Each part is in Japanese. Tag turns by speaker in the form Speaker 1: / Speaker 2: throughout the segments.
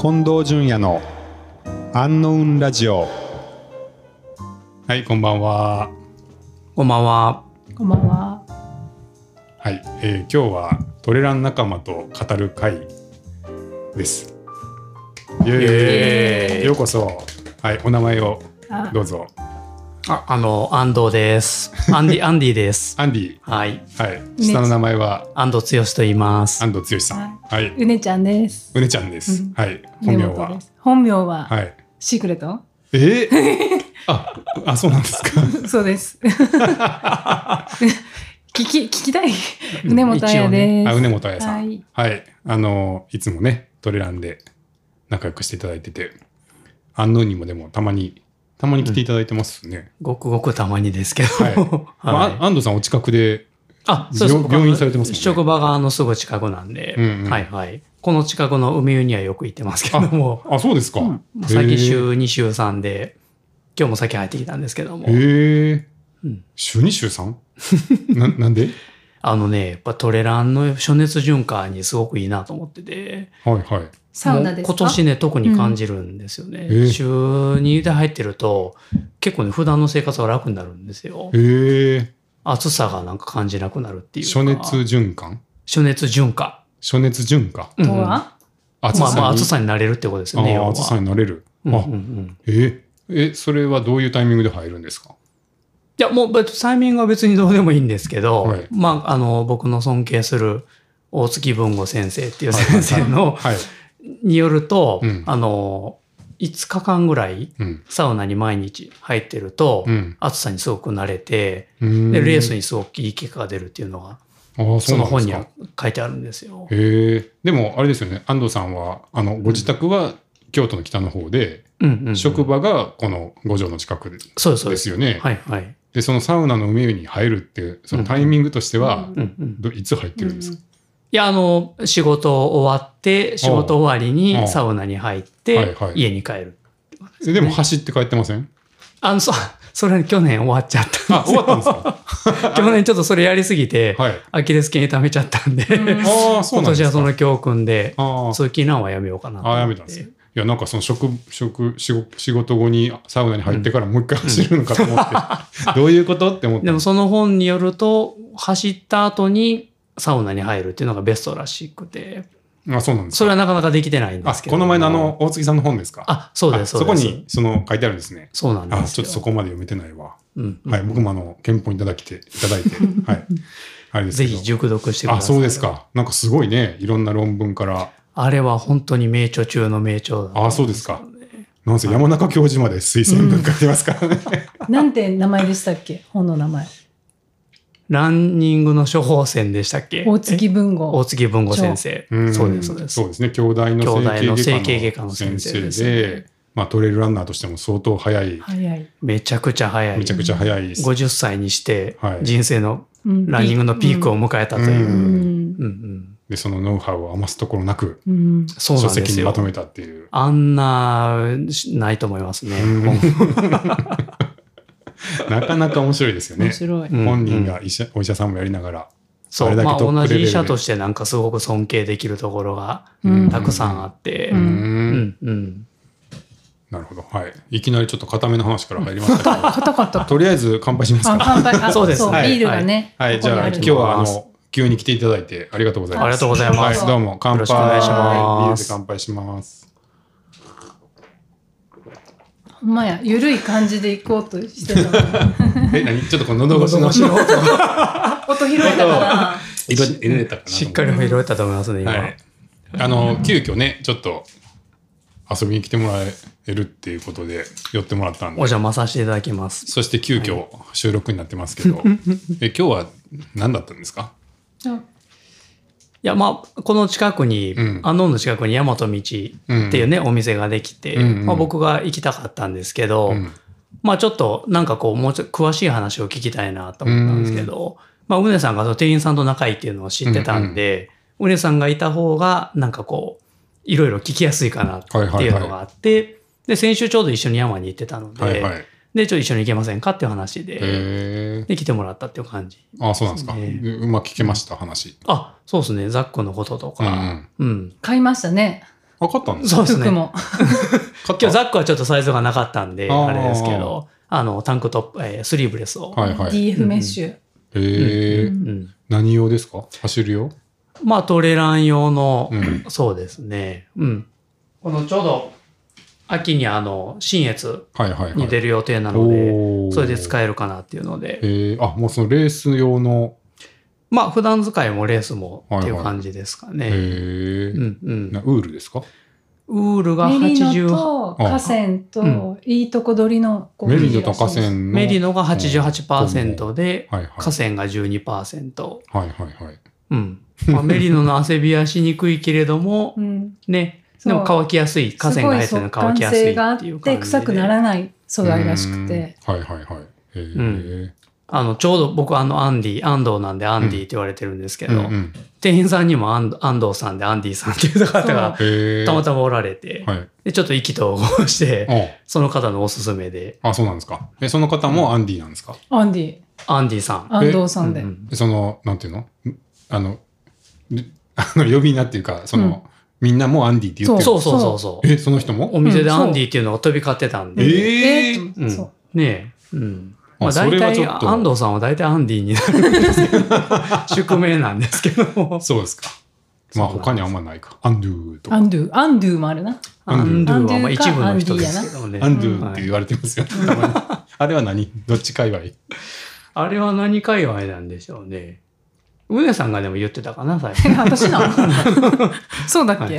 Speaker 1: 近藤淳也のアンノウンラジオはいこんばんは
Speaker 2: こんばんは。
Speaker 3: こんばんは。
Speaker 1: はい、えー今日はトレラン仲間と語る会ですイエーイ
Speaker 2: え
Speaker 1: ようこそはいお名前を
Speaker 3: あ
Speaker 1: どうぞ
Speaker 2: あ、あの、安 藤です。アンディ、アンディです。
Speaker 1: アンディ
Speaker 2: はい。
Speaker 1: はい下の名前は
Speaker 2: 安藤剛と言います。
Speaker 1: 安藤剛さんはい、
Speaker 3: うねちゃんです。
Speaker 1: うねちゃんです、
Speaker 3: うん
Speaker 1: はい本名
Speaker 3: 根本
Speaker 1: は
Speaker 3: です。本名は、
Speaker 1: はい
Speaker 3: シークレット。
Speaker 1: えー、 ああそうなんですか
Speaker 3: そうです。聞き、聞きたい。うねもたやです。
Speaker 1: あうねもたやさん
Speaker 3: はい。
Speaker 1: はい。あの、いつもね、トレランで仲良くしていただいてて、安納にもでもたまに、たまに来ていただいてますね。
Speaker 2: ごくごくたまにですけど。
Speaker 1: はいまあ
Speaker 2: はい。
Speaker 1: 安藤さんお近くで、
Speaker 2: あ、そうです
Speaker 1: 病病院されてますもんね
Speaker 2: 職場があの、すぐ近くなんで。
Speaker 1: うんうん
Speaker 2: はいはい。この近くの海湯にはよく行ってますけども、
Speaker 1: あ、そうですか。
Speaker 3: うん
Speaker 1: へー
Speaker 2: 最近週2、週3で、今日も先入ってきたんですけども。
Speaker 1: へえ。
Speaker 2: うん
Speaker 1: 週2週 3? ななんで
Speaker 2: あのね、やっぱトレランの暑熱循環にすごくいいなと思ってて。
Speaker 1: はいはい。
Speaker 3: サウナですか。
Speaker 2: もう今年ね、特に感じるんですよね。
Speaker 1: うんえー
Speaker 2: 週2で入ってると、結構ね、普段の生活が楽になるんですよ。
Speaker 1: へえ。
Speaker 2: 暑さがなんか感じなくなるっていうか。
Speaker 1: 暑熱。循環
Speaker 2: 暑熱循環。
Speaker 1: 暑熱循環。
Speaker 2: うんう
Speaker 3: と
Speaker 2: んまあ
Speaker 3: は。
Speaker 1: 暑
Speaker 2: まあ、暑
Speaker 1: さ
Speaker 2: さになれるってことですよ
Speaker 1: に。
Speaker 2: ね、
Speaker 1: あ
Speaker 2: 要
Speaker 1: ー
Speaker 2: は。
Speaker 1: 暑さになれる。
Speaker 2: うんうん
Speaker 1: あ
Speaker 2: う、ん。
Speaker 1: えーえ、それはどういうタイミングで入るんですか
Speaker 2: いや、もう、別にタイミングは別にどうでもいいんですけど、
Speaker 1: はい
Speaker 2: まあ、あの、僕の尊敬する大月文吾先生っていう先生の、
Speaker 1: はい。
Speaker 2: によると、
Speaker 1: うん
Speaker 2: あの、5日間ぐらい
Speaker 1: うん。
Speaker 2: サウナに毎日入ってると、
Speaker 1: うん。
Speaker 2: 暑さにすごく慣れて、
Speaker 1: うん
Speaker 2: で、レースにすごくいい結果が出るっていうのが、
Speaker 1: あーそ
Speaker 2: そう
Speaker 1: なんで
Speaker 2: の本
Speaker 1: す
Speaker 2: に
Speaker 1: か
Speaker 2: は書いてあるんですよ。
Speaker 1: へえ。でも、あれですよね。安藤さんは、あの、ご自宅は京都の北の方で、
Speaker 2: うんうんうん
Speaker 1: 職場がこの五条の近くで
Speaker 2: そうです、そう
Speaker 1: で
Speaker 2: ですす。
Speaker 1: よね。
Speaker 2: はい、はい。
Speaker 1: で、そのサウナの海に入るっていう、そのタイミングとしては、
Speaker 2: うんうん、
Speaker 1: どいつ入ってるんですか、
Speaker 2: いや、あの、仕事終わって、仕事終わり
Speaker 1: おう
Speaker 2: にサウナに入って、
Speaker 1: はいはい
Speaker 2: 家に帰る。
Speaker 1: えでも走って帰ってません
Speaker 2: あの、そ、それ去年終わっちゃった。
Speaker 1: あ、終わったんですか
Speaker 2: 去年ちょっとそれやりすぎて、
Speaker 1: はい。
Speaker 2: アキレス腱痛めちゃったんで、
Speaker 3: うん
Speaker 1: ああ、そう
Speaker 2: 今
Speaker 1: なん
Speaker 2: 年
Speaker 1: で
Speaker 2: は
Speaker 1: す
Speaker 2: そ
Speaker 1: か。
Speaker 2: の教訓で、
Speaker 1: あー
Speaker 2: 通勤なんはやめようかなと思
Speaker 1: あ
Speaker 2: っ
Speaker 1: ー、
Speaker 2: て。
Speaker 1: やめたんですね。いや、なんかその職、職、仕事仕事後にサウナに入ってからもう一回走るのかと思 って、どういうことって思って
Speaker 2: で。もその本によると、走った後にサウナに入るっていうのがベストらしくて、
Speaker 1: あ、そうなんですか。
Speaker 2: それはなかなかできてないんで
Speaker 1: あ、
Speaker 2: すけど。
Speaker 1: この前のあ、の、大月さんの本ですか
Speaker 2: あ、そうです、
Speaker 1: あ
Speaker 2: そ
Speaker 1: そうこ
Speaker 2: です。
Speaker 1: に、その、書いてあるんですね。
Speaker 2: そうなんです
Speaker 1: あ、
Speaker 2: よ。
Speaker 1: ちょっとそこまで読めてないわ。
Speaker 2: うん。
Speaker 1: はい、僕もあの、憲法いただきて、いた だいて、はい。あれですけ
Speaker 2: ぜ
Speaker 1: ど
Speaker 2: ひ熟読してください。
Speaker 1: あ、そうです。か。なんかすごいね、いろんな論文から、
Speaker 2: あれは本当に名著中の名著だと思
Speaker 1: あ、そううんですか
Speaker 2: よね。
Speaker 1: なんせ山中教授まで推薦文書いてますからね。
Speaker 3: なんて名前でしたっけ。本の名前。
Speaker 2: ランニングの処方箋でしたっけ
Speaker 3: 大月文
Speaker 2: え大
Speaker 3: 豪。
Speaker 2: 月文吾先生。
Speaker 1: ん
Speaker 2: そうです、そう です。
Speaker 1: そうですね。兄弟の整形外科の
Speaker 2: 兄弟
Speaker 1: 先
Speaker 2: の整形外科の先
Speaker 1: 生
Speaker 2: 生
Speaker 1: で、
Speaker 2: ですね
Speaker 1: まあトレイルランナーとしても相当早い、
Speaker 3: 早い。
Speaker 2: めちゃくちゃ早い
Speaker 1: めち。ゃくちゃ早いです。
Speaker 2: 50歳にして
Speaker 1: はい
Speaker 2: 人生の
Speaker 3: うん
Speaker 2: ランニングのピークを。迎えたというう。
Speaker 1: ん
Speaker 3: ん。
Speaker 2: うんうん
Speaker 1: で、そのノウハウを余すところなく、
Speaker 3: うん。
Speaker 2: そう
Speaker 1: 書
Speaker 2: なんで
Speaker 1: 籍
Speaker 2: す
Speaker 1: にま
Speaker 2: よ
Speaker 1: と。めたっていう。
Speaker 2: あんな、しないと思いますね。
Speaker 1: うん なかなか面白いですよね
Speaker 3: 面。白い。
Speaker 2: うん
Speaker 1: 本人
Speaker 2: うん
Speaker 1: が医者、お医者さんもやりながら。
Speaker 2: そ
Speaker 1: あ
Speaker 2: う、
Speaker 1: れだけ
Speaker 2: まあ
Speaker 1: トップレ
Speaker 2: 同
Speaker 1: ベル
Speaker 2: じ
Speaker 1: で
Speaker 2: 医者としてなんかすごく尊敬できるところが
Speaker 3: うん
Speaker 2: たくさんあって
Speaker 1: う、。
Speaker 3: ん
Speaker 2: うんんうん。
Speaker 1: なるほど。はい。いきなりちょっと固めの話から入りま したけど。
Speaker 3: 硬かった。
Speaker 1: とりあえず乾杯します
Speaker 3: あ、
Speaker 1: か。
Speaker 3: 乾杯。あ
Speaker 2: そうです
Speaker 1: はい
Speaker 3: ビールがね。
Speaker 1: はい、じゃあ
Speaker 3: こ
Speaker 1: 今
Speaker 3: こに
Speaker 1: 日
Speaker 3: る
Speaker 1: はあの、急に来ていただいてありがとうございます。
Speaker 2: ありがとうございま
Speaker 1: は
Speaker 2: す
Speaker 1: い、。どうも、乾杯。
Speaker 2: よろしくお願いしま
Speaker 1: ビールで
Speaker 2: す
Speaker 1: 乾杯します。
Speaker 3: ほんまや、ゆるい感じで行こうとしてたのに。
Speaker 1: え、何ちょっとこの喉越しの
Speaker 2: 喉越しの
Speaker 3: 音拾えたから。
Speaker 1: 色入れたかなと思て。
Speaker 2: しっかり拾えたと思いますね、今。
Speaker 1: はい。あの、急遽ね、ちょっと遊びに来てもらえるっていうことで、寄ってもらったん
Speaker 2: お
Speaker 1: で。
Speaker 2: 邪魔させていただきます。
Speaker 1: そして急遽収録になってますけ ど、え今日は何だったんですか
Speaker 3: あ
Speaker 2: いや、まあ、この近くに、
Speaker 1: うん
Speaker 2: 安納の近くに大和道っていうね、お店ができて、
Speaker 1: うんうん
Speaker 2: まあ、僕が行きたかったんですけど、
Speaker 1: うん
Speaker 2: まあちょっとなんかこう、もうちょっと詳しい話を聞きたいなと思ったんですけど、まあ、うねさんがその店員さんと仲いいっていうのを知ってたんで、うねさんがいた方が、なんかこう、いろいろ聞きやすいかなっていうのがあって、で、先週ちょうど一緒に山に行ってたので、
Speaker 1: はいはい。へ
Speaker 2: で、ちょっと一緒に行けませんかっていう話で、
Speaker 1: え。
Speaker 2: で、来てもらったっていう感じ。
Speaker 1: あ、そうなんですか。
Speaker 2: そうです
Speaker 1: うまく聞けました、話。
Speaker 2: あ、そうですね、ザックのことと
Speaker 1: うんう
Speaker 2: か、
Speaker 1: ん。
Speaker 2: うん、
Speaker 3: 買いましたね。
Speaker 1: あ、買ったんです
Speaker 2: そうですね
Speaker 3: 服。も。
Speaker 1: 買っ
Speaker 2: 今日
Speaker 1: た
Speaker 2: ザックはちょっとサイズがなかったんで、
Speaker 1: あー
Speaker 2: あれですけど、あの、タンクトップ、えースリーブレスを。
Speaker 1: はい はい。
Speaker 3: DF メッシュ。
Speaker 1: えー
Speaker 3: うん
Speaker 2: うん
Speaker 1: 何用ですか走る用
Speaker 2: まあ、トレラン用の、
Speaker 1: うん
Speaker 2: そうですね。うん。このちょうど、秋にあの、新越
Speaker 1: はいはいは
Speaker 2: に
Speaker 1: い。
Speaker 2: 出る予定なので、
Speaker 1: おー
Speaker 2: それで使えるかなっていうので、
Speaker 1: えー、あ、もうそのレース用の、
Speaker 2: まあ、普段使いもレースもって
Speaker 1: は
Speaker 2: いう
Speaker 1: いはい
Speaker 2: 感じですか
Speaker 1: え
Speaker 2: ね。う
Speaker 1: ー、
Speaker 2: んうん
Speaker 1: なウールですか
Speaker 2: ウールが
Speaker 3: メリノ
Speaker 2: 88、
Speaker 3: と河川
Speaker 2: うん
Speaker 3: といいとこ取りのこう
Speaker 1: メリノと河川の。
Speaker 2: メリノが
Speaker 1: うん
Speaker 2: 88%で、
Speaker 1: はいはい。
Speaker 2: 河川が12%。
Speaker 1: はいはいはい。
Speaker 2: うん。まあ、メリノの汗びはしにくいけれども
Speaker 3: う、ん、
Speaker 2: ね、
Speaker 3: そう
Speaker 2: でも乾きやすい、河
Speaker 3: す
Speaker 2: 川が
Speaker 3: ご
Speaker 2: 入
Speaker 3: い
Speaker 2: ってるの
Speaker 3: 速
Speaker 2: は乾
Speaker 3: 乾
Speaker 2: きやすいってい
Speaker 3: 性
Speaker 2: う
Speaker 3: があ
Speaker 2: 感
Speaker 3: っ
Speaker 2: じで。
Speaker 3: て臭くならない素材らしくて、
Speaker 1: うん。はいはいはい。えー
Speaker 2: うんあの、ちょうど僕あの、アンディ、安藤なんでアンディって言われてるんですけ
Speaker 1: う
Speaker 2: ど、
Speaker 1: んうん
Speaker 2: 店員さんにも安安藤さんでアンディさんっていう方が
Speaker 1: えー、
Speaker 2: たまたまおられて、
Speaker 1: はい。
Speaker 2: でちょっと意気投合して、その方のおすすめで、
Speaker 1: ああ、そうなんですか。え、その方もアンディなんですか、
Speaker 3: アンディ
Speaker 2: アンディさん。
Speaker 3: 安藤さんで、
Speaker 2: うんうん
Speaker 1: でその、なんていうのんあの、りあの 呼び名っていうか、その、みんなもうアンディって言ってる
Speaker 2: そうそうそうそう。
Speaker 1: え、その人も
Speaker 2: お店でアンディっていうのが飛び交ってたん
Speaker 1: えー
Speaker 2: で、
Speaker 3: え
Speaker 1: えー
Speaker 3: ー
Speaker 2: うん
Speaker 3: そう
Speaker 2: ねえ。うん
Speaker 1: あ
Speaker 2: まあ、
Speaker 1: そ
Speaker 2: 大
Speaker 1: れは
Speaker 2: 体
Speaker 1: ちょっと
Speaker 2: 安藤さんは大体アンディになる んですけど宿命なんですけども
Speaker 1: そうですか。まあ
Speaker 2: そうなんです
Speaker 1: 他にあんまないか。アンドゥと
Speaker 3: ア
Speaker 1: か。
Speaker 3: ンドゥアンドゥもあるな
Speaker 1: ア
Speaker 2: ア
Speaker 1: ン
Speaker 2: ン
Speaker 1: ド
Speaker 2: ド
Speaker 3: ゥ
Speaker 2: ゥはまあ
Speaker 3: アンド
Speaker 2: 一部の人
Speaker 3: ゥか
Speaker 2: ですけどね
Speaker 1: アンドゥって言われてますよ。たまにあれは何どっち界隈
Speaker 2: あれは何界隈なんでしょうねうねさんがでも言ってたかな最 初
Speaker 3: 私 なのそうだっけ、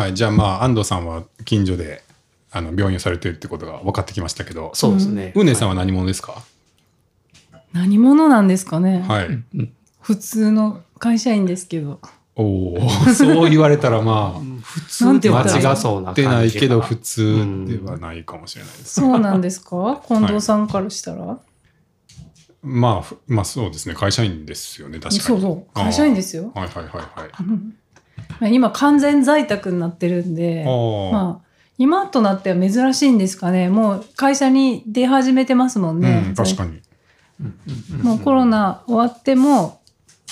Speaker 1: はい。じゃあまあ安藤さんは近所であの病院をされてるってことが分かってきましたけど、
Speaker 2: そうですね
Speaker 1: うねさんは何者ですか
Speaker 3: 何者なんですかね、
Speaker 1: はい。
Speaker 2: うん
Speaker 3: 普通の会社員ですけど
Speaker 1: おおそう言われたらまあ、
Speaker 2: 普通ではな
Speaker 1: 間
Speaker 2: さ
Speaker 1: 違
Speaker 2: そうな感
Speaker 1: っ
Speaker 2: じ
Speaker 1: て
Speaker 2: が
Speaker 1: ないけど普通ではないかもしれないです。
Speaker 3: そうなんですか近藤さんからしたら、
Speaker 1: まあ、ふまあそうですね。会社員ですよね、確かに。。
Speaker 3: そうそう会社員ですすよ
Speaker 1: はいはいはいはい。
Speaker 3: まあ今完全在宅になってるんで
Speaker 1: ああ
Speaker 3: まあ今となっては珍しいんですかねもう会社に出始めてますもんね、
Speaker 1: うん、確かに。
Speaker 3: もうコロナ終わっても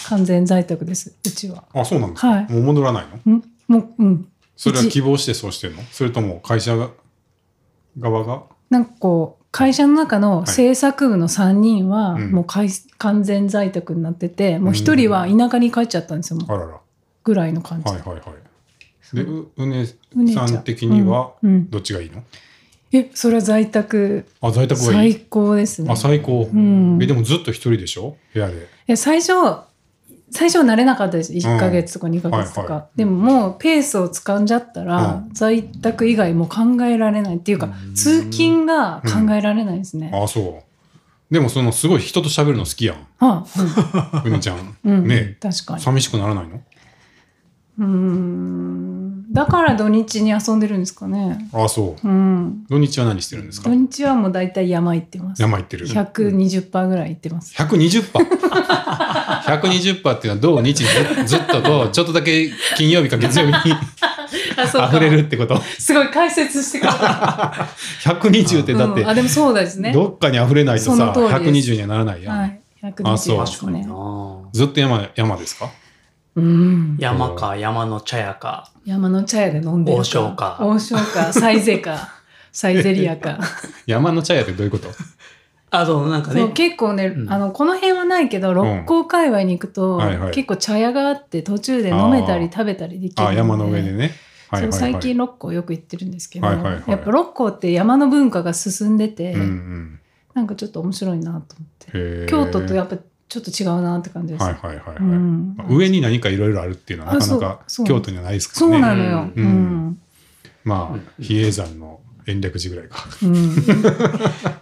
Speaker 3: 完全在宅ですうちは
Speaker 1: あ、そうなんですか。
Speaker 3: はい
Speaker 1: もう戻らないの
Speaker 3: んもううん
Speaker 1: それは
Speaker 3: 一
Speaker 1: 希望してそうしてるのそれとも会社が側が
Speaker 3: なんかこう会社の中の制作部の3人は
Speaker 1: うん
Speaker 3: もうかい完全在宅になってて、もう1人は田舎に帰っちゃったんですよもう
Speaker 1: あららは
Speaker 3: ぐらいの感じ、
Speaker 1: いはいはいでううね
Speaker 3: うねち
Speaker 1: さ
Speaker 3: ゃん
Speaker 1: ん的には
Speaker 3: うんうん
Speaker 1: どっちがいいの、
Speaker 3: えそれは在宅
Speaker 1: あ在宅がいい
Speaker 3: 最高ですね
Speaker 1: あ最高、
Speaker 3: うん
Speaker 1: えでもずっと一人でしょ部屋で
Speaker 3: え最初最初は慣れなかったです1ヶ月とか2ヶ月とか、
Speaker 1: はいは
Speaker 3: でももうペースを掴んじゃったら、在宅以外もう考えられないっていうか、通勤が考えられないですね、
Speaker 1: あそうでもそのすごい人と喋るの好きやん
Speaker 3: は
Speaker 1: うねちゃん、
Speaker 3: あ、うん、
Speaker 1: ね
Speaker 3: 確かに。
Speaker 1: 寂しくならないの
Speaker 3: うーん。だから土日に遊んでるんですかね。
Speaker 1: あそう
Speaker 3: うん。
Speaker 1: 土日は何してるんですか
Speaker 3: 土日はもう大体山行ってます。
Speaker 1: 山行ってる
Speaker 3: 120%ぐらい行ってます。
Speaker 1: 120%パー120%パーっていうのは同日にずずっとこうちょっとだけ金曜日か月曜日に
Speaker 3: あ、そう
Speaker 1: 溢れるってこと
Speaker 3: すごい解説してくれた。
Speaker 1: 120ってだって、
Speaker 3: うんあ、でもそうですね。
Speaker 1: どっかに溢れないと
Speaker 3: そ
Speaker 1: さ
Speaker 3: の通りです
Speaker 1: 120にはならないやん、
Speaker 3: はい。
Speaker 1: あそう
Speaker 3: 120で
Speaker 2: 確
Speaker 3: す
Speaker 2: かに
Speaker 3: ね
Speaker 2: な。
Speaker 1: ずっと山山ですか
Speaker 3: うん。
Speaker 2: 山か山の茶屋か
Speaker 3: 山の茶屋で飲んでる。
Speaker 2: 王将か
Speaker 3: 王将 か、サイゼか、サイゼリアか。
Speaker 1: 山の茶屋ってどういう こと
Speaker 2: あとなんか
Speaker 3: そう
Speaker 2: ね
Speaker 3: 結構ね、
Speaker 2: うん
Speaker 3: あのこの辺はないけど六甲界隈に行くと、
Speaker 1: はいはい
Speaker 3: 結構茶屋があって途中で飲めたり食べたりできるん
Speaker 1: あ山の上でねはいはいは
Speaker 3: そう
Speaker 1: い
Speaker 3: 最近六甲よく行ってるんですけど、
Speaker 1: はいはいはい
Speaker 3: やっぱ六甲って山の文化が進んでて、
Speaker 1: うんうん
Speaker 3: なんかちょっと面白いなと思って
Speaker 1: へー
Speaker 3: 京都とやっぱちょっと違うなって感じです、
Speaker 1: はいはいはいはい、
Speaker 3: うん
Speaker 1: まあ上に何かいろいろあるっていうのはなかなか
Speaker 3: あそうそう
Speaker 1: 京都にはないですか
Speaker 3: そう
Speaker 1: ら
Speaker 3: な
Speaker 1: ね
Speaker 3: のよ、
Speaker 1: う
Speaker 3: うんん
Speaker 1: まあ比叡山の延暦寺ぐらいか
Speaker 3: うん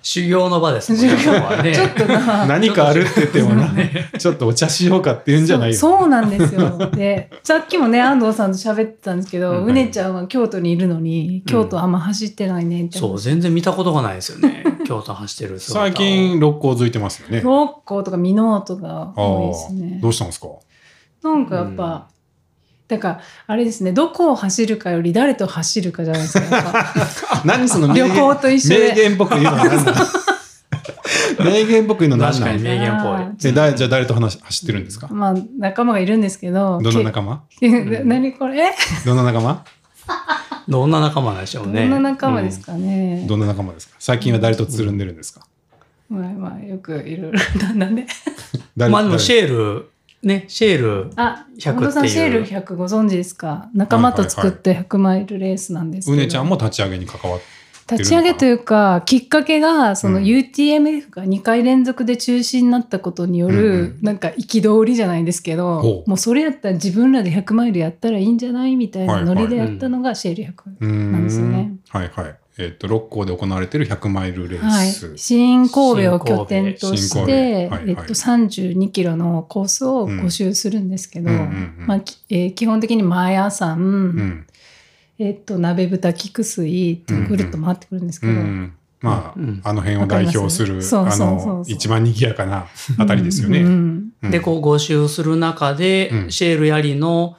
Speaker 2: 修行の場ですもんね
Speaker 3: 修
Speaker 2: ここはね
Speaker 3: ちょっ とな
Speaker 1: 何かあるって言ってもなちょっとお茶しようかって言うんじゃないよ
Speaker 3: そうそうなんですよでさっきもね安藤さんと喋ってたんですけど、
Speaker 2: うん
Speaker 3: うねちゃんは京都にいるのに京都あんま走ってないねって、
Speaker 2: そう全然見たことがないですよね京都走ってる姿を
Speaker 1: 最近六甲づいてますよねあ
Speaker 3: 六甲とか箕面とか多いです
Speaker 1: あ
Speaker 3: ね
Speaker 1: どうしたんですか
Speaker 3: なんかやっぱ、だからあれですねどこを走るかより誰と走るかじゃないですかやっぱ
Speaker 1: 何その 名言
Speaker 3: 旅行と一緒で
Speaker 1: 名言っぽく言うの何 なの名言っぽく言うの何
Speaker 2: 確
Speaker 1: な
Speaker 2: か
Speaker 1: の
Speaker 2: に名言っぽい
Speaker 3: あ
Speaker 1: えだじゃあ誰と話走ってるんですか、
Speaker 3: まあ仲間がいるんですけど
Speaker 1: どんな
Speaker 3: け
Speaker 1: 仲間
Speaker 3: な何これ
Speaker 1: どんな仲間
Speaker 2: どんな仲間なんでしょ
Speaker 3: ど
Speaker 2: うんね。
Speaker 3: な仲間ですかね。
Speaker 1: どんな仲間ですか最近は誰とつるんでるんですか、
Speaker 3: まあまあよくいろいろ ななんで。
Speaker 1: 誰
Speaker 2: まあでもシ
Speaker 1: ェ
Speaker 2: ェール、ね、シェール、
Speaker 3: あ、
Speaker 2: 100
Speaker 3: 本田さ
Speaker 2: っ
Speaker 3: ん
Speaker 2: ていう
Speaker 3: シェール100ご存知ですか。仲間と作って100マイルレースなんですけ
Speaker 1: う
Speaker 3: ど。
Speaker 1: ねちゃんも立ち上げに関わって
Speaker 3: 立ち上げというかきっかけがその
Speaker 1: うん
Speaker 3: UTMF が2回連続で中止になったことによ
Speaker 1: うん
Speaker 3: る
Speaker 1: うん
Speaker 3: なんか憤りじゃないですけ
Speaker 1: ほ
Speaker 3: ど
Speaker 1: う
Speaker 3: もうそれやったら自分らで100マイルやったらいいんじゃないみたいなノリでやったのがシェール100。
Speaker 1: うーん
Speaker 3: なんですよね
Speaker 1: はいはいえっ、と六甲で行われてる100マイルレース、
Speaker 3: はい、新神戸を拠点と
Speaker 1: 新
Speaker 3: し
Speaker 1: 神戸
Speaker 3: て、
Speaker 1: はいはい
Speaker 3: えっと、32キロのコースを
Speaker 1: うん
Speaker 3: 5周するんですけど、
Speaker 1: うんうんうん
Speaker 3: まあきえー基本的に毎朝、
Speaker 1: うん
Speaker 3: えっと、鍋豚菊水ってぐるっと回ってくるんですけ
Speaker 1: う
Speaker 3: ど、
Speaker 1: んまあ、
Speaker 2: うん
Speaker 1: あの辺を代表する
Speaker 3: わかりま
Speaker 1: あ
Speaker 3: すそうそうそう
Speaker 1: の
Speaker 3: そう
Speaker 1: 一番賑やかなあたりですよね。
Speaker 3: うんうん
Speaker 1: うん
Speaker 2: で、こう、5周する中で、
Speaker 1: うん
Speaker 2: シェールやりの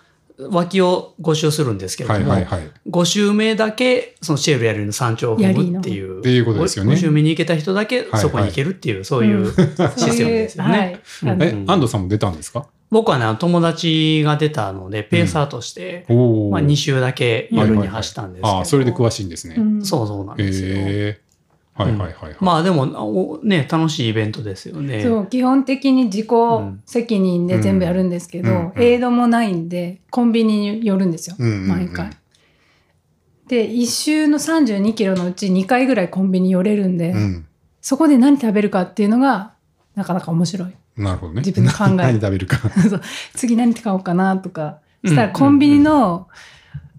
Speaker 2: 脇を5周するんですけども、
Speaker 1: はいはいはい。
Speaker 2: 5周目だけ、そのシェールやりの山頂を踏むっていう。
Speaker 1: っていうことですよね
Speaker 2: 5周目に行けた人だけ
Speaker 1: はい
Speaker 2: そこに行けるっていう、そういうシステムですよね。
Speaker 3: そういうはい、あの
Speaker 1: え、
Speaker 2: うん
Speaker 1: 安藤さんも出たんですか
Speaker 2: 僕はね、あの友達が出たので、ペーサーとして、
Speaker 1: おお。
Speaker 2: まあ2周だけ
Speaker 1: はい
Speaker 2: 夜
Speaker 1: はい
Speaker 2: に
Speaker 1: はい
Speaker 2: 走ったんですけど。
Speaker 1: ああ、それで詳しいんですね。
Speaker 3: うん
Speaker 2: そうそうなんですよ。
Speaker 1: へえはいはいはいはい。
Speaker 2: まあでも、おね、楽しいイベントですよね。
Speaker 3: そう基本的に自己責任で全部やるんですけど、
Speaker 1: うんうん
Speaker 3: エイドもないんでコンビニに寄るんですよ、
Speaker 1: うんうんうん
Speaker 3: 毎回。で1周の3 2キロのうち2回ぐらいコンビニ寄れるんで、
Speaker 1: うん。
Speaker 3: そこで何食べるかっていうのがなかなか面白い
Speaker 1: なるほどね。
Speaker 3: 自分の考え
Speaker 1: 何食べるか。
Speaker 3: そう次何買おうかなとか
Speaker 2: うん
Speaker 3: したらコンビニの,、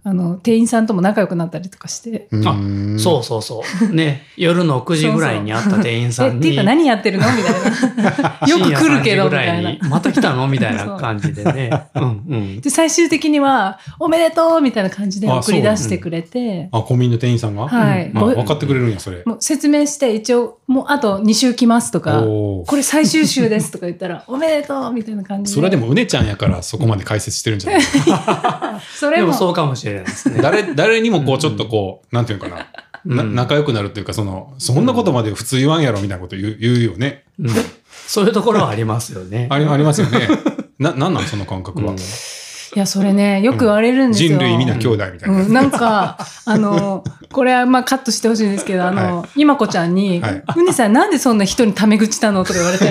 Speaker 3: あの店員さんとも仲良くなったりとかして。
Speaker 1: うーん
Speaker 2: そうそうそう。ね、夜の9時ぐらいに会った店員さ
Speaker 3: えっ
Speaker 2: ん
Speaker 3: て
Speaker 2: に。
Speaker 3: いうか何やってるのみたい なよく来るけど
Speaker 2: 深夜3時ぐ
Speaker 3: みたい
Speaker 2: ら
Speaker 3: ない
Speaker 2: にまた来たのみたいな感じでね。うんうん。
Speaker 3: で最終的には「おめでとう!」みたいな感じで
Speaker 1: あ
Speaker 3: 送り出してくれて、
Speaker 1: あ、コンビニの店員さんが
Speaker 3: はい
Speaker 1: あ
Speaker 3: ご
Speaker 1: 分かってくれるんや、それ。
Speaker 3: もう説明して一応「もうあと2週来ます」とか
Speaker 1: お
Speaker 3: 「こ
Speaker 1: ー
Speaker 3: れ最終週です」とか言ったら「おめでとう!」みたいな感じで
Speaker 1: それはでも、うねちゃんやからそこまで解説してるんじゃ ない
Speaker 3: そ
Speaker 2: で
Speaker 3: れ
Speaker 2: も
Speaker 3: も
Speaker 2: そうかもしれないですね。
Speaker 1: 誰、誰にもこう、ちょっとこう、なんていうのかな。な
Speaker 2: うん
Speaker 1: 仲良くなるっていうか、その、そんなことまで普通言わんやろみたいなこと言う言うよね。
Speaker 2: うんそういうところはありますよね。
Speaker 1: ありありますよね。な、なんなんその感覚
Speaker 2: う
Speaker 1: は
Speaker 2: ん。
Speaker 3: いやそれねよく言われるんですよ、
Speaker 1: 人類皆兄弟みたいな。
Speaker 3: うん、 なんか、あの、これはまあカットしてほしいんですけど、あの、今子ちゃんに、
Speaker 1: はいう
Speaker 3: ねさんなんでそんな人にタメ口なのとか言われて、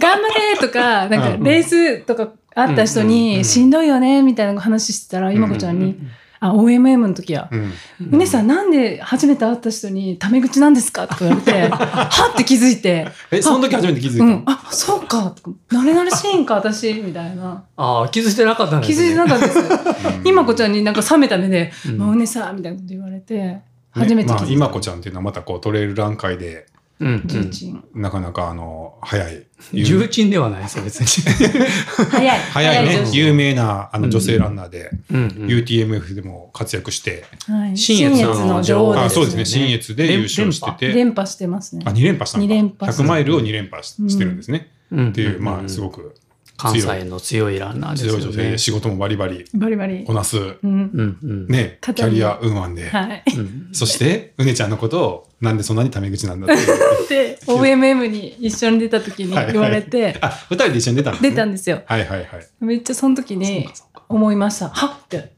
Speaker 3: 頑張れとか、なんか
Speaker 2: うん
Speaker 3: レースとかあった人
Speaker 2: うんうん
Speaker 3: に、しんどいよねみたいな話してたら、今子ちゃんに、あ、OMM の時や、
Speaker 1: うん。
Speaker 3: うねさんなんで初めて会った人にタメ口なんですかとか言われて、はって気づいて、
Speaker 1: え、その時初めて気づいた
Speaker 3: う
Speaker 1: の
Speaker 3: ん、あ、そうか、とか慣れ慣れしいんか、私、みたいな。
Speaker 2: ああ、気づいてなかったんです
Speaker 3: 気
Speaker 2: ね。
Speaker 3: づいてなかったんですよ。今子ちゃんになんか冷めた目で
Speaker 2: う
Speaker 3: 「
Speaker 2: ん
Speaker 3: まあおねさ」みたいなこと言われて初めて
Speaker 1: ねまあ、
Speaker 3: 聞い
Speaker 1: 今
Speaker 3: た
Speaker 1: 子ちゃんっていうのはまたこうトレイルラン界で
Speaker 2: うんうん
Speaker 3: 重鎮
Speaker 1: なかなかあの早い
Speaker 2: 重鎮ではないですよ、別に。
Speaker 3: 早い
Speaker 1: 早い
Speaker 2: 早い女
Speaker 1: ね
Speaker 2: 子
Speaker 1: 有名なあの女性ランナーで、
Speaker 2: うんうん
Speaker 1: UTMF でも活躍して、
Speaker 3: はい
Speaker 2: 新越の女王
Speaker 3: 新越
Speaker 1: あそうです
Speaker 2: ね
Speaker 1: ね新越で優勝してて
Speaker 3: 連覇してますね
Speaker 1: あ2連覇したの
Speaker 3: 二連覇
Speaker 1: 100マイルを2連覇ししてるんですね、
Speaker 2: うん。
Speaker 1: っていうまあす
Speaker 2: い。
Speaker 1: ごく
Speaker 2: 関西の強いランナーですよ
Speaker 1: 強
Speaker 2: ね。
Speaker 1: い女性で仕事もバリバリ
Speaker 3: バリバリ
Speaker 1: こなす、
Speaker 3: うん
Speaker 2: うんうん。
Speaker 1: ねキ
Speaker 3: ただ
Speaker 1: ャリアウーマンで、
Speaker 3: はい
Speaker 2: うん
Speaker 1: そしてうねちゃんのことをなんでそんなにタメ口なんだっていう
Speaker 3: で OMM に一緒に出た時に
Speaker 1: はいはい
Speaker 3: 言われて
Speaker 1: あ二人で一緒に出たんです、ね、
Speaker 3: 出たんですよ
Speaker 1: はいはいはい
Speaker 3: めっちゃその時に思いましたはっって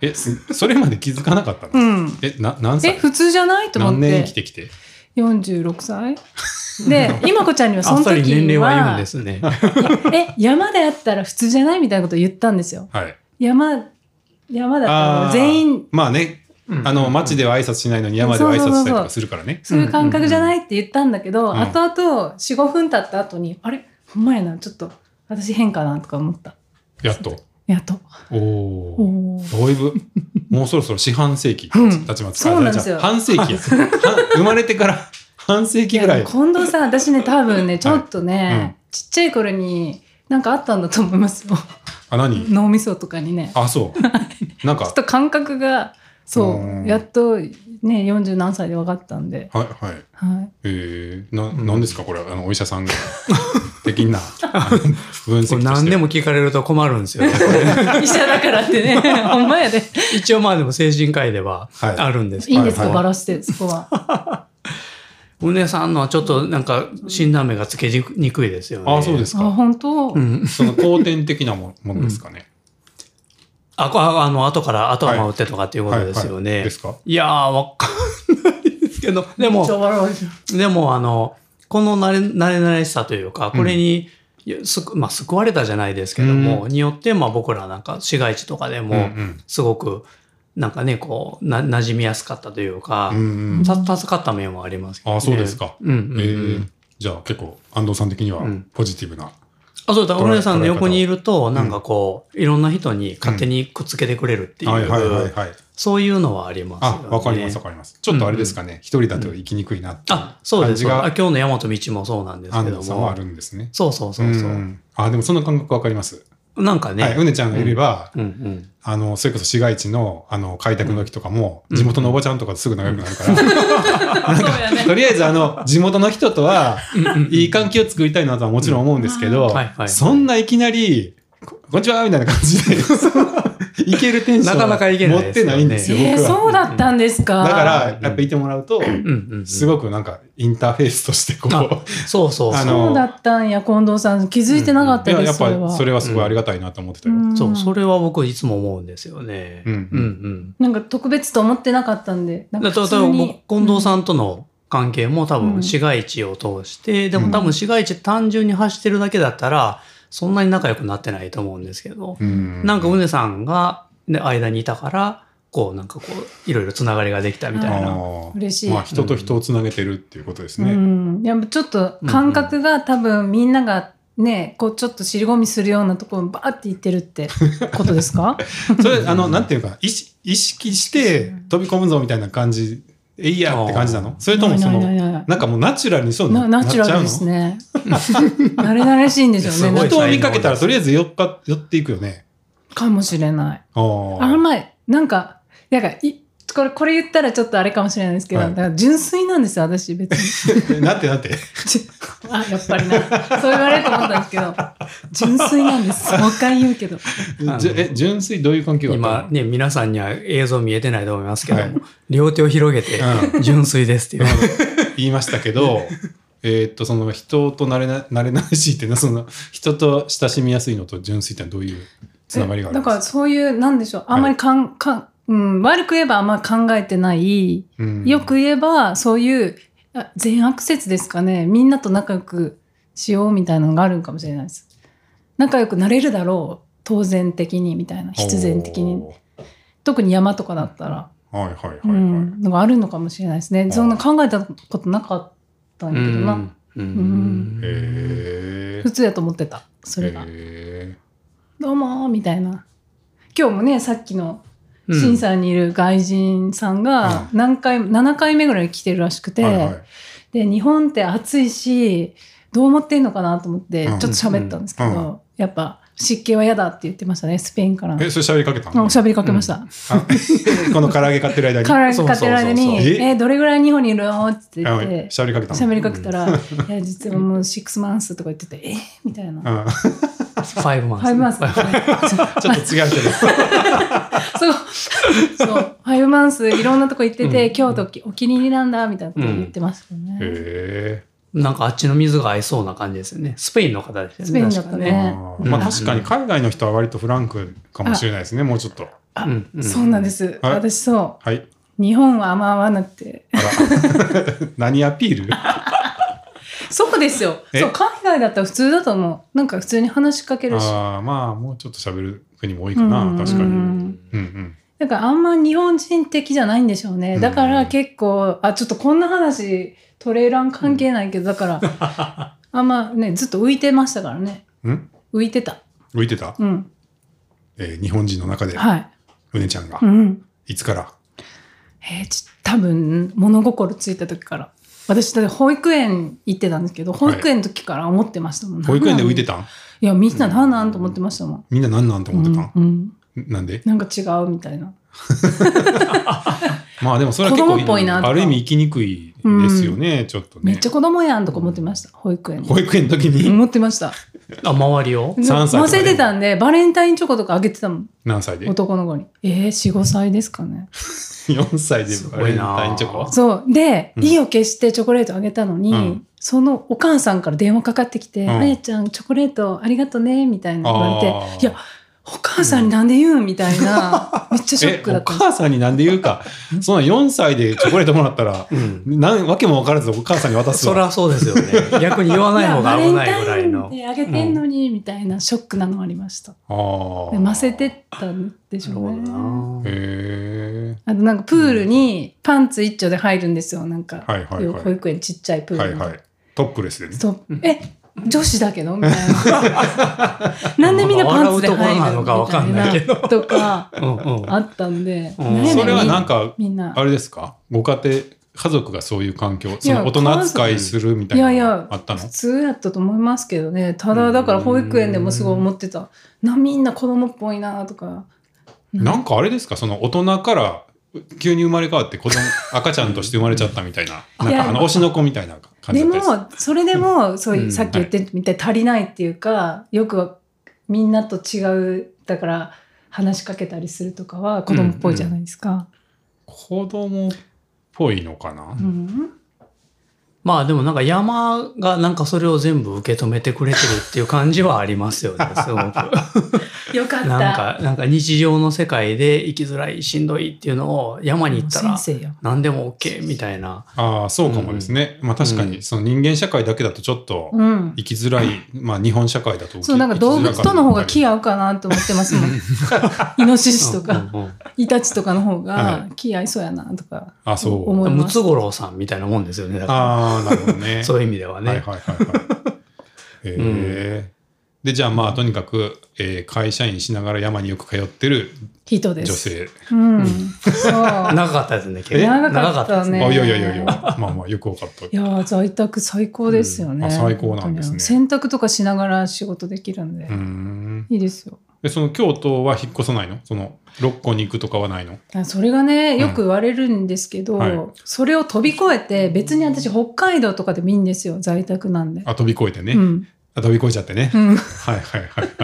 Speaker 1: えすそれまで気づかなかったの、
Speaker 3: うん
Speaker 1: えな何
Speaker 3: え
Speaker 1: 歳
Speaker 3: 普通じゃないと思
Speaker 1: 何
Speaker 3: っ
Speaker 1: 年生き
Speaker 3: て
Speaker 1: てきて
Speaker 3: 46歳で 今子ちゃんにはそ
Speaker 2: あ
Speaker 3: の
Speaker 2: っさり
Speaker 3: 時
Speaker 2: 年齢はいるん
Speaker 3: は
Speaker 2: ですね。
Speaker 3: え山であったら普通じゃないみたいなこと言ったんですよ
Speaker 1: はい
Speaker 3: 山山だったらも
Speaker 1: あ
Speaker 3: う
Speaker 1: ー
Speaker 3: 全員
Speaker 1: まあねあの街では挨拶しないのに山では挨拶したりとかするからね。
Speaker 3: そういう感覚じゃないって言ったんだけど、
Speaker 1: うんうん
Speaker 3: 後々45分経った後に、あれほんまやなちょっと私変かなとか思った
Speaker 1: やっと。
Speaker 3: やっと
Speaker 1: おお。
Speaker 3: おー
Speaker 1: だいぶ、もうそろそろ四半世紀
Speaker 3: うん
Speaker 1: 立ちますか
Speaker 3: そうなんですよ
Speaker 1: 半世 紀や。は生まれてから半世紀ぐらい。
Speaker 3: 近藤さん私ね多分ねちょっとね、
Speaker 1: はいうん
Speaker 3: ちっちゃい頃になんかあったんだと思いますよ
Speaker 1: あ、何
Speaker 3: 脳みそとかにね
Speaker 1: あ、 そう。なん
Speaker 3: ちょ
Speaker 1: か、
Speaker 3: っと感覚がそううんやっとね40何歳で分かったんで、
Speaker 1: はいはい。
Speaker 3: はい、
Speaker 1: えー、
Speaker 2: ん
Speaker 1: な、なんですかこれ、あの、お医者さん が。的な、あの分析として
Speaker 2: これ
Speaker 1: は。
Speaker 2: 何でも聞かれると困るんですよ ね。
Speaker 3: 医者だからってね ほんまやで
Speaker 2: 一応まあでも精神科医では
Speaker 1: はい
Speaker 2: あるんですけ
Speaker 3: い
Speaker 2: ど、
Speaker 3: いんですか、
Speaker 1: はい
Speaker 3: バラしてそこは
Speaker 2: うねさんのはちょっとなんか診断名がつけにくいですよね。
Speaker 1: あ、そうです
Speaker 3: あ
Speaker 1: か。
Speaker 3: 本当、
Speaker 2: うん。
Speaker 1: その後天的なもものですかね。
Speaker 2: あ、こああの、後から頭を打ってとかっていうことです
Speaker 1: は
Speaker 2: よね。
Speaker 1: い
Speaker 2: い
Speaker 1: はいですか
Speaker 2: やー、わかんないで すけど、で
Speaker 3: めっちゃ
Speaker 2: も、
Speaker 3: 笑われてる
Speaker 2: でも、あの、この慣れ、慣れ慣れしさというか、これに、いやすくまあ、救われたじゃないですけども、
Speaker 1: う
Speaker 2: によって、まあ、僕らなんか、市街地とかでも、
Speaker 1: うん
Speaker 2: すごく、なんかね、こう、な、馴染みやすかったというか
Speaker 1: うん、うん
Speaker 2: た、助かった面もありますけど、ね。
Speaker 1: あそうですか
Speaker 2: うんうん
Speaker 1: う
Speaker 2: うんん、
Speaker 1: えーじゃあ結構安藤さん的には
Speaker 2: うん
Speaker 1: ポジティブな。
Speaker 2: あ、そう
Speaker 1: 捉
Speaker 2: だ、
Speaker 1: え
Speaker 2: 小宮さんの横にいると、
Speaker 1: ん
Speaker 2: なんかこう、いろんな人に勝手にくっつけてくれるっていう、
Speaker 1: はいはいはいはい。
Speaker 2: そういうのはありますよ
Speaker 1: あ
Speaker 2: ね。
Speaker 1: わかりますわかります。ちょっとあれですかね一人だと行きにくいなっていう
Speaker 2: あ、そう
Speaker 1: 感
Speaker 2: で
Speaker 1: じ
Speaker 2: すあ
Speaker 1: が
Speaker 2: 今日の大和道もそうなんです
Speaker 1: 安
Speaker 2: けど
Speaker 1: 藤さんは
Speaker 2: も
Speaker 1: あ。るんですね。
Speaker 2: そうそうそうそうう。
Speaker 1: んあでもその感覚わかります。
Speaker 2: なんかね、
Speaker 1: はい、うねちゃんがいれば、
Speaker 2: うんうん。
Speaker 1: あの、それこそ市街地の、あの、開拓の時とかも、
Speaker 2: うん
Speaker 1: 地元のおばちゃんとかとすぐ仲良くなるから、
Speaker 3: そうやね
Speaker 1: とりあえずあの、地元の人とは、
Speaker 2: うんうん
Speaker 1: いい環境を作りたいなとはもちろん思うんですけど、
Speaker 2: うんはいはい
Speaker 1: そんないきなり、ここんにちはみたいな感じ で、いけるテンション
Speaker 2: なかなかいけない
Speaker 1: 持っ
Speaker 2: です
Speaker 1: て
Speaker 2: よね
Speaker 1: ないんですよ、
Speaker 3: えー、
Speaker 1: 僕は。
Speaker 3: そうだったんですか
Speaker 1: だか
Speaker 2: う
Speaker 1: ら、
Speaker 2: ん
Speaker 1: やっぱいてもらうと、
Speaker 2: うんうんうん。
Speaker 1: すごくなんか、インターフェースとしてこう、
Speaker 2: あそうそう
Speaker 1: あ
Speaker 2: そ
Speaker 1: の
Speaker 2: う。
Speaker 3: そうだったんや近藤さん気づいてなかっ
Speaker 1: い
Speaker 3: た
Speaker 1: や
Speaker 3: で
Speaker 1: やっ
Speaker 3: す、
Speaker 1: ぱりそ
Speaker 3: それは
Speaker 1: れはすごいありがたいなと思ってたよ。
Speaker 3: うん
Speaker 2: そう、それは僕いつも思うんですよね。
Speaker 1: う
Speaker 2: うんん
Speaker 1: う
Speaker 2: うんん。
Speaker 3: なんか特別と思ってなかったんでなん
Speaker 2: だ
Speaker 3: か
Speaker 2: か
Speaker 3: 普
Speaker 2: ら
Speaker 3: 通
Speaker 2: 多分
Speaker 3: に
Speaker 2: 僕、近藤
Speaker 3: ん、
Speaker 2: さんとの関係も多
Speaker 3: うん
Speaker 2: 分市街地を通して、で
Speaker 1: う
Speaker 2: も
Speaker 1: ん
Speaker 2: 多分市街地単純に走ってるだけだったら、そんなに仲良くなってないと思うんですけど、
Speaker 1: うん
Speaker 2: なんかうねさんが、ね、間にいたから、こうなんかこう、いろいろつながりができたみたい
Speaker 1: あ
Speaker 2: な。
Speaker 1: ー
Speaker 3: 嬉しい
Speaker 1: まあ、人と人をつなげてるっていうことです
Speaker 3: う
Speaker 1: ね。
Speaker 3: ん、やっぱちょっと感覚が多分みんながねこうちょっと尻込みするようなところにバーって行ってる ってことですか
Speaker 1: それ、あの、なんていうか、意識意識して飛び込むぞみたいな感じ、えいやって感じなの
Speaker 2: あ
Speaker 1: それともその、
Speaker 3: ないないない
Speaker 1: なんかもうナチュラルにそうな
Speaker 3: なナ
Speaker 1: っ
Speaker 3: チ
Speaker 1: ち
Speaker 3: ュ
Speaker 1: ゃう
Speaker 3: ラル
Speaker 1: の
Speaker 3: ですね 慣れ慣れしいんでしょう
Speaker 2: すご
Speaker 3: ね
Speaker 2: い
Speaker 1: 人を見かけたらとりあえず寄っか寄っていくよね。
Speaker 3: かもしれない
Speaker 1: あ
Speaker 3: あの前なんかなんかいこれこれ言ったらちょっとあれかもしれないですけど、
Speaker 1: はい
Speaker 3: だから純粋なんですよ私別 に
Speaker 1: ーなってなって。
Speaker 3: あやっぱりなそう言われると思ったんですけど純粋な んですもう一回言うけど
Speaker 2: あの
Speaker 1: じゅえ、純粋どういう環境
Speaker 2: 今
Speaker 1: だっ
Speaker 2: ね、皆さんには映像見えてないと思いますけども、
Speaker 1: はい
Speaker 2: 両手を広げて
Speaker 1: た、の、うん、
Speaker 2: 純粋ですっていう。
Speaker 1: 言いましたけ ど、えーっと、その人となれな慣れなれしいっていうのは、その人と親しみやすいのと純粋ってのはどういうつながりがある
Speaker 3: だ
Speaker 1: んで
Speaker 3: か
Speaker 1: す
Speaker 3: ら
Speaker 1: か
Speaker 3: そういうなんでしょうあんまりかん、かんうん、悪く言えばあんまり考えてない、
Speaker 1: うん
Speaker 3: よく言えばそういうあ善悪説ですかねみんなと仲良くしようみたいなのがあるんかもしれないです仲良くなれるだろう当然的にみたいな必然的に
Speaker 1: おー
Speaker 3: 特に山とかだったら、
Speaker 1: はいはいはいはい。
Speaker 3: うん、のがあるのかもしれないですねそんな考えたことなかったん
Speaker 2: う
Speaker 3: やけどな、
Speaker 2: ん。う
Speaker 1: へ
Speaker 2: ん。
Speaker 1: え
Speaker 3: 普。通やと思ってたそれが、
Speaker 1: へ
Speaker 3: どうもーみたいな今日もねさっきの審査にいる外人さんが何回、7回目ぐらい来てるらしく
Speaker 1: え
Speaker 3: て、で日本って暑いしどう思ってんのかなと思ってち
Speaker 1: う
Speaker 3: ょ
Speaker 1: ん
Speaker 3: っと喋ったんですけど、
Speaker 1: うんう
Speaker 3: やっぱ湿気は嫌だって言ってましたねスペインからの。
Speaker 1: え、それ喋りかけた
Speaker 3: あ
Speaker 1: の
Speaker 3: 喋りかけました。
Speaker 1: あ この唐揚げ買ってる 間に。
Speaker 3: カラーカテラでに
Speaker 1: そうそうそうそう
Speaker 3: えどれぐらい日本にいるの?」って言っ
Speaker 1: あ
Speaker 3: て
Speaker 1: 喋りかけたの。
Speaker 3: 喋りかけたら「いや実はもう6マンス」とか言ってて「えみたいな。
Speaker 1: うん
Speaker 2: ファイブマンス。
Speaker 3: 5マンス
Speaker 1: ちょっと違うけど。
Speaker 3: そう。そう。ファイブマンスいろんなとこ行ってて、京都お気に入りなんだ、みたいなこと言ってましたね。
Speaker 1: へ
Speaker 2: なんかあっちの水が合いそうな感じですよね。スペインの方ですよね。
Speaker 3: スペインだった
Speaker 1: え。
Speaker 3: ね
Speaker 1: あーまあ
Speaker 2: うん
Speaker 1: 確かに海外の人は割とフランクかもしれないですね、もうちょっと。
Speaker 2: 確かね。うん。
Speaker 3: そうなんですす。
Speaker 1: はい
Speaker 3: 私そ
Speaker 1: はい。
Speaker 3: う。日本はあんま合わなくて。
Speaker 1: あ ら。何アピールあ
Speaker 3: そうですよ。
Speaker 1: え
Speaker 3: そう、海外だったら普通だと思う。なんか普通に話しかけるし。
Speaker 1: あ、まあもうちょっと喋る国も多いかな
Speaker 3: う、ん
Speaker 1: 確かに。う
Speaker 2: うんん
Speaker 1: うん。
Speaker 3: だからあんま日本人的じゃないんでしょうね。だから結構、あ、ちょっとこんな話、トレーラン関係ないけど、だから、 あんまね、ずっと浮いてましたからね。
Speaker 1: うん
Speaker 3: 浮いてた。
Speaker 1: 浮いてた、
Speaker 3: うん。
Speaker 1: えー日本人の中で、
Speaker 3: はい。
Speaker 1: うねちゃんが
Speaker 3: う。ん。
Speaker 1: いつから
Speaker 3: えーちょ多分物心ついた時から私だって保育園行ってたんですけど保育園の時から思ってましたもん、
Speaker 1: 保育園で浮いて
Speaker 3: た
Speaker 1: たん
Speaker 3: いやみんななんなんと思ってましたもん、
Speaker 1: みんな何なんと
Speaker 3: う
Speaker 1: 思ってた
Speaker 3: ん
Speaker 1: ん、
Speaker 3: うん、
Speaker 1: なんで
Speaker 3: なんか違うみたいな
Speaker 1: まあでもそれは結構
Speaker 3: 子供っぽいなとか
Speaker 1: ある意味生きにくいですよね、ちょっとね。
Speaker 3: めっちゃ子供やんとか思ってました保育園
Speaker 1: 保育園の時に
Speaker 3: 思ってました
Speaker 2: あ、周りを
Speaker 1: 3歳とかで
Speaker 3: 忘れてたんでバレンタインチョコとかあげてたもん
Speaker 1: 何歳で
Speaker 3: 男の子にえー、45歳ですかね
Speaker 1: ?4 歳ですバ
Speaker 2: ご
Speaker 1: レン
Speaker 2: いな
Speaker 1: タインチョコ
Speaker 3: そうで、
Speaker 1: うん
Speaker 3: 意を決してチョコレートあげたのに、
Speaker 1: うん
Speaker 3: そのお母さんから電話かかってきて「
Speaker 1: うん
Speaker 3: あやちゃんチョコレートありがとね」みたいな言われて
Speaker 1: あー
Speaker 3: いやお母さんになんで言うんみたいな、 めっちゃショッ
Speaker 1: え、
Speaker 3: クだ
Speaker 1: お
Speaker 3: ったんです。
Speaker 1: 母さんになんで言うか。そんな4歳でチョコレートもらったら、
Speaker 2: うん。
Speaker 1: なんわけも分からずお母さんに渡す
Speaker 2: そり
Speaker 1: わ。
Speaker 2: ゃそうですよね。逆に言わない方が危ないぐらい
Speaker 3: やバレンタイン
Speaker 2: の。
Speaker 3: であげてんのに、みたいなショックなのありました。
Speaker 1: あー
Speaker 3: でませてったんでし
Speaker 2: なる
Speaker 3: ょ
Speaker 2: ほ
Speaker 3: う
Speaker 2: ど
Speaker 3: ね。
Speaker 2: な。
Speaker 1: へ
Speaker 3: あとなんかプールにパンツ一丁で入るんですよ。なんか、
Speaker 1: はいはいはい
Speaker 3: 保育園ちっちゃいプ
Speaker 1: え。
Speaker 3: ール
Speaker 1: はい
Speaker 3: に
Speaker 1: はい。トップレスでね。
Speaker 3: そうえ女子だけどみたいな。 なんでみんなパンツで入る
Speaker 2: 笑うとこなのかわかんないけ
Speaker 3: みたいなとか
Speaker 2: うんうん。
Speaker 3: あったんで。
Speaker 2: うん
Speaker 3: ねえねえ
Speaker 1: それはなんか、
Speaker 3: みんな
Speaker 1: あ。れですかご家庭、家族がそういう環境、その大人扱いするみたい
Speaker 3: いや
Speaker 1: ないの
Speaker 3: や
Speaker 1: があったの
Speaker 3: 普通やったと思いますけどねただだから保育園でもすごい思ってたなみんな子供っぽいなとか
Speaker 1: なんかあれですかその大人から急に生まれ変わって子供赤ちゃんとして生まれちゃったみたいななん
Speaker 3: いや
Speaker 1: かあの推しの子みたいな感じだ
Speaker 3: で
Speaker 1: ったりする
Speaker 3: もそれでもそう
Speaker 2: う
Speaker 3: い
Speaker 2: ん
Speaker 3: うさっき言ってみたいに足りないっていうかよくはみんなと違うだから話しかけたりするとかは子供っぽいじゃないですか。
Speaker 1: 子供っぽいのかな、
Speaker 3: うん
Speaker 2: まあでもなんか山がなんかそれを全部受け止めてくれてるっていう感じはありますよね、すごく。
Speaker 3: よかった。
Speaker 2: なんか、なんか日常の世界で生きづらい、しんどいっていうのを山に行ったら
Speaker 3: 先生よ。
Speaker 2: 何でも OK みたいな。
Speaker 1: ああそうかもですね、まあ確かにその人間社会だけだとちょっと
Speaker 3: うん。
Speaker 1: 生きづらい、まあ日本社会だと生き
Speaker 3: そうなんか動物との方が
Speaker 1: 生き
Speaker 3: 気
Speaker 1: づらか
Speaker 3: 合うかなと思ってますもん。イノシシとか
Speaker 2: うんうん
Speaker 3: イタチとかの
Speaker 1: は
Speaker 3: 方が気合いそうやなとか
Speaker 1: ったりあそう
Speaker 3: 思
Speaker 2: う
Speaker 3: い
Speaker 2: ん。ム
Speaker 3: ます
Speaker 2: ツ。ゴロウさんみたいなもんですよね、だか
Speaker 1: ああなるほどね
Speaker 2: ら。そういう意味では
Speaker 1: はい
Speaker 2: ね。
Speaker 1: はいはいはいへえでじゃあまあとにかく、えー会社員しながら山によく通ってる
Speaker 3: 人で
Speaker 1: 女
Speaker 3: す。
Speaker 1: 性
Speaker 3: うん。そう。
Speaker 2: 長かったですね、結
Speaker 1: え
Speaker 3: 長かったね。
Speaker 1: あいやいやいやいや、まあまあよくわかった。
Speaker 3: いやー在宅最高ですよね、
Speaker 1: うんあ最高なんですね
Speaker 3: 本当に洗濯とかしながら仕事できるんで、
Speaker 1: うーん。
Speaker 3: いいですよ
Speaker 1: で、その京都は引っ越さないのその、六個に行くとかはないの
Speaker 3: あそれがねよく言われるんですけど、
Speaker 1: はい
Speaker 3: それを飛び越えて別に私北海道とかでもいいんですよ在宅なんで、
Speaker 1: あ、飛び越えてね。
Speaker 3: うん
Speaker 1: あ、飛び越えちゃってね。
Speaker 3: うん、
Speaker 1: はいはいはいはい。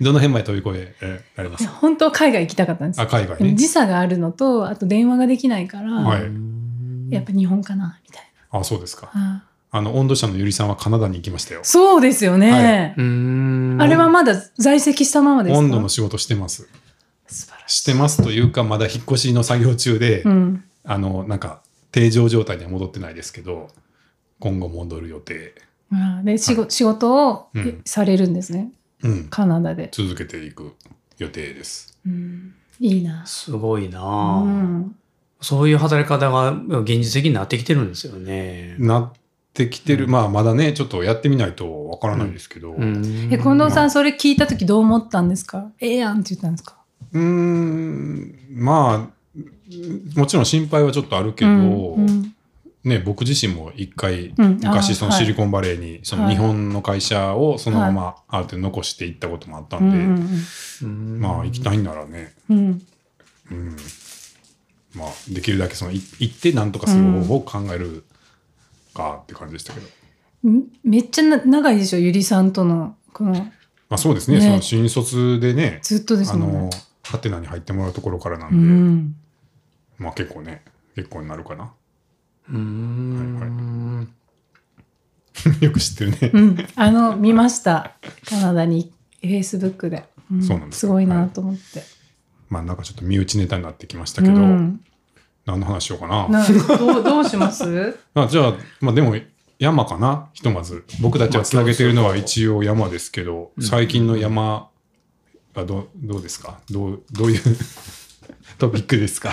Speaker 1: どの辺まで飛び越えられますか
Speaker 3: 本当は海外行きたかったんです
Speaker 1: あ、海外
Speaker 3: でも
Speaker 1: ね。
Speaker 3: 時差があるのとあと電話ができないから、
Speaker 1: はい
Speaker 2: うん
Speaker 3: やっぱ日本かなみたい
Speaker 1: あ、そうですか。
Speaker 3: な、あ
Speaker 1: あの、温度社のゆりさんはカナダに行きましたよ。
Speaker 3: そうですよね、
Speaker 2: うん
Speaker 3: あれはまだ在籍したままですか
Speaker 1: 温度の仕事してます。
Speaker 3: 素晴らしい
Speaker 1: してますというか、まだ引っ越しの作業中で、
Speaker 3: うん、
Speaker 1: あの、なんか、定常状態には戻ってないですけど、今後戻る予定。
Speaker 3: あーで仕事仕事を
Speaker 1: うん
Speaker 3: されるんですね、
Speaker 1: うん。
Speaker 3: カナダで、
Speaker 1: 続けていく予定です。
Speaker 3: うん、いいな
Speaker 2: すごいな
Speaker 3: う
Speaker 2: あ、
Speaker 3: ん、
Speaker 2: そういう働き方が現実的になってきてるんですよね。
Speaker 1: なってきてる、
Speaker 2: うん
Speaker 1: まあまだねちょっとやってみないとわからないですけどう
Speaker 2: う
Speaker 1: ーん
Speaker 2: ん
Speaker 3: え近藤さんそれ聞いた時どう思ったんですかええやんって言ったんですか
Speaker 1: まあもちろん心配はちょっとあるけど、
Speaker 3: うんうん
Speaker 1: ね、僕自身も一回
Speaker 3: うん
Speaker 1: 昔
Speaker 3: あ
Speaker 1: そのシリコンバレーにその日本の会社をそのままある程度残していったこともあったんで、
Speaker 3: うん
Speaker 2: うん
Speaker 1: まあ行きたいならね、
Speaker 3: うんうんうん
Speaker 1: うんまあ、できるだけそのい行ってなんとかする方法を考えるかって感じでしたけど、
Speaker 3: んめっちゃな長いでしょゆりさんとのこの
Speaker 1: まあ、そうですね
Speaker 3: ね
Speaker 1: その新卒でね
Speaker 3: ずっとです
Speaker 1: あ
Speaker 3: もん
Speaker 1: の
Speaker 3: ね。
Speaker 1: ハテナに入ってもらうところからなん
Speaker 3: う
Speaker 1: で。
Speaker 3: ん、
Speaker 1: まあ結構ね、結構になるかな。
Speaker 2: う
Speaker 1: は
Speaker 2: ん
Speaker 1: いよく知ってるね。
Speaker 3: うん、あの見ましたカナダにフェイスブックで、うん
Speaker 1: そうなんです
Speaker 3: すごいなと思って、
Speaker 1: まあなんかちょっと身内ネタになってきましたけど、
Speaker 3: うん、
Speaker 1: 何の話しようかな。
Speaker 3: などうどうします
Speaker 1: あじゃあ、まあでも山かな、ひとまず。僕たちはつなげてるのは一応山ですけど、
Speaker 2: ん
Speaker 1: 最近の山はどうどうですかどうどう いうトピックですか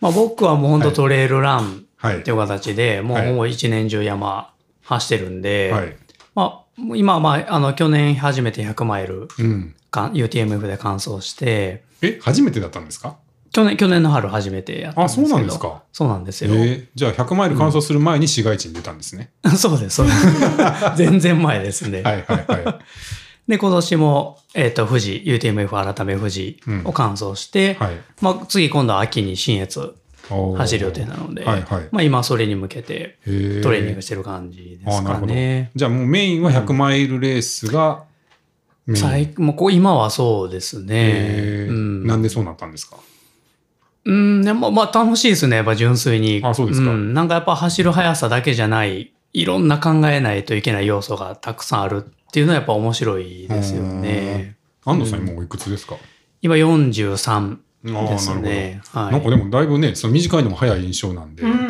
Speaker 2: まあ僕はもう本当トレイルラン
Speaker 1: は
Speaker 2: っ
Speaker 1: い
Speaker 2: てい。う形で、もう
Speaker 1: はい
Speaker 2: ほぼ一年中山走ってるんで、
Speaker 1: はい。
Speaker 2: まあ今はまああの去年初めて100マイル
Speaker 1: うん。
Speaker 2: か UTMF で完走して、
Speaker 1: え、初めてだったんですか
Speaker 2: 去年去年の春初めてやったん
Speaker 1: あ、
Speaker 2: ですけ
Speaker 1: そ
Speaker 2: ど。
Speaker 1: うなんです。か。
Speaker 2: そうなんです
Speaker 1: え
Speaker 2: よ。
Speaker 1: ーじゃあ100マイル完走する前に市街地に出たんですね。
Speaker 2: そうです、そうです。 全然前ですね。
Speaker 1: はいはいは
Speaker 2: で、今年も、えっ、と、富士、UTMF 改め富士を完走して、
Speaker 1: い。はい。
Speaker 2: まあ、次今度は秋に新越
Speaker 1: おー
Speaker 2: 走る予定なので、
Speaker 1: はいはい
Speaker 2: まあ、今それに向けて
Speaker 1: へー
Speaker 2: トレーニングしてる感じです
Speaker 1: あーな
Speaker 2: か
Speaker 1: るほど
Speaker 2: ね。
Speaker 1: じゃあもうメインは100マイルレースがメイン。
Speaker 2: 最もうこう今はそうですね
Speaker 1: へ。ー
Speaker 2: うん、
Speaker 1: なんでそうなったんですか
Speaker 2: うん、でもまあ楽しいですね、やっぱ純粋に。
Speaker 1: あそうですか
Speaker 2: ん。なんかやっぱ走る速さだけじゃない、いろんな考えないといけない要素がたくさんあるっていうのはやっぱ面白いですよね。
Speaker 1: あ安藤さん今おいくつですか、
Speaker 2: 今43
Speaker 1: ああ
Speaker 2: で
Speaker 1: な
Speaker 2: す
Speaker 1: るほど、
Speaker 2: ね。は
Speaker 1: なんか
Speaker 2: い。
Speaker 1: でもだいぶねその短いのも早い印象なんで、
Speaker 3: うん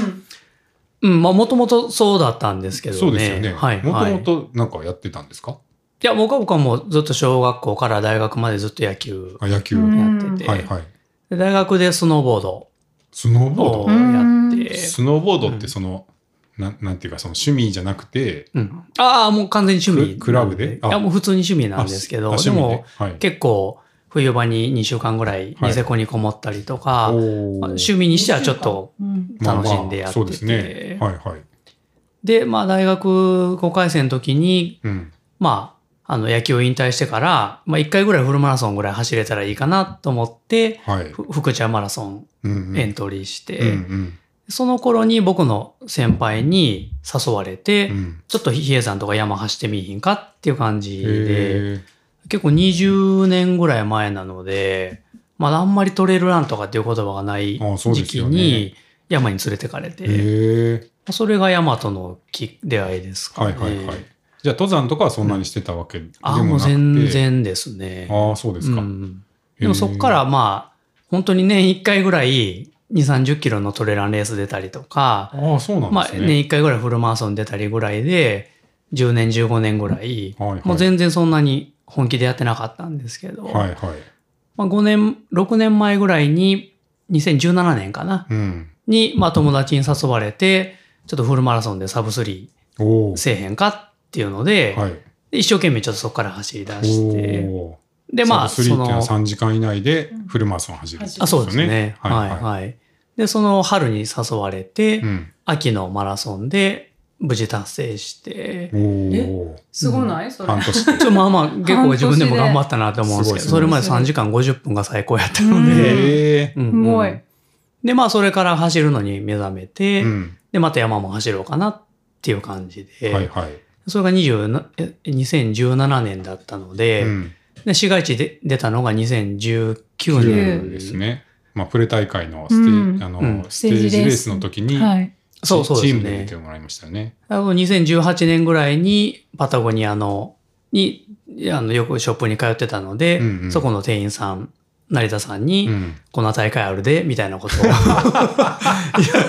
Speaker 2: うん、まあもともとそうだったんですけどね。
Speaker 1: そうですよね
Speaker 2: はい、
Speaker 1: も
Speaker 2: はい。
Speaker 1: ともとなんかやってたんですか
Speaker 2: いや、僕は僕はもうずっと小学校から大学までずっと野球
Speaker 1: あ野球、
Speaker 3: うん
Speaker 2: やってて、
Speaker 1: はいはい
Speaker 2: で大学でスノーボード
Speaker 1: スノーボード
Speaker 2: をやって、
Speaker 1: スノーボードってその、なんなんていうかその趣味じゃなくて
Speaker 2: うん、ああ、もう完全に趣味なん。
Speaker 1: ククラブで
Speaker 2: い
Speaker 1: あ
Speaker 2: や、もう普通に趣味なん
Speaker 1: あ
Speaker 2: ですけ
Speaker 1: あ
Speaker 2: ど、
Speaker 1: 趣
Speaker 2: で
Speaker 1: 味
Speaker 2: も
Speaker 1: はい、
Speaker 2: 結構冬場に2週間ぐらい
Speaker 1: はい
Speaker 2: ニセコにこもったりとか、
Speaker 1: おー
Speaker 2: まあ趣味にしてはちょっと、
Speaker 3: うん
Speaker 2: 楽しんで
Speaker 1: まあま
Speaker 2: やってて
Speaker 1: あそうですねはいはい、
Speaker 2: で、まあ大学5回生の時に、
Speaker 1: うん、
Speaker 2: まあ、あの野球を引退してから、まあ1回ぐらいフルマラソンぐらい走れたらいいかなと思って、
Speaker 1: はい
Speaker 2: ふ福知山マラソン
Speaker 1: うんうん
Speaker 2: エントリーして、
Speaker 1: うん
Speaker 2: その頃に僕の先輩に誘われて、
Speaker 1: うんうん
Speaker 2: ちょっと比叡山とか山走ってみいひんかっていう感じで、
Speaker 1: へー
Speaker 2: 結構20年ぐらい前なので、まだあんまりトレイルランとかっていう言葉がない
Speaker 1: あそうで
Speaker 2: 時
Speaker 1: す
Speaker 2: 期
Speaker 1: よね
Speaker 2: に山に連れてかれて、
Speaker 1: へえ
Speaker 2: それが山とのき出会いですか
Speaker 1: は
Speaker 2: ね。
Speaker 1: いはいはい。じゃあ登山とかはそんなにしてたわけでもなく
Speaker 2: あ
Speaker 1: て、
Speaker 2: もう全然ですね。
Speaker 1: ああそうですか。
Speaker 2: うんでもそっから
Speaker 1: へ
Speaker 2: まあ、本当に年1回ぐらい2、30キロのトレランレース出たりとか、
Speaker 1: えああそうなん
Speaker 2: ま
Speaker 1: で
Speaker 2: あ
Speaker 1: すね。
Speaker 2: 年1回ぐらいフルマラソン出たりぐらいで、10年15年ぐらい、
Speaker 1: はいはい
Speaker 2: もう全然そんなに本気でやってなかったんですけど、
Speaker 1: はいはい。
Speaker 2: まあ、5年、6年前ぐらいに、2017年かな、
Speaker 1: うん。
Speaker 2: に、まあ、友達に誘われて、ちょっとフルマラソンでサブ3
Speaker 1: おお。
Speaker 2: せえへんかっていうので、
Speaker 1: はい。
Speaker 2: 一生懸命ちょっとそこから走り出して、
Speaker 1: おお。
Speaker 2: で、まあ、
Speaker 1: サ
Speaker 2: そ
Speaker 1: ブスリーっていうのは
Speaker 2: の、
Speaker 1: 三時間以内で
Speaker 3: うん
Speaker 1: フルマラソン走るってこと
Speaker 2: あ、そうですね。
Speaker 1: は
Speaker 2: はいい、
Speaker 1: は
Speaker 2: はいい、で、その春に誘われて、
Speaker 1: うん。
Speaker 2: 秋のマラソンで無事達成して、
Speaker 1: おお。
Speaker 3: すごないそれ
Speaker 1: 半。年で。
Speaker 2: ちょっとまあまあ結構自分でも頑張ったなと思うんで
Speaker 1: 半年
Speaker 2: すけど、
Speaker 1: です
Speaker 2: それまで3時間50分が最高やったの
Speaker 3: うん
Speaker 2: で、
Speaker 1: へえ。
Speaker 2: うん
Speaker 3: すごい。
Speaker 2: で、まあそれから走るのに目覚めて、
Speaker 1: うん。
Speaker 2: で、また山も走ろうかなっていう感じで、
Speaker 1: はいはい。
Speaker 2: それが20なえ2017年だったので、
Speaker 1: うん。
Speaker 2: で市街地で出たのが2019
Speaker 1: 十
Speaker 2: 年
Speaker 1: ですね。まあプレ大会のステー
Speaker 3: うん
Speaker 1: ジあ
Speaker 2: うん
Speaker 1: のステージレースの時に
Speaker 3: はい。
Speaker 2: そうそう
Speaker 1: チ
Speaker 2: です
Speaker 1: ームで出
Speaker 2: ね
Speaker 1: て。もらいましたよね。
Speaker 2: あの2018年ぐらいにパタゴニアのにあのよくショップに通ってたので、
Speaker 1: うんうん
Speaker 2: そこの店員さん成田さんに、
Speaker 1: うん。
Speaker 2: こんな大会あるでみたいなことを 言わ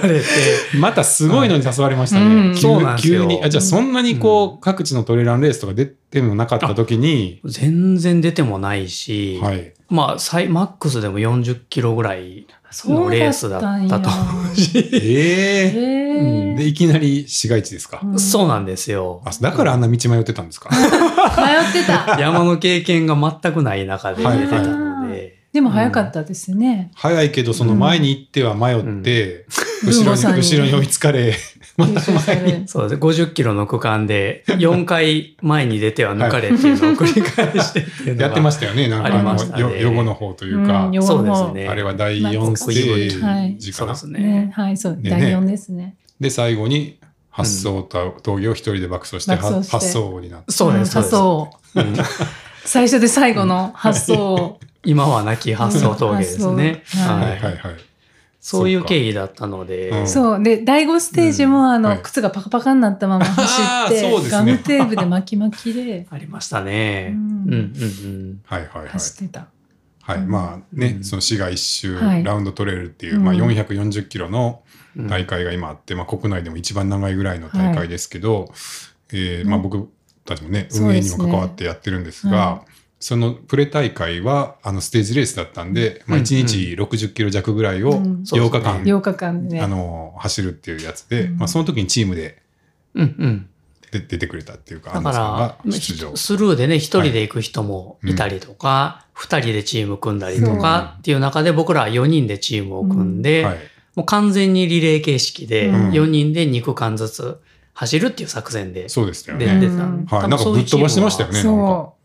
Speaker 2: れて
Speaker 1: またすごいのに誘われました
Speaker 3: う
Speaker 1: ね。
Speaker 3: ん
Speaker 1: 急
Speaker 2: そうなんですよ
Speaker 1: 急に。あじゃあそんなにこう、各地のトレランレースとか出てもなかった時に、
Speaker 2: 全然出てもないし、
Speaker 1: はい。
Speaker 2: まあ最マックスでも40キロぐらいのレースだったと
Speaker 3: そうだったん
Speaker 2: 思うし、
Speaker 1: ええ
Speaker 3: へ
Speaker 1: で、いきなり市街地ですか。
Speaker 3: ん
Speaker 2: そうなんですよ
Speaker 1: あ、だからあんな道迷ってたんですか。
Speaker 3: 迷ってた。
Speaker 2: 山の経験が全くない中で出てたので。
Speaker 3: でも早かったですね。
Speaker 1: 早いけど、その前に行っては迷って、
Speaker 3: うん
Speaker 1: 後ろ
Speaker 3: ブー
Speaker 1: に、
Speaker 3: さんに
Speaker 1: 後ろに追いつかれ、ま
Speaker 3: 優
Speaker 1: た
Speaker 3: 勝さ
Speaker 1: 前
Speaker 3: れ
Speaker 1: に。
Speaker 3: る
Speaker 2: そうです50キロの区間で4回前に出ては抜かれっていうのを繰り返してっていうのが
Speaker 1: やってましたよね。なんか
Speaker 2: ありまし
Speaker 1: あ
Speaker 2: た
Speaker 1: の、
Speaker 2: ね
Speaker 1: よ予後の方というか、
Speaker 3: ん
Speaker 2: そうですね。
Speaker 1: あれは第4ステージか
Speaker 2: そう
Speaker 1: な。
Speaker 2: です
Speaker 3: ね
Speaker 2: ね。
Speaker 3: はい、そう、
Speaker 1: でね
Speaker 3: 第四ですね。
Speaker 1: で、最後に、発想と峠を一人で爆走して、
Speaker 3: 爆
Speaker 1: は
Speaker 3: 走して
Speaker 1: 発想になって。
Speaker 2: そうです。
Speaker 3: ん
Speaker 2: そう
Speaker 3: 発
Speaker 2: ですうん
Speaker 3: 想最初で最後の発想を。
Speaker 2: 今は亡き発想峠ですね。
Speaker 3: うん発想
Speaker 1: は
Speaker 2: はい
Speaker 1: はい
Speaker 2: い。
Speaker 1: はい。
Speaker 2: そういう経緯だったの
Speaker 1: うん
Speaker 2: で、
Speaker 3: そう。で、第五ステージも、あ
Speaker 1: は
Speaker 3: の、
Speaker 1: い
Speaker 3: 靴がパカパカになったまま走っ
Speaker 1: あーそうで
Speaker 3: て、
Speaker 1: す
Speaker 3: ガ
Speaker 1: ね
Speaker 3: ムテープで巻き巻き で
Speaker 2: ありましたね。
Speaker 3: う
Speaker 2: うんんうんうん。
Speaker 1: はいはいはい。
Speaker 3: 走ってた。
Speaker 1: はい、
Speaker 3: うん
Speaker 1: まあね、
Speaker 2: うん
Speaker 1: その市外一周
Speaker 3: はい
Speaker 1: ラウンドトレイルっていう、
Speaker 3: うん
Speaker 1: まあ、440キロの
Speaker 2: うん
Speaker 1: 大会が今あって、まあ、国内でも一番長いぐらいの大会ですけど、えーまあ、
Speaker 3: うん
Speaker 1: 僕たちもね
Speaker 3: そう
Speaker 1: 運営
Speaker 3: で
Speaker 1: に
Speaker 3: す
Speaker 1: も
Speaker 3: ね
Speaker 1: 関わってやってるんですがそのプレ大会はあのステージレースだったんで、まあ、
Speaker 2: うん
Speaker 1: 1日60キロ弱ぐらいを
Speaker 3: うん
Speaker 1: 8日間、
Speaker 3: 8日間で
Speaker 1: あ
Speaker 3: ね。
Speaker 1: の走るっていうやつで、
Speaker 3: うん
Speaker 1: まあ、その時にチームで
Speaker 2: うんうん。
Speaker 1: で出てくれたっていうか
Speaker 2: だ
Speaker 1: 安野さん
Speaker 2: か
Speaker 1: が
Speaker 2: ら、
Speaker 1: 出場。
Speaker 2: スルーでね、一人で行く人もいたりとか、二人でチーム組んだりとかっていう中で、僕らは4人でチームを組んで
Speaker 1: はい、
Speaker 2: もう完全にリレー形式で、
Speaker 3: うん
Speaker 2: 4人で2区間ずつ走るっていう作戦で
Speaker 1: そうでしたよ
Speaker 2: 出
Speaker 1: ね。
Speaker 2: て
Speaker 3: う
Speaker 2: た。
Speaker 3: ん
Speaker 1: はい、な
Speaker 2: 多分
Speaker 1: んか
Speaker 2: そう
Speaker 1: ぶ
Speaker 2: い
Speaker 1: っ
Speaker 2: うチ
Speaker 1: 飛
Speaker 2: ームは
Speaker 1: ばしてましたよね。なんか
Speaker 3: そ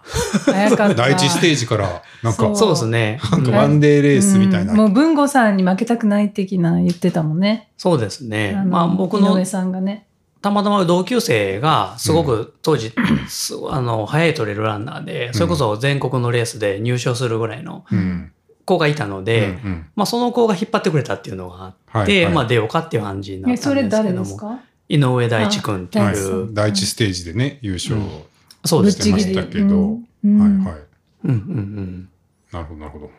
Speaker 3: う。早かった。
Speaker 1: 第一ステージからなんか
Speaker 3: そう
Speaker 2: そうですね。
Speaker 1: なんか
Speaker 2: うん
Speaker 1: ワンデーレースみたいな。
Speaker 3: うんもう文吾さんに負けたくない的な言ってたもんね。
Speaker 2: そうですね。
Speaker 3: の
Speaker 2: まあ僕
Speaker 3: 井
Speaker 2: の
Speaker 3: 上さんがね。
Speaker 2: たまたま同級生がすごく当時、すあの、速いトレイルランナーで、それこそ全国のレースで入賞するぐらいの
Speaker 1: うん
Speaker 2: 子がいたの
Speaker 1: うん
Speaker 2: で、
Speaker 1: うん
Speaker 2: まあその子が引っ張ってくれたっていうのがあって、
Speaker 1: はいはい
Speaker 2: まあ出ようかっていう感じにな
Speaker 3: え、
Speaker 2: った
Speaker 3: そ
Speaker 2: ん
Speaker 3: れ
Speaker 2: ですけ
Speaker 3: 誰
Speaker 2: ど
Speaker 3: です
Speaker 2: も、
Speaker 3: か
Speaker 2: 井上大地君ってい
Speaker 3: あ大地さ
Speaker 2: う、
Speaker 3: ん
Speaker 1: 第一ステージでね優勝、
Speaker 2: うんそうですね。
Speaker 1: ましたけど
Speaker 3: うんうん
Speaker 1: はいはい
Speaker 2: うんうん
Speaker 1: なるほど、なるほど。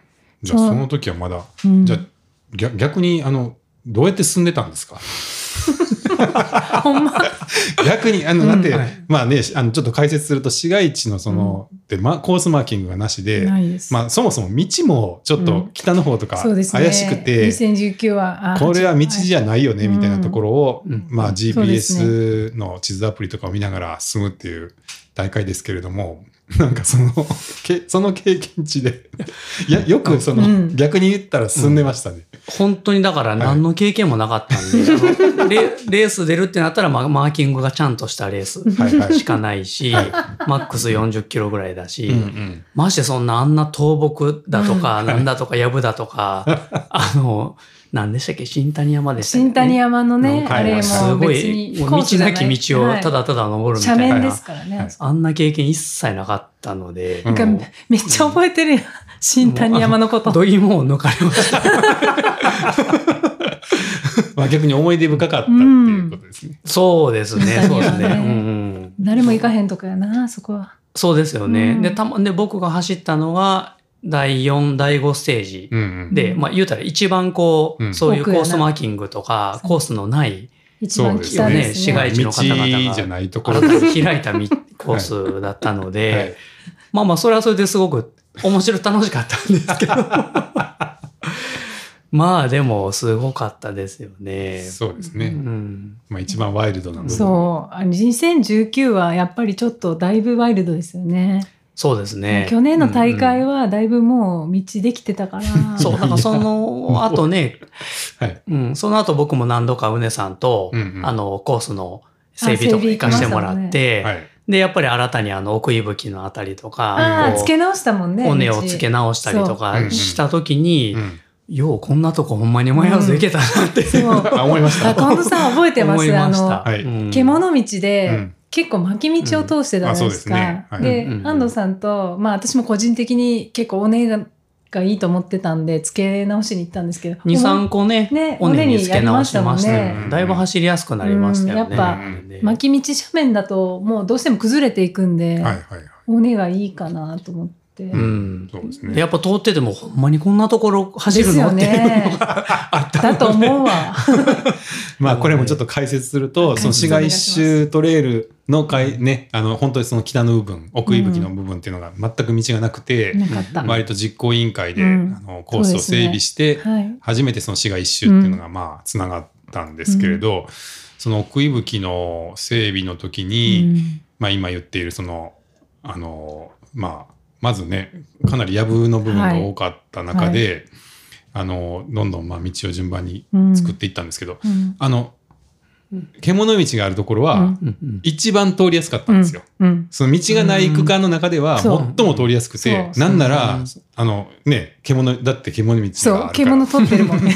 Speaker 1: じゃあ、その時はまだ、
Speaker 3: うん
Speaker 1: じゃあ逆逆に、あの、どうやって進んでたんですか
Speaker 3: ほんま。
Speaker 1: 逆に、あの、だって、
Speaker 2: うんはい
Speaker 1: まあね、あの、ちょっと解説すると、市街地のその、で、ま、コースマーキングがなしで、
Speaker 3: ないです。
Speaker 1: まあ、そもそも道もちょっと北の方とか
Speaker 3: そう
Speaker 1: 怪
Speaker 3: ですね。
Speaker 1: しくて、
Speaker 3: 2019は、あ
Speaker 1: これは道
Speaker 3: い
Speaker 1: じゃないよね、みたいなところを、
Speaker 2: うん
Speaker 1: まあ、
Speaker 3: そうですね
Speaker 1: GPS の地図アプリとかを見ながら進むっていう大会ですけれども、 なんかその、けその経験値で、 いや、よくその、
Speaker 3: うん
Speaker 1: 逆に言ったら進んでましたね。
Speaker 2: 本当にだから何の経験もなかったん で、あのレレース出るってなったらまマーキングがちゃんとしたレース
Speaker 1: はいはい。
Speaker 2: しかないし、マックス40キロぐらいだし、
Speaker 1: うんうん
Speaker 2: ましてそんなあんな倒木だと か、
Speaker 1: ん
Speaker 2: なんだとかやぶだとか、あの、何でしたっけ新谷山でしたっけ
Speaker 3: 新谷山のね、
Speaker 1: はい
Speaker 3: あれ
Speaker 2: す
Speaker 3: も
Speaker 2: ご
Speaker 3: 別
Speaker 2: い
Speaker 3: に
Speaker 2: もう
Speaker 3: コ
Speaker 2: 道
Speaker 3: ースじゃ
Speaker 2: ないき道をた
Speaker 3: は
Speaker 2: だただ登る
Speaker 3: い
Speaker 2: みたいな、
Speaker 3: 斜面ですからね。
Speaker 1: はい
Speaker 3: あそこ
Speaker 2: あんな経験一切なかったので、
Speaker 1: うん
Speaker 3: なんかめっちゃ覚えてるやん。新谷山のこと。
Speaker 2: どぎもを抜かれま した。
Speaker 1: まあ、逆に思い出深かったっていうことですね。
Speaker 2: そうですね、そう
Speaker 3: 新
Speaker 2: です
Speaker 3: 谷
Speaker 2: ね。
Speaker 3: 山ね
Speaker 2: うんうん
Speaker 3: 誰も行かへんとかやな、そこは。
Speaker 2: そうですよね。
Speaker 3: うん
Speaker 2: で、たま、で、僕が走ったのが、第4、第5ステージ
Speaker 1: うんうん。
Speaker 2: で、まあ、言うたら一番こう、
Speaker 1: うん
Speaker 2: そういうコ
Speaker 3: 奥やな
Speaker 2: ースマーキングとか、
Speaker 3: そう
Speaker 2: コースのない、
Speaker 3: 一番
Speaker 1: そう
Speaker 3: 来
Speaker 1: ですね
Speaker 3: たんですね。
Speaker 2: 市街地の方々が
Speaker 1: 道じゃないところ
Speaker 2: 新
Speaker 1: で
Speaker 2: たに開いた みコースだったので、
Speaker 1: はい
Speaker 2: まあまあ、それはそれですごく面白い、楽しかったんです けど。まあ、でも、すごかったですよね。
Speaker 1: そうです
Speaker 2: う
Speaker 1: ね。
Speaker 2: ん。
Speaker 1: まあ、一番ワイルドな部分
Speaker 3: そう。あの2019はやっぱりちょっとだいぶワイルドですよね。
Speaker 2: そうですね。
Speaker 3: 去年の大
Speaker 2: うん
Speaker 3: 会はだいぶもう道できてたから。
Speaker 2: そう、だからその後 ね、
Speaker 1: はい
Speaker 2: うん、その後僕も何度かうねさんと、
Speaker 1: うんうん
Speaker 2: あの、コースの整備とか
Speaker 3: あ整備
Speaker 2: 行
Speaker 3: 行きま
Speaker 2: か
Speaker 3: し
Speaker 2: したて
Speaker 3: も
Speaker 2: も
Speaker 3: んね
Speaker 2: らって、
Speaker 1: はい。
Speaker 2: で、やっぱり新たにあの、奥息吹のあたりと
Speaker 3: あ
Speaker 2: か
Speaker 3: あ、、
Speaker 2: こう
Speaker 3: 付け直したもんね。
Speaker 2: 骨を付け直したりと
Speaker 1: そううん
Speaker 2: かした時に、
Speaker 1: うん。
Speaker 2: ようこんなとこほんまに迷わず行けたなって、
Speaker 3: 道そう。
Speaker 1: あ、思いまし
Speaker 3: あ
Speaker 1: た。
Speaker 3: 近藤さん覚えてま
Speaker 2: 思い
Speaker 3: すあ
Speaker 2: ました。
Speaker 3: の、
Speaker 1: はい
Speaker 2: うん
Speaker 3: 獣道
Speaker 1: う
Speaker 3: で
Speaker 1: ん
Speaker 3: 結構巻き道を通してたじゃないです
Speaker 1: うんあ
Speaker 3: か。
Speaker 1: そうですねはい
Speaker 3: で、
Speaker 2: うんうんうん
Speaker 3: 安藤さんと、まあ私も個人的に結構お姉ががいいと思ってたんで、付け直しに行ったんですけど。
Speaker 2: 2、3個ね、
Speaker 3: ね
Speaker 2: 尾根に付け直しました
Speaker 3: 尾根
Speaker 1: にやりましたもん
Speaker 2: ね。
Speaker 1: ね
Speaker 2: だいぶ走りやすくなりましたよね。
Speaker 3: うんやっ
Speaker 1: ぱ
Speaker 2: うん
Speaker 3: 巻き道斜面だともうどうしても崩れていくんで、
Speaker 1: はいはいはい。
Speaker 3: お姉がいいかなと思って。
Speaker 2: う。
Speaker 1: うんそうです
Speaker 2: で
Speaker 1: ね。
Speaker 2: やっぱ通っててもほんまにこんなところ走
Speaker 3: で
Speaker 2: る
Speaker 3: す
Speaker 2: の
Speaker 3: よ
Speaker 2: っていうの
Speaker 3: ね。だと思うわ。
Speaker 1: まあこれもちょっと解説すると、その市街周トレイルの会ね、あの本当にその北の部分、奥行きの部分っていうのが全く道がなくて、
Speaker 3: なかった。
Speaker 2: うん
Speaker 3: は
Speaker 1: 割と実行委員会で、
Speaker 3: うん
Speaker 1: あのコースを整備して、
Speaker 3: い。
Speaker 1: 初めてその市街一周っていうのがまあつながったんですけれど、その奥行きの整備の時に、まあ今言っているそのあのまあまずねかなりやぶの部分が多かった中で、あのどんどんまあ道を順番に
Speaker 3: うん
Speaker 1: 作っていったんですけど、
Speaker 3: うん
Speaker 1: あの
Speaker 2: うん
Speaker 1: 獣道があるところ
Speaker 3: う
Speaker 1: は
Speaker 3: ん
Speaker 2: うんうん
Speaker 1: 一番通りやすかったんですよ。
Speaker 3: うん
Speaker 1: その道がない区間の中では
Speaker 3: うん
Speaker 1: 最
Speaker 3: そう
Speaker 1: も通りやすくて、
Speaker 3: そう
Speaker 1: なんなら
Speaker 2: そ
Speaker 1: あのね獣だって獣道
Speaker 3: そ
Speaker 1: があ
Speaker 3: う、
Speaker 1: るから
Speaker 3: 獣取ってるもんね。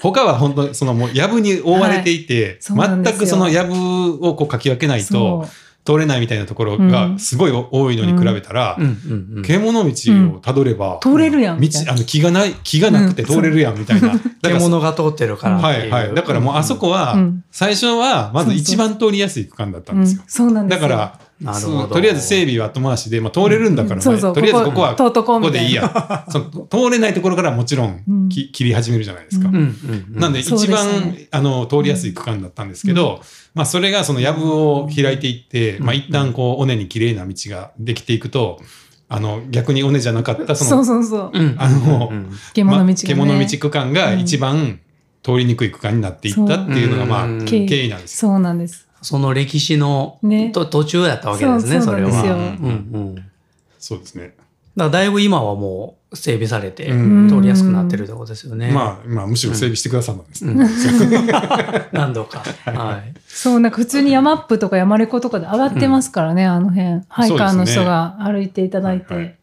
Speaker 1: 他は本当そのもう藪に覆われていて、
Speaker 3: そうなんです
Speaker 1: 全
Speaker 3: よ
Speaker 1: くその藪をこうかき分け ないと
Speaker 3: そう
Speaker 1: 通れないみたいなところがすごい多いのに比べたら、
Speaker 2: うんうんうん
Speaker 1: 獣道をたどれば、
Speaker 3: 通れるやん
Speaker 1: 道
Speaker 3: みたいな
Speaker 1: あの気がない気がなくて通れるやんみたいな、だから
Speaker 2: 獣が通ってるからっ
Speaker 1: は
Speaker 2: てい。
Speaker 1: いうはいだからもうあそこは
Speaker 3: うん
Speaker 1: 最初はまず一番通りやすい区間だったんですよ
Speaker 3: うん、そうなんで
Speaker 1: だ
Speaker 3: すよ
Speaker 1: から
Speaker 2: なる
Speaker 1: そ
Speaker 2: ほど
Speaker 1: のとりあえず整備は後回しで、まあ、通れるんだから、
Speaker 3: そうそう
Speaker 1: とりあえずここは
Speaker 3: ここ通っとこ
Speaker 1: こ
Speaker 3: う
Speaker 1: こ
Speaker 3: みたい
Speaker 1: で
Speaker 3: な
Speaker 1: いいやその通れないところからもちろん、
Speaker 3: うん
Speaker 1: き切り始めるじゃないですか、
Speaker 3: うん
Speaker 2: うんうんうん。
Speaker 1: なんで
Speaker 3: そうで
Speaker 1: 一
Speaker 3: すね
Speaker 1: 番、あの通りやすい区間だったんですけど、まあ、それがその藪を開いていって、
Speaker 2: ん
Speaker 1: まあ、一旦こう尾根に綺麗な道ができていくとあの逆に尾根じゃなかったそ
Speaker 3: そ
Speaker 1: の
Speaker 3: うそうそう。
Speaker 2: うん、
Speaker 1: あの
Speaker 2: うんうんうん
Speaker 3: 獣道が、ね
Speaker 1: ま獣道区間が一番通りにくい区間になっていったっていうのがまあ
Speaker 2: うん
Speaker 1: 経緯なんですよ。
Speaker 3: そうなんです。
Speaker 2: その歴史の、
Speaker 3: ね
Speaker 2: と途中やったわけですね、
Speaker 3: そ
Speaker 2: そう
Speaker 3: そう
Speaker 2: れ
Speaker 3: なんです
Speaker 1: よ
Speaker 2: は。うんうん、だか
Speaker 1: そうですね。
Speaker 2: らだいぶ今はもう整備されて、
Speaker 1: うん
Speaker 2: 通りやすくなってるってことですよね。
Speaker 1: まあ、まあ、むしろ整備してくださったんですね。
Speaker 2: うん 何度か。はい。
Speaker 3: そう、なんか普通に山っぷとか山レコとかで上がってますからね、あの辺。ハイカーの人が歩いていただいて。
Speaker 1: はいはい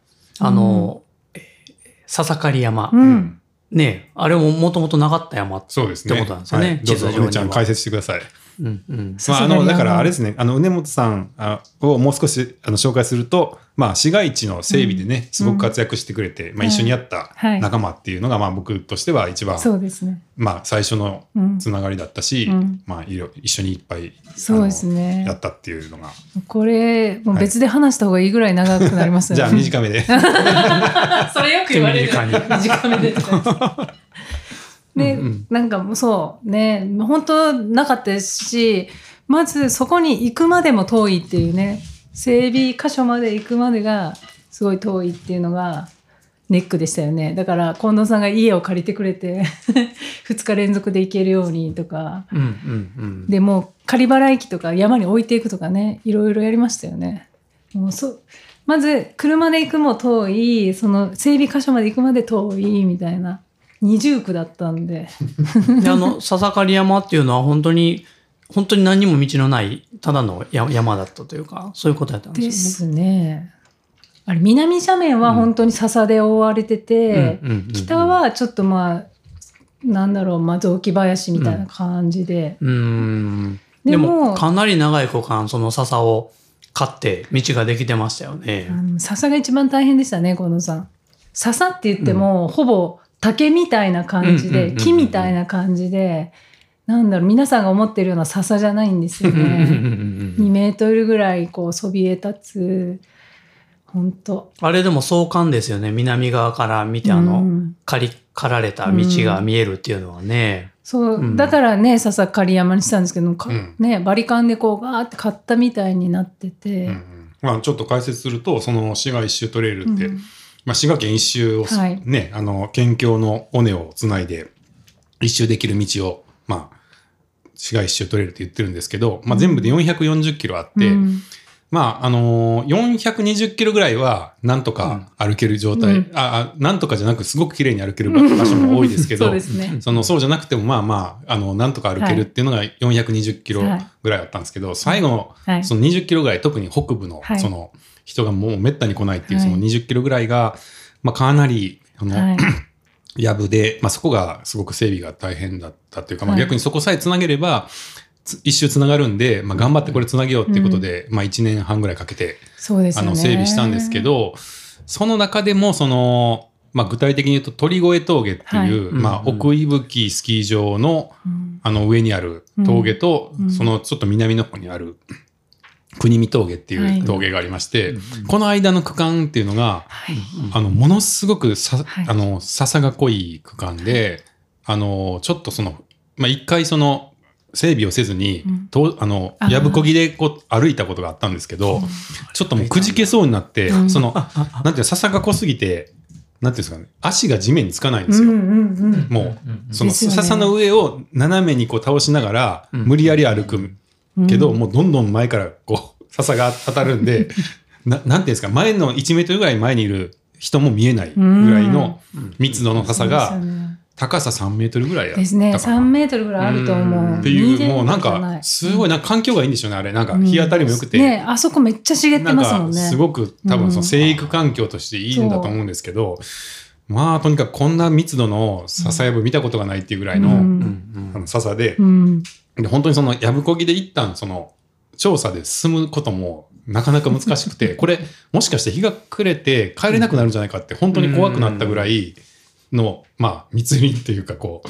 Speaker 2: あの、えー笹刈山
Speaker 3: う。。
Speaker 1: うん
Speaker 2: ねあれももともとなかった山。
Speaker 1: そうですね。
Speaker 2: ってことなんですよね
Speaker 1: はいどうぞ、
Speaker 2: 地図上に
Speaker 1: 梅
Speaker 2: は
Speaker 1: ちゃん解説してください。
Speaker 2: うんうん
Speaker 3: さ
Speaker 1: まあ、
Speaker 3: す
Speaker 1: あ
Speaker 3: がに
Speaker 1: のだか
Speaker 3: あ
Speaker 1: ら
Speaker 3: の
Speaker 1: あれですね、あの畝本さんあをもう少しあの紹介すると、まあ、市街地の整備でね、すごく活躍してくれて、まあ、一緒にやった
Speaker 3: はい
Speaker 1: 仲間っていうのが、まあ、僕としては一番、
Speaker 3: そうですね。
Speaker 1: まあ、最初の
Speaker 3: うん。
Speaker 1: つながりだったし、
Speaker 3: うん
Speaker 1: まあ、いろ一緒にいっぱい
Speaker 3: そうですね
Speaker 1: あのやったっていうのが、
Speaker 3: これ、もう別で話した方がいいぐらい長くなりますよ
Speaker 1: じ
Speaker 3: ね。
Speaker 1: ゃあ短めで。
Speaker 3: それよく言われ る。
Speaker 2: 手短に
Speaker 3: 短めでとか言って。で、
Speaker 1: うんうん
Speaker 3: なんかもうそう、ね、本当なかったですし、まずそこに行くまでも遠いっていうね、整備箇所まで行くまでがすごい遠いっていうのがネックでしたよね。だから近藤さんが家を借りてくれて、2日連続で行けるようにとか、
Speaker 2: うんうん
Speaker 3: でもう仮払い機とか山に置いていくとかねいろいろやりましたよね。もうそまず車で行くも遠いその整備箇所まで行くまで遠いみたいな二重苦だったんで
Speaker 2: うん。で、あ の、笹刈山っていうのは本当に、本当に何にも道のない、ただのや山だったというか、そういうことやったん
Speaker 3: で
Speaker 2: です
Speaker 3: すね。あれ南斜面は本当に笹で覆われて
Speaker 2: よね
Speaker 3: て、。
Speaker 2: うんうんうんうん
Speaker 3: 北、はちょっとまあなんだろう、まあ、雑木林みたいな感じで、
Speaker 2: うん。
Speaker 3: で
Speaker 2: で
Speaker 3: も
Speaker 2: も、かなり長い区間、その笹を刈って道ができてましたよね。
Speaker 3: あの笹が一番大変でしたね近藤さん。笹って言っても、ほぼ竹みたいな感じ
Speaker 2: うんうんうんう
Speaker 3: で
Speaker 2: ん
Speaker 3: 木みたいな感じでなんだろう皆さんが思ってるような笹じゃないんですよ
Speaker 2: うんうんうん
Speaker 3: ね。
Speaker 2: うんう
Speaker 3: 2
Speaker 2: ん
Speaker 3: メートルぐらいこうそびえ立つ本当
Speaker 2: あれでも壮観ですよね。南側から見て、あ
Speaker 3: う
Speaker 2: の、
Speaker 3: ん
Speaker 2: 刈り、刈られた道が見えるっていうのはね。
Speaker 3: そう、
Speaker 2: うん
Speaker 3: だからね笹刈山にしたんですけど、か
Speaker 1: うん
Speaker 3: ねバリカンでこうガーって刈ったみたいになって
Speaker 1: うん
Speaker 3: て、
Speaker 1: うんまあ、ちょっと解説するとその滋賀一周トレイルって、
Speaker 3: うん
Speaker 1: まあ、滋賀県一周をす、
Speaker 3: はい
Speaker 1: ねあの県境の尾根をつないで一周できる道をまあ滋賀一周トレイルって言ってるんですけど、まあ、全部で440キロあって、
Speaker 3: うん
Speaker 1: まああのー420キロぐらいはなんとか歩ける状態、
Speaker 3: うん
Speaker 1: ああなんとかじゃなくすごく綺麗に歩ける場所も多いですけど
Speaker 3: そうですね。
Speaker 1: そのそうじゃなくてもまあまああのなんとか歩けるっていうのが420キロぐらいあったんですけど、最後の
Speaker 3: はい
Speaker 1: その20キロぐらい特に北部の
Speaker 3: はい
Speaker 1: その人がもうめったに来ないっていう
Speaker 3: は
Speaker 1: そ
Speaker 3: い
Speaker 1: の20キロぐらいがまあかなりあの、
Speaker 3: はい
Speaker 1: やぶで、まあ、そこがすごく整備が大変だったというか、まあ、
Speaker 3: はい
Speaker 1: 逆にそこさえつなげればつ一周つながるんで、まあ、頑張ってこれつなげようっていうことで、まあ、1年半ぐらいかけて
Speaker 3: そうです
Speaker 1: あ
Speaker 3: よね
Speaker 1: の整備したんですけどその中でもその、まあ、具体的に言うと鳥越峠っていう、
Speaker 2: はい
Speaker 1: まあ、
Speaker 2: うんうん
Speaker 1: 奥伊吹スキー場の
Speaker 3: うん
Speaker 1: あの上にある峠と、
Speaker 3: うんうん
Speaker 1: そのちょっと南の方にある国見峠って
Speaker 3: はいいう
Speaker 1: 峠がありまして、
Speaker 2: うん
Speaker 1: この間の区間っていうのが
Speaker 3: はい
Speaker 1: あのものすごくさ、
Speaker 3: はい
Speaker 1: あの笹が濃い区間で、あのちょっとその、まあ、一回その整備をせずに、
Speaker 3: うん
Speaker 1: とあの
Speaker 3: あー
Speaker 1: やぶこぎでこう歩いたことがあったんですけど、ちょっともうくじけそうになって、
Speaker 3: うん
Speaker 1: そのなんていうの笹が濃すぎてなんていうんですかね足が地面につかないんです
Speaker 3: う
Speaker 1: よ。
Speaker 3: んうんうん
Speaker 1: も
Speaker 2: うんうんうん
Speaker 1: うその
Speaker 3: ですよね
Speaker 1: 笹の上を斜めにこう倒しながら、
Speaker 2: うん
Speaker 1: 無理やり歩く
Speaker 3: うん
Speaker 1: けど、もうどんどん前からこう 笹が当たるんでななんていうんですか前の1メートルぐらい前にいる人も見えないぐらいの密度の笹
Speaker 3: そ
Speaker 1: が
Speaker 3: うですよね
Speaker 1: 高さ3メートルぐらいあっ
Speaker 3: ですね、
Speaker 1: たか
Speaker 3: 3
Speaker 1: な。
Speaker 3: メートルぐらいあると思う。
Speaker 1: っていう
Speaker 3: 2.5
Speaker 1: もうなん
Speaker 3: じゃな
Speaker 1: か
Speaker 3: い
Speaker 1: すごいなんか環境がいいんでしょうねあれなんか
Speaker 3: うん
Speaker 1: 日当たりも良くて、
Speaker 3: ね、あそこめっちゃ茂って
Speaker 1: なん
Speaker 3: ますもん
Speaker 1: か
Speaker 3: ね。
Speaker 1: すごく多分その生育環境としていいんだと思うんですけど、まあとにかくこんな密度の笹やぶ見たことがないっていうぐらいの,、
Speaker 3: うん
Speaker 1: あの笹で
Speaker 3: うん、
Speaker 1: で本当にそのやぶこぎで一旦その調査で進むこともなかなか難しくてこれもしかして日が暮れて帰れなくなるんじゃないかって本当に怖くなったぐらいの、まあ密林っていうかこ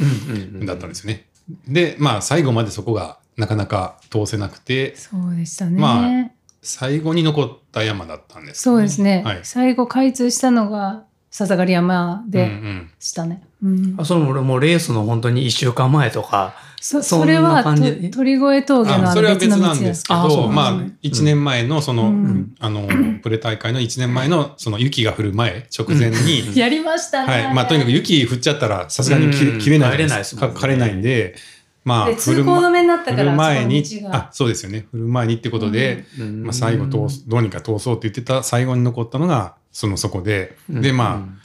Speaker 1: うだったんですよね。でまあ最後までそこがなかなか通せなくて
Speaker 3: そうでしたね。
Speaker 1: まあ最後に残った山だったんです
Speaker 3: そうですね、
Speaker 1: はい
Speaker 3: 最後開通したのが笹刈山
Speaker 1: うんう
Speaker 3: で
Speaker 1: ん
Speaker 3: したね。うん
Speaker 2: あそれも俺もうレースの本当に1週間前とか、
Speaker 3: そ
Speaker 2: そんな
Speaker 3: それはと
Speaker 2: 感じ
Speaker 3: 鳥越峠の
Speaker 1: あ
Speaker 3: あ
Speaker 1: そ
Speaker 3: の
Speaker 1: れは
Speaker 3: 別
Speaker 1: 別
Speaker 3: の道
Speaker 1: なんですけ
Speaker 2: あそう
Speaker 1: ど、
Speaker 2: なん
Speaker 1: まあ
Speaker 3: ですね、
Speaker 1: 1年前の、その、
Speaker 3: うん
Speaker 1: あの、プレ大会の1年前の、その、雪が降る前、直前に、
Speaker 3: やりましたね。
Speaker 1: はい。まあ、とにかく雪降っちゃったら、さすがに切れ
Speaker 2: うん
Speaker 1: 切れないじゃ
Speaker 2: 帰れないですもんね
Speaker 1: か帰れないんで、まあ、
Speaker 3: で
Speaker 1: 降
Speaker 3: 通
Speaker 1: る
Speaker 3: 行止
Speaker 1: ま
Speaker 3: めになった
Speaker 1: 降
Speaker 3: か
Speaker 1: る
Speaker 3: ら、
Speaker 1: 前に
Speaker 3: そこ、の道
Speaker 1: あ
Speaker 3: が、
Speaker 1: そうですよね。降る前にってことで、まあ、最後通す、どうにか通そうって言ってた、最後に残ったのが、その、そこで、で、まあ、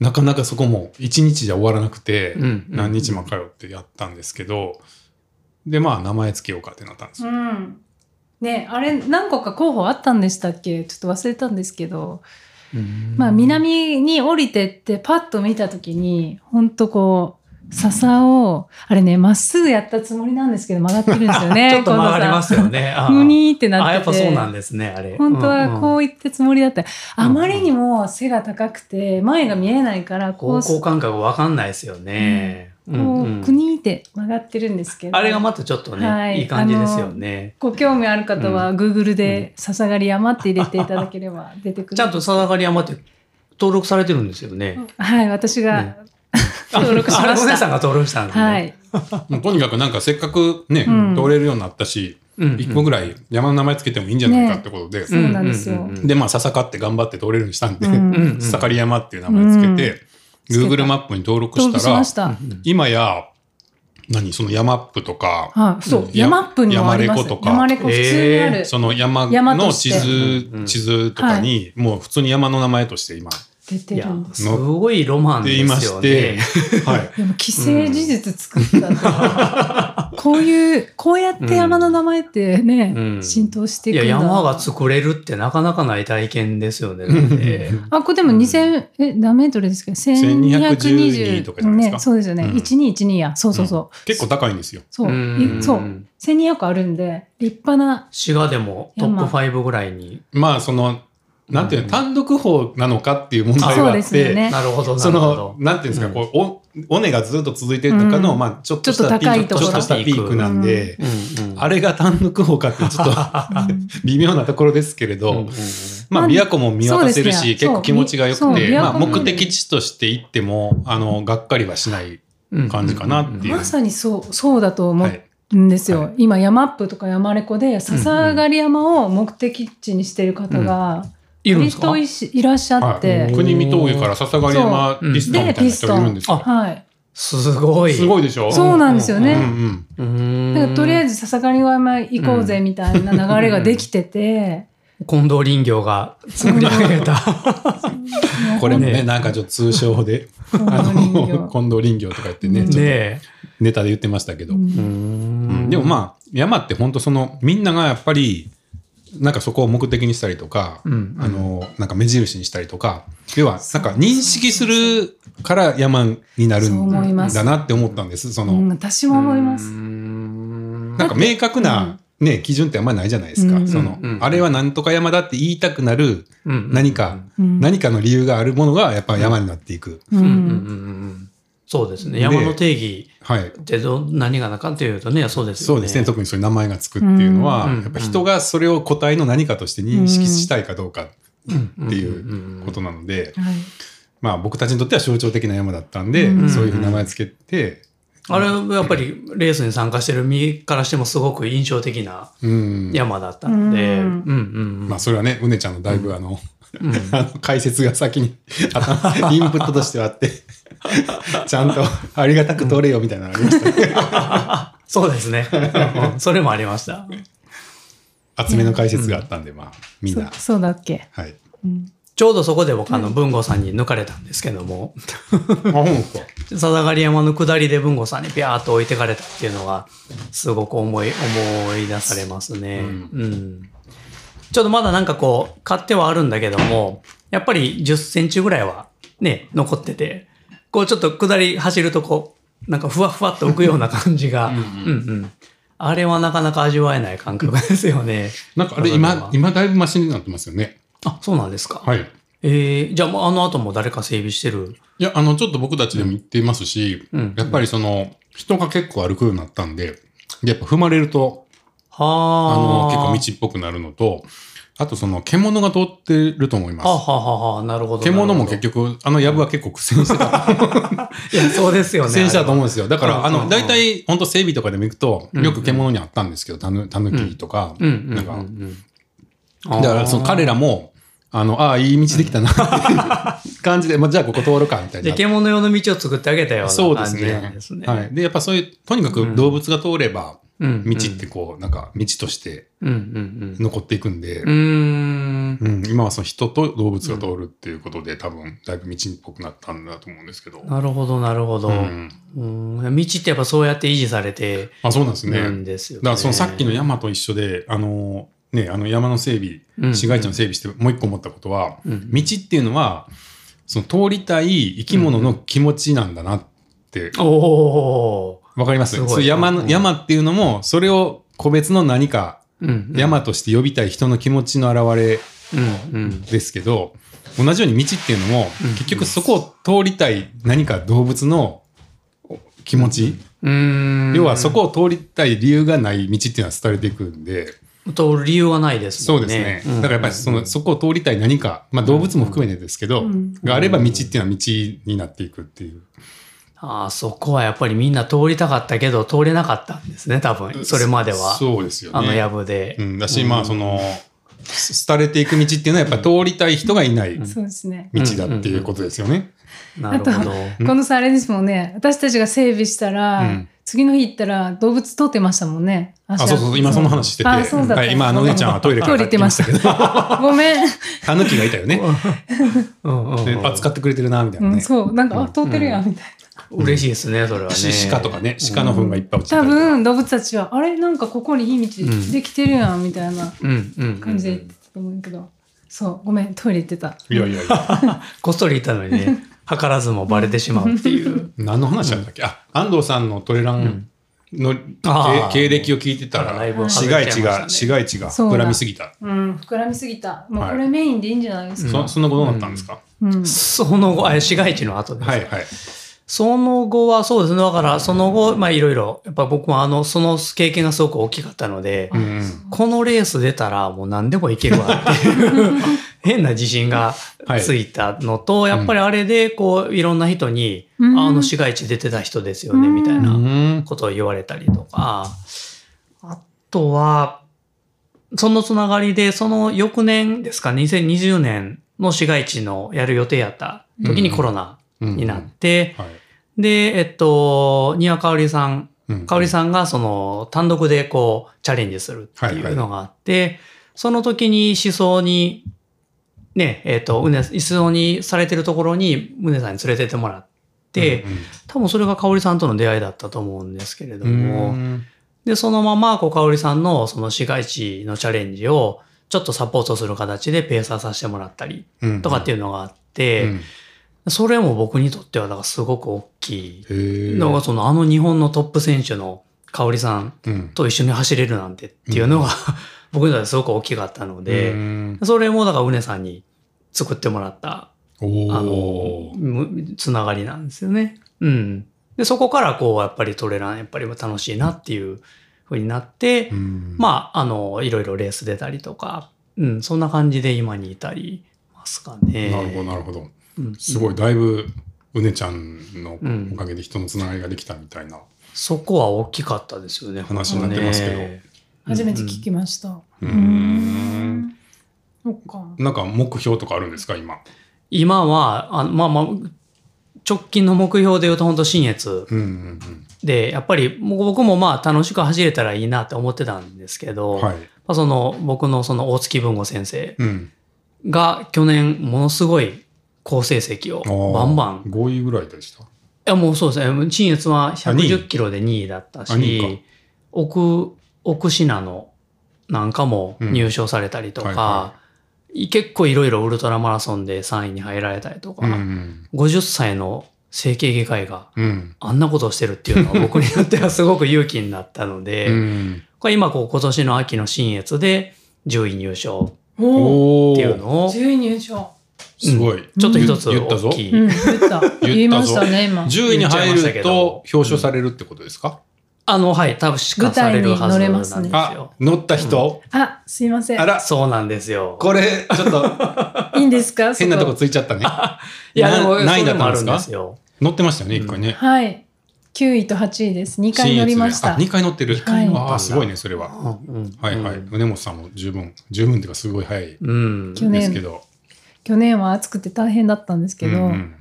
Speaker 1: なかなかそこも1日じゃ終わらなくて、
Speaker 2: うん
Speaker 1: 何日も通ってやったんですけど、で、まあ、名前つけようかってなったんですよ
Speaker 3: うん。ね、あれ何個か候補あったんでしたっけちょっと忘れたんですけど。まあ、南に降りてってパッと見た時に本当こう笹を、あれね、まっすぐやったつもりなんですけど、曲がってるんです よね。
Speaker 2: ちょっと曲がりますよね。あ
Speaker 3: 近藤さん。ふにーってなって
Speaker 2: あ、
Speaker 3: て。
Speaker 2: やっぱそうなんですね、あれ。
Speaker 3: 本当はこう言ってつもりだった。
Speaker 2: うん
Speaker 3: あまりにも背が高くて、前が見えないから、こ
Speaker 2: うん
Speaker 3: う、
Speaker 2: 方向
Speaker 3: こ
Speaker 2: 感覚わかんないですよね。
Speaker 3: う、
Speaker 2: うんうん
Speaker 3: くにーって曲がってるんですけど。
Speaker 2: あれがまたちょっとね、
Speaker 3: はい
Speaker 2: い、い感じですよね。
Speaker 3: ご興味ある方は、Google
Speaker 2: うん
Speaker 3: で笹狩り山って入れていただければ出てくる。
Speaker 2: ちゃんと貞狩山って登録されてるんですよね。
Speaker 3: はい、私が、
Speaker 2: ね
Speaker 3: 登録しまし
Speaker 2: あ
Speaker 3: た
Speaker 2: あれお姉さんが登録したんですね。
Speaker 3: はい。
Speaker 1: もうとにかくなんかせっかくね、
Speaker 3: うん
Speaker 1: 通れるようになったし、
Speaker 2: うん。
Speaker 1: 一個ぐらい山の名前つけてもいいんじゃないかってことで、
Speaker 3: ねそうなんですよ
Speaker 1: でまあ笹かって頑張って通れるようにしたんで、
Speaker 3: う
Speaker 1: 盛
Speaker 3: ん
Speaker 2: うんうん
Speaker 1: り山っていう名前つけて、
Speaker 3: うん
Speaker 1: Google マップに登録
Speaker 3: 登
Speaker 1: し
Speaker 3: 録
Speaker 1: た
Speaker 3: し
Speaker 1: ら
Speaker 3: ました。
Speaker 1: 今や何その山アップとか、
Speaker 3: はい、そう、
Speaker 1: や
Speaker 3: 山っぷにもあります。
Speaker 1: 山レコとか
Speaker 3: 山レコ普通にある。
Speaker 1: その山
Speaker 3: 山と
Speaker 1: の
Speaker 3: し
Speaker 1: 地
Speaker 3: て
Speaker 1: 図
Speaker 2: うんうん
Speaker 1: 地図とかに、もう普通に山の名前として今、
Speaker 3: 出
Speaker 2: い
Speaker 3: てる
Speaker 2: や
Speaker 3: んです。
Speaker 2: すごいロマンですよ
Speaker 1: って言い
Speaker 2: ね
Speaker 1: ま。はい、
Speaker 3: でも既成事実作ったとか、 こういうこうやって山の名前ってね、
Speaker 2: うん
Speaker 3: 浸透してい
Speaker 2: い
Speaker 3: くん
Speaker 2: や
Speaker 3: だ。
Speaker 2: 山が作れるってなかなかない体験ですよね。だって
Speaker 3: あこれでも2000、え何メートルですか1220
Speaker 1: 1212とかじゃないですか
Speaker 3: ねそうですよね、
Speaker 1: うん
Speaker 3: 1212やそうそうそう、
Speaker 1: 結構高いんですよ。
Speaker 3: そう、
Speaker 2: うん
Speaker 3: いそう1200あるんで立派な
Speaker 2: 滋賀でもトップ5ぐらいに。
Speaker 1: まあそのなんていうの、
Speaker 2: うん
Speaker 1: 単独法なのかっていう問題
Speaker 3: そ
Speaker 1: が
Speaker 3: う
Speaker 1: あ
Speaker 3: で
Speaker 1: っ
Speaker 3: すよ
Speaker 1: て。
Speaker 3: ね
Speaker 2: なるほどな
Speaker 1: そ
Speaker 2: るほ
Speaker 1: の
Speaker 2: ど。
Speaker 1: なんていうんですか、
Speaker 2: うん
Speaker 1: こうお尾根がずっと続いてる中の、
Speaker 3: うん
Speaker 1: まあちょっとし
Speaker 3: ちょったと
Speaker 1: ピー
Speaker 3: 高
Speaker 1: ク
Speaker 3: いとこ
Speaker 1: ち
Speaker 3: ろ
Speaker 1: ょっとしたピークなんで、
Speaker 2: うんうん
Speaker 1: あれが単独法かってちょっと微妙なところですけれど、
Speaker 2: うんうん
Speaker 1: まあ
Speaker 3: まあ
Speaker 1: 琵琶湖も見渡せる
Speaker 3: そう
Speaker 1: し
Speaker 3: です
Speaker 1: 結
Speaker 3: よ
Speaker 1: 構気持ちが良
Speaker 3: そう
Speaker 1: く
Speaker 3: そう
Speaker 1: て、
Speaker 3: 琵琶
Speaker 1: まあ、
Speaker 3: 湖も
Speaker 1: 目的地として行ってもあのがっかりはしない
Speaker 2: うん
Speaker 1: 感じかなっていう
Speaker 3: まさにそうそうだと思
Speaker 1: は
Speaker 3: う
Speaker 1: い、
Speaker 3: んですよ、
Speaker 1: はい
Speaker 3: 今山っぷとか山レコで笹上がり山を目的地にしてる方が
Speaker 2: いるんですか
Speaker 3: といしいらっしゃっ
Speaker 1: は
Speaker 3: て
Speaker 1: い、、国見峠から笹狩山
Speaker 2: そう
Speaker 1: リストンみたいな人がいるんですよ。
Speaker 3: はい、
Speaker 2: すごい。
Speaker 1: すごいでしょ
Speaker 3: そうなんですよね
Speaker 1: うんうん
Speaker 2: うん。
Speaker 3: だからとりあ
Speaker 2: ず
Speaker 3: えず笹狩山行こうぜみたいな流れができてて、
Speaker 2: 近藤林業が作り上げ た。
Speaker 1: これもね
Speaker 2: ね
Speaker 1: なんかちょっと通称で
Speaker 3: 本
Speaker 1: あ
Speaker 3: 当に人
Speaker 1: の 近藤林業とか言ってね、
Speaker 3: うん
Speaker 1: ちょっと
Speaker 2: ね
Speaker 1: ネタで言ってましたけど、
Speaker 3: 形
Speaker 2: え。
Speaker 1: うんでもまあ山って本当そのみんながやっぱりなんかそこを目的にしたりとか、
Speaker 2: うん
Speaker 1: あのなんか目印にしたりとか要はなんか認識するから山になる
Speaker 3: そうん思います
Speaker 1: だなって思ったんですその、
Speaker 3: うん、私も思います。
Speaker 2: な
Speaker 1: なんん
Speaker 2: か
Speaker 1: か明確な、ね、基準ってあんまりないじゃないですか、
Speaker 3: うん
Speaker 1: その
Speaker 2: うん
Speaker 1: あれはなんとか山だって言いたくなる
Speaker 2: 何
Speaker 1: 何か、
Speaker 3: うん
Speaker 1: 何かの理由があるものがやっぱ山になっていく。
Speaker 2: う
Speaker 3: う
Speaker 2: ん
Speaker 3: ん
Speaker 2: うんうんうんそうですね。
Speaker 1: で
Speaker 2: 山の定義
Speaker 1: はい
Speaker 2: ってど何がなかっていうとね、そうです
Speaker 1: そ
Speaker 2: よ
Speaker 1: う
Speaker 2: ね。
Speaker 1: ですね特にそういう名前がつくっていうのは、
Speaker 2: うん
Speaker 1: やっぱ人がそれを個体の何かとして認識したいかどうかって
Speaker 2: うんうん
Speaker 1: いううんことなので、
Speaker 3: はい、
Speaker 1: まあ、僕たちにとっては象徴的な山だったんで、
Speaker 3: うん
Speaker 1: そういうふうに名前つけて、
Speaker 2: あれはやっぱりレースに参加してる身からしてもすごく印象的な
Speaker 1: うん
Speaker 2: 山だったので、う
Speaker 3: う
Speaker 2: う
Speaker 3: んん
Speaker 2: んうん
Speaker 1: まあ、それはねうねちゃんのだいぶあの,、
Speaker 2: うん
Speaker 1: あの解説が先に あのインプットとしてはあって ちゃんとありがたく通れよみたいなのありましたね、
Speaker 2: そうですね。 うんそれもありました。
Speaker 1: 厚めの解説があったんで、まあみん
Speaker 3: そ
Speaker 1: な、
Speaker 3: そうだっけ、
Speaker 1: はい。
Speaker 3: うん
Speaker 2: ちょうどそこで僕あの文吾さんに抜かれたんですけども、
Speaker 1: あ本当
Speaker 2: 貞狩山の下りで文吾さんにピャーっと置いてかれたっていうのがすごく思い思い出されますね、
Speaker 1: うん
Speaker 2: うんちょっとまだなんかこう買ってはあるんだけどもやっぱり1 0センチぐらいはね残っててこうちょっと下り走るとこうなんかふわふわっと浮くような感じがうんうんあれはなかなか味わえない感覚ですよね
Speaker 1: なんかあれ今今だいぶマシになってますよね
Speaker 2: あそうなんですか、
Speaker 1: はい
Speaker 2: えー、じゃあもうあの後も誰か整備してる
Speaker 1: いやあのちょっと僕たちでも言ってますし、
Speaker 2: うん
Speaker 1: やっぱりその人が結構歩くようになったんででやっぱ踏まれると
Speaker 2: は
Speaker 1: あの
Speaker 2: あ
Speaker 1: 結構道っぽくなるのとあとその獣が通ってると思いま
Speaker 2: はあ
Speaker 1: す。
Speaker 2: はあはあはあなるほど
Speaker 1: 獣も
Speaker 2: なるほど
Speaker 1: 結局あのヤブは結構苦戦してた
Speaker 2: いや、そうですよね。
Speaker 1: 苦戦したと思うんですよだか
Speaker 2: うん
Speaker 1: らあ
Speaker 2: うんう
Speaker 1: の
Speaker 2: ん
Speaker 1: 大体ほんと整備とかでも行くと
Speaker 2: うん
Speaker 1: よく獣にあったんですけどたぬたぬきとか
Speaker 2: うんうんうんうん。
Speaker 1: なんか
Speaker 2: か
Speaker 1: だからその彼らもあのああいい道できた なっていう感じで、まあ、じゃあここ通るかみたい
Speaker 2: で、
Speaker 1: な。
Speaker 2: 獣用の道を作ってあげたよ
Speaker 1: そうう
Speaker 2: な
Speaker 1: で
Speaker 2: 感
Speaker 1: す
Speaker 2: じなん
Speaker 1: ね
Speaker 2: ですね。
Speaker 1: はい、でやっぱそういうとにかく動物が通れば
Speaker 2: うん
Speaker 1: 道って。こうなんか道として
Speaker 2: うんうんうん。
Speaker 1: 残っていくんで
Speaker 2: う、ーん。
Speaker 1: うん、今はその人と動物が通るっていうことで、多分だいぶ道っぽくなったんだと思うんですけど。
Speaker 2: なるほど、なるほど。
Speaker 1: う
Speaker 2: うん
Speaker 1: ん
Speaker 2: 道ってやっぱそうやって維持されて
Speaker 1: あそうなんですね。
Speaker 2: るんですよ
Speaker 1: だ
Speaker 2: ね。
Speaker 1: からそのさっきの山と一緒で、あのね、あの山の整備、
Speaker 2: うん
Speaker 1: 市街地の整備してもう一個思ったことは、
Speaker 2: うん
Speaker 1: 道っていうのはその通りたい生き物の気持ちなんだなっって
Speaker 2: おお
Speaker 1: わかります
Speaker 2: すごい
Speaker 1: そう山の
Speaker 2: うん
Speaker 1: 山っていうのもそれを個別の何か
Speaker 2: ー。うん、うん。
Speaker 1: 山として呼びたい人の気持ちの表れ
Speaker 2: うんうん。
Speaker 1: ですけど同じように道っていうのも
Speaker 2: うん
Speaker 1: 結局そこを通りたい何か動物の気持ち
Speaker 2: うーん。
Speaker 1: 要はそこを通りたい理由がない道っていうのは廃れていくんで
Speaker 2: 通る理由はないです
Speaker 1: そ
Speaker 2: も
Speaker 1: うんです
Speaker 2: ね
Speaker 1: ね。だからやっぱりそのそこを通りたい何かまあ動物も含めてですけど
Speaker 3: うん
Speaker 1: があれば道っていうのは道になっていくっていう
Speaker 2: ああ、そこはやっぱりみんな通りたかったけど、通れなかったんですね、多分。それまでは。
Speaker 1: そうですよね
Speaker 2: あの藪で。
Speaker 1: うん、だし、まあその廃れていく道っていうのはやっぱ通りたい人がいない道
Speaker 3: そうですね。
Speaker 1: だっていうことですよね。
Speaker 2: なるほど。
Speaker 1: うん
Speaker 3: このさあれですもんね私たちが整備したら、
Speaker 1: うん
Speaker 3: 次の日行ったら動物通ってましたもんねあ
Speaker 1: あそうそうそう今その話してて、
Speaker 3: あそうだった
Speaker 1: はい、今あのお姉ちゃんはトイレから
Speaker 3: トイレ行ってました
Speaker 1: 帰ってきましたけど
Speaker 3: ごめん、
Speaker 1: タヌキがいたよね。
Speaker 2: うんうん
Speaker 1: で
Speaker 2: うん
Speaker 1: あ使ってくれてるなみたいうなね。
Speaker 3: ん、そうなんかあ通ってるやんみたい
Speaker 2: 嬉しいですね、それはね。
Speaker 1: し鹿とかね鹿の糞がいっぱい落ちて
Speaker 3: な、
Speaker 1: たりと
Speaker 3: 多
Speaker 1: か
Speaker 3: 分動物たちはあれなんかここにいい道
Speaker 2: うん
Speaker 3: できてるやんみたいな
Speaker 2: うんうんうん。
Speaker 3: 感じで言ってたと思うけど、そうごめんトイレ行ってた
Speaker 1: いやいやいや
Speaker 2: こっそりいたのに ね、図らずもバレてしまうっていう。
Speaker 1: 何の話だったっけ、あ安藤さんのトレランの、
Speaker 2: あー
Speaker 1: 経経歴を聞いてたら
Speaker 2: だいぶ
Speaker 1: 市
Speaker 2: 外れ
Speaker 1: 街
Speaker 2: ちゃ
Speaker 1: 地
Speaker 2: いま
Speaker 1: が、
Speaker 2: し
Speaker 1: 市
Speaker 2: たね
Speaker 1: 街地が膨らみすぎた。
Speaker 3: うん膨らみすぎたもう
Speaker 1: はい
Speaker 3: これメインでいいんじゃないですか、
Speaker 1: そその後どうなったんですか、
Speaker 3: うん
Speaker 2: その後、あ市街地の後ですか
Speaker 1: はいはい。
Speaker 2: その後はそうですね。だから、その後、まあいろいろ、やっぱ僕もあの、その経験がすごく大きかったので、
Speaker 1: うんうん
Speaker 2: このレース出たらもう何でもいけるわっていう 変な自信がついたのと、やっぱりあれでこういろんな人に、
Speaker 3: うん
Speaker 2: あの市街地出てた人ですよね
Speaker 3: うん
Speaker 2: みたいうなんことを言われたりとか、あとは、そのつながりで、その翌年ですか、2020年の市街地のやる予定やった時にコロナ
Speaker 1: うん
Speaker 2: になって、
Speaker 1: はい
Speaker 2: で、えっと、丹羽香織さん
Speaker 1: うん
Speaker 2: 香織さんがその単独でこうチャレンジするっていうのがあって、その時に思想にねえっ、とうね思想にされてるところに宗さんに連れてってもらって、
Speaker 1: うんうん
Speaker 2: 多分それが香織さんとの出会いだったと思うんですけれども、
Speaker 1: うん
Speaker 2: でそのままこう香織さんのその市街地のチャレンジをちょっとサポートする形でペーサーさせてもらったりとかっていうのがあって、
Speaker 1: うん
Speaker 2: それも僕にとってはだからすごく大きい
Speaker 1: へー
Speaker 2: のがそのあの日本のトップ選手の香織さん
Speaker 1: うん
Speaker 2: と一緒に走れるなんてっていうのが、 僕にとってすごく大きかったの
Speaker 1: う
Speaker 2: で、
Speaker 1: ん
Speaker 2: それもだからうねさんに作ってもらった、
Speaker 1: お
Speaker 2: あ
Speaker 1: お
Speaker 2: の、むつながりなんですよね。うん。で、そこからこう、やっぱりトレラン、やっぱり楽しいなっていうふうになって、
Speaker 1: あ
Speaker 2: まあ、あの、いろいろレース出たりとか、うん、そんな感じで今にいたりますかね。
Speaker 1: なるほどなるほど
Speaker 2: うん
Speaker 1: すごいだいぶうねちゃんの
Speaker 2: うん
Speaker 1: おかげで人のつながりができたみたいな
Speaker 2: そこは大きかったですよね。
Speaker 1: 話になってますけど
Speaker 2: ね
Speaker 3: 初めて聞きました
Speaker 1: う
Speaker 3: うんんそっか
Speaker 1: なんか目標とかあるんですか今
Speaker 2: 今はあまあまあ直近の目標で言うと本当新越
Speaker 1: うんうん
Speaker 2: でやっぱりもう僕もまあ楽しく走れたらいいなって思ってたんですけ
Speaker 1: う
Speaker 2: ど、
Speaker 1: んはい
Speaker 2: まあその僕のその大月文吾先生
Speaker 1: うん
Speaker 2: が去年ものすごい好成績
Speaker 1: あー
Speaker 2: をバンバンい
Speaker 1: 5位ぐらいでした
Speaker 2: やもうそうですね新越は
Speaker 1: あ二
Speaker 2: 110キロで2位だった
Speaker 1: あ二位
Speaker 2: し奥奥品のなんかも入賞されたりとか、
Speaker 1: うんは
Speaker 2: 結構いろいろウルトラマラソンで3位に入られたりとか。
Speaker 1: うん
Speaker 2: 50歳の整形外科医が
Speaker 1: うん
Speaker 2: あんなことをしてるっていうのは僕にとってはすごく勇気になったので、
Speaker 1: うん
Speaker 2: これ今こう今年の秋の新越で10位入賞
Speaker 3: おお
Speaker 1: おお
Speaker 2: っていうのをち
Speaker 3: 10位入賞
Speaker 1: すごい
Speaker 2: ょっと一つ
Speaker 1: 言ったぞ
Speaker 2: 大き
Speaker 3: う
Speaker 2: い。
Speaker 3: ん言った言いましたね今
Speaker 1: 10位に入ると表彰されるってことですか
Speaker 2: あの、はい、多分出荷されるはずなんです
Speaker 3: 舞台に乗れま
Speaker 1: あ
Speaker 2: よ。
Speaker 1: 乗った人
Speaker 3: あすいません
Speaker 1: あら
Speaker 2: そうなんですよ。
Speaker 1: これちょっと
Speaker 3: いいんですか
Speaker 1: 変なとこ
Speaker 3: そ
Speaker 1: ついちゃったね
Speaker 2: いや、でも、
Speaker 1: な何位
Speaker 2: そ
Speaker 1: だっ
Speaker 2: れも
Speaker 1: た
Speaker 2: あ
Speaker 1: んで
Speaker 2: る
Speaker 1: す
Speaker 2: んで
Speaker 1: か
Speaker 2: すよ。
Speaker 1: 乗ってましたよね一回ね
Speaker 3: はい9位と8位です2回乗りました
Speaker 1: 新越であ二回乗ってる。
Speaker 3: 回乗った
Speaker 2: んだ
Speaker 1: ああ、すごいね、それは。
Speaker 2: うんうん
Speaker 1: はいはい。
Speaker 2: うん
Speaker 1: 宗本さんも十分、十分っていうか、すごい早い
Speaker 2: うん。
Speaker 3: 去
Speaker 1: です
Speaker 3: 年
Speaker 1: けど。
Speaker 3: 去年は暑くて大変だったんですけど、
Speaker 1: うんうん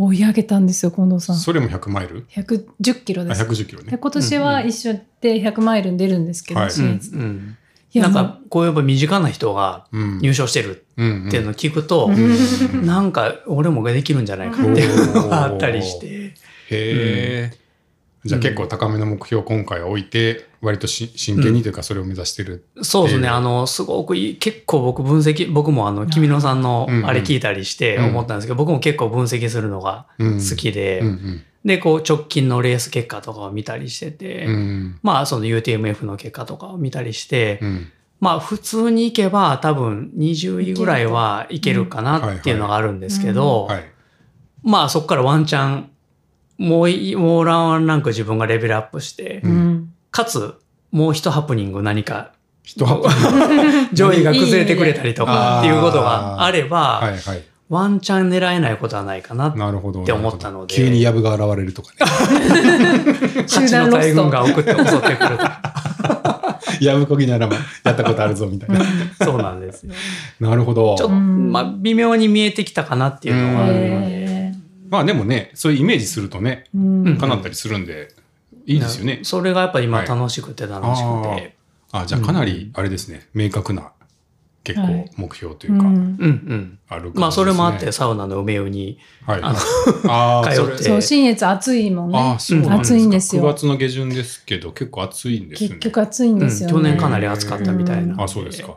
Speaker 3: 追い上げたんですよ近藤さん
Speaker 1: それも100マイル
Speaker 3: 110キロ
Speaker 1: あ、
Speaker 3: です
Speaker 1: 110キロ
Speaker 3: で
Speaker 1: ね。
Speaker 3: 今年は一緒で100マイルに出るんですけど、
Speaker 1: はい
Speaker 2: うん
Speaker 3: 新越
Speaker 2: うん
Speaker 3: いや
Speaker 2: なん
Speaker 3: も
Speaker 2: か、こうやっぱ身近な人が
Speaker 1: うん
Speaker 2: 入賞してる
Speaker 1: うん
Speaker 2: っていうのを聞くと、
Speaker 3: う
Speaker 1: うん
Speaker 3: ん
Speaker 2: なんか俺もできるんじゃないかっていうのがあったりして。
Speaker 1: へえ。じゃあ結構高めの目標を今回は置いて、割とし真剣にというか、それを目指してる。
Speaker 2: そうです
Speaker 1: ってい
Speaker 2: ね。
Speaker 1: う
Speaker 2: あの、すごくいい、結構僕分析、僕もあの、君野さんの
Speaker 1: うんうん
Speaker 2: あれ聞いたりして思ったんですけど、僕も結構分析するのが
Speaker 1: 好
Speaker 2: 好。きで、
Speaker 1: うんうん
Speaker 2: で、こう直近のレース結果とかを見たりしてて、
Speaker 1: うん
Speaker 2: まあその UTMF の結果とかを見たりして、
Speaker 1: うん
Speaker 2: まあ普通に行けば多分20位ぐらいはいけるかなっていうのがあるんですけど、
Speaker 1: はい
Speaker 2: まあそこからワンチャン、もうい、もうワンランク自分がレベルアップして、
Speaker 1: うん
Speaker 3: ん
Speaker 2: かつ、もう一ハプニング 何か、
Speaker 1: 人はは
Speaker 2: 上位が崩れてくれたりとかっていうことがあれば、
Speaker 1: いはい
Speaker 2: ワンチャン狙えないことはないかな。
Speaker 1: なるほど
Speaker 2: って思ったので
Speaker 1: 急にヤブが現れるとか ね
Speaker 3: 集団
Speaker 2: の
Speaker 3: ロ
Speaker 2: 大
Speaker 3: ス
Speaker 2: 群
Speaker 3: ト
Speaker 2: が送って襲ってくる。
Speaker 1: ヤブこぎならばやったことあるぞみたいな
Speaker 2: そうなんですよ。
Speaker 1: なるほど
Speaker 2: ちょっと、
Speaker 3: うん
Speaker 2: まあ、微妙に見えてきたかなっていうのはあるので。
Speaker 3: へ
Speaker 1: まあでもねそういうイメージするとね
Speaker 3: ーうん
Speaker 2: うん
Speaker 1: 叶ったりするんでいいですよね
Speaker 2: それがやっぱ今
Speaker 1: はい
Speaker 2: 楽しくて楽しくて。
Speaker 1: あじゃあかなりあれですね明確な結
Speaker 3: は
Speaker 1: 構
Speaker 3: い
Speaker 1: 目標というか
Speaker 3: うん
Speaker 2: うんうん。
Speaker 1: ある感じですね
Speaker 2: まあ、それもあって、サウナの梅湯に。
Speaker 1: はい
Speaker 2: あの
Speaker 1: あー
Speaker 2: 通って
Speaker 1: それ
Speaker 3: そう新越暑いもん
Speaker 1: あ
Speaker 3: ね
Speaker 1: ーそうなんです
Speaker 3: 暑
Speaker 1: か
Speaker 3: いんですよ
Speaker 1: 9月の下旬ですけど結構暑いんですね
Speaker 3: 結局暑いん
Speaker 2: う
Speaker 3: です
Speaker 2: ん
Speaker 3: よね、
Speaker 2: 去年かなり暑かったみたいな。
Speaker 1: あそうですか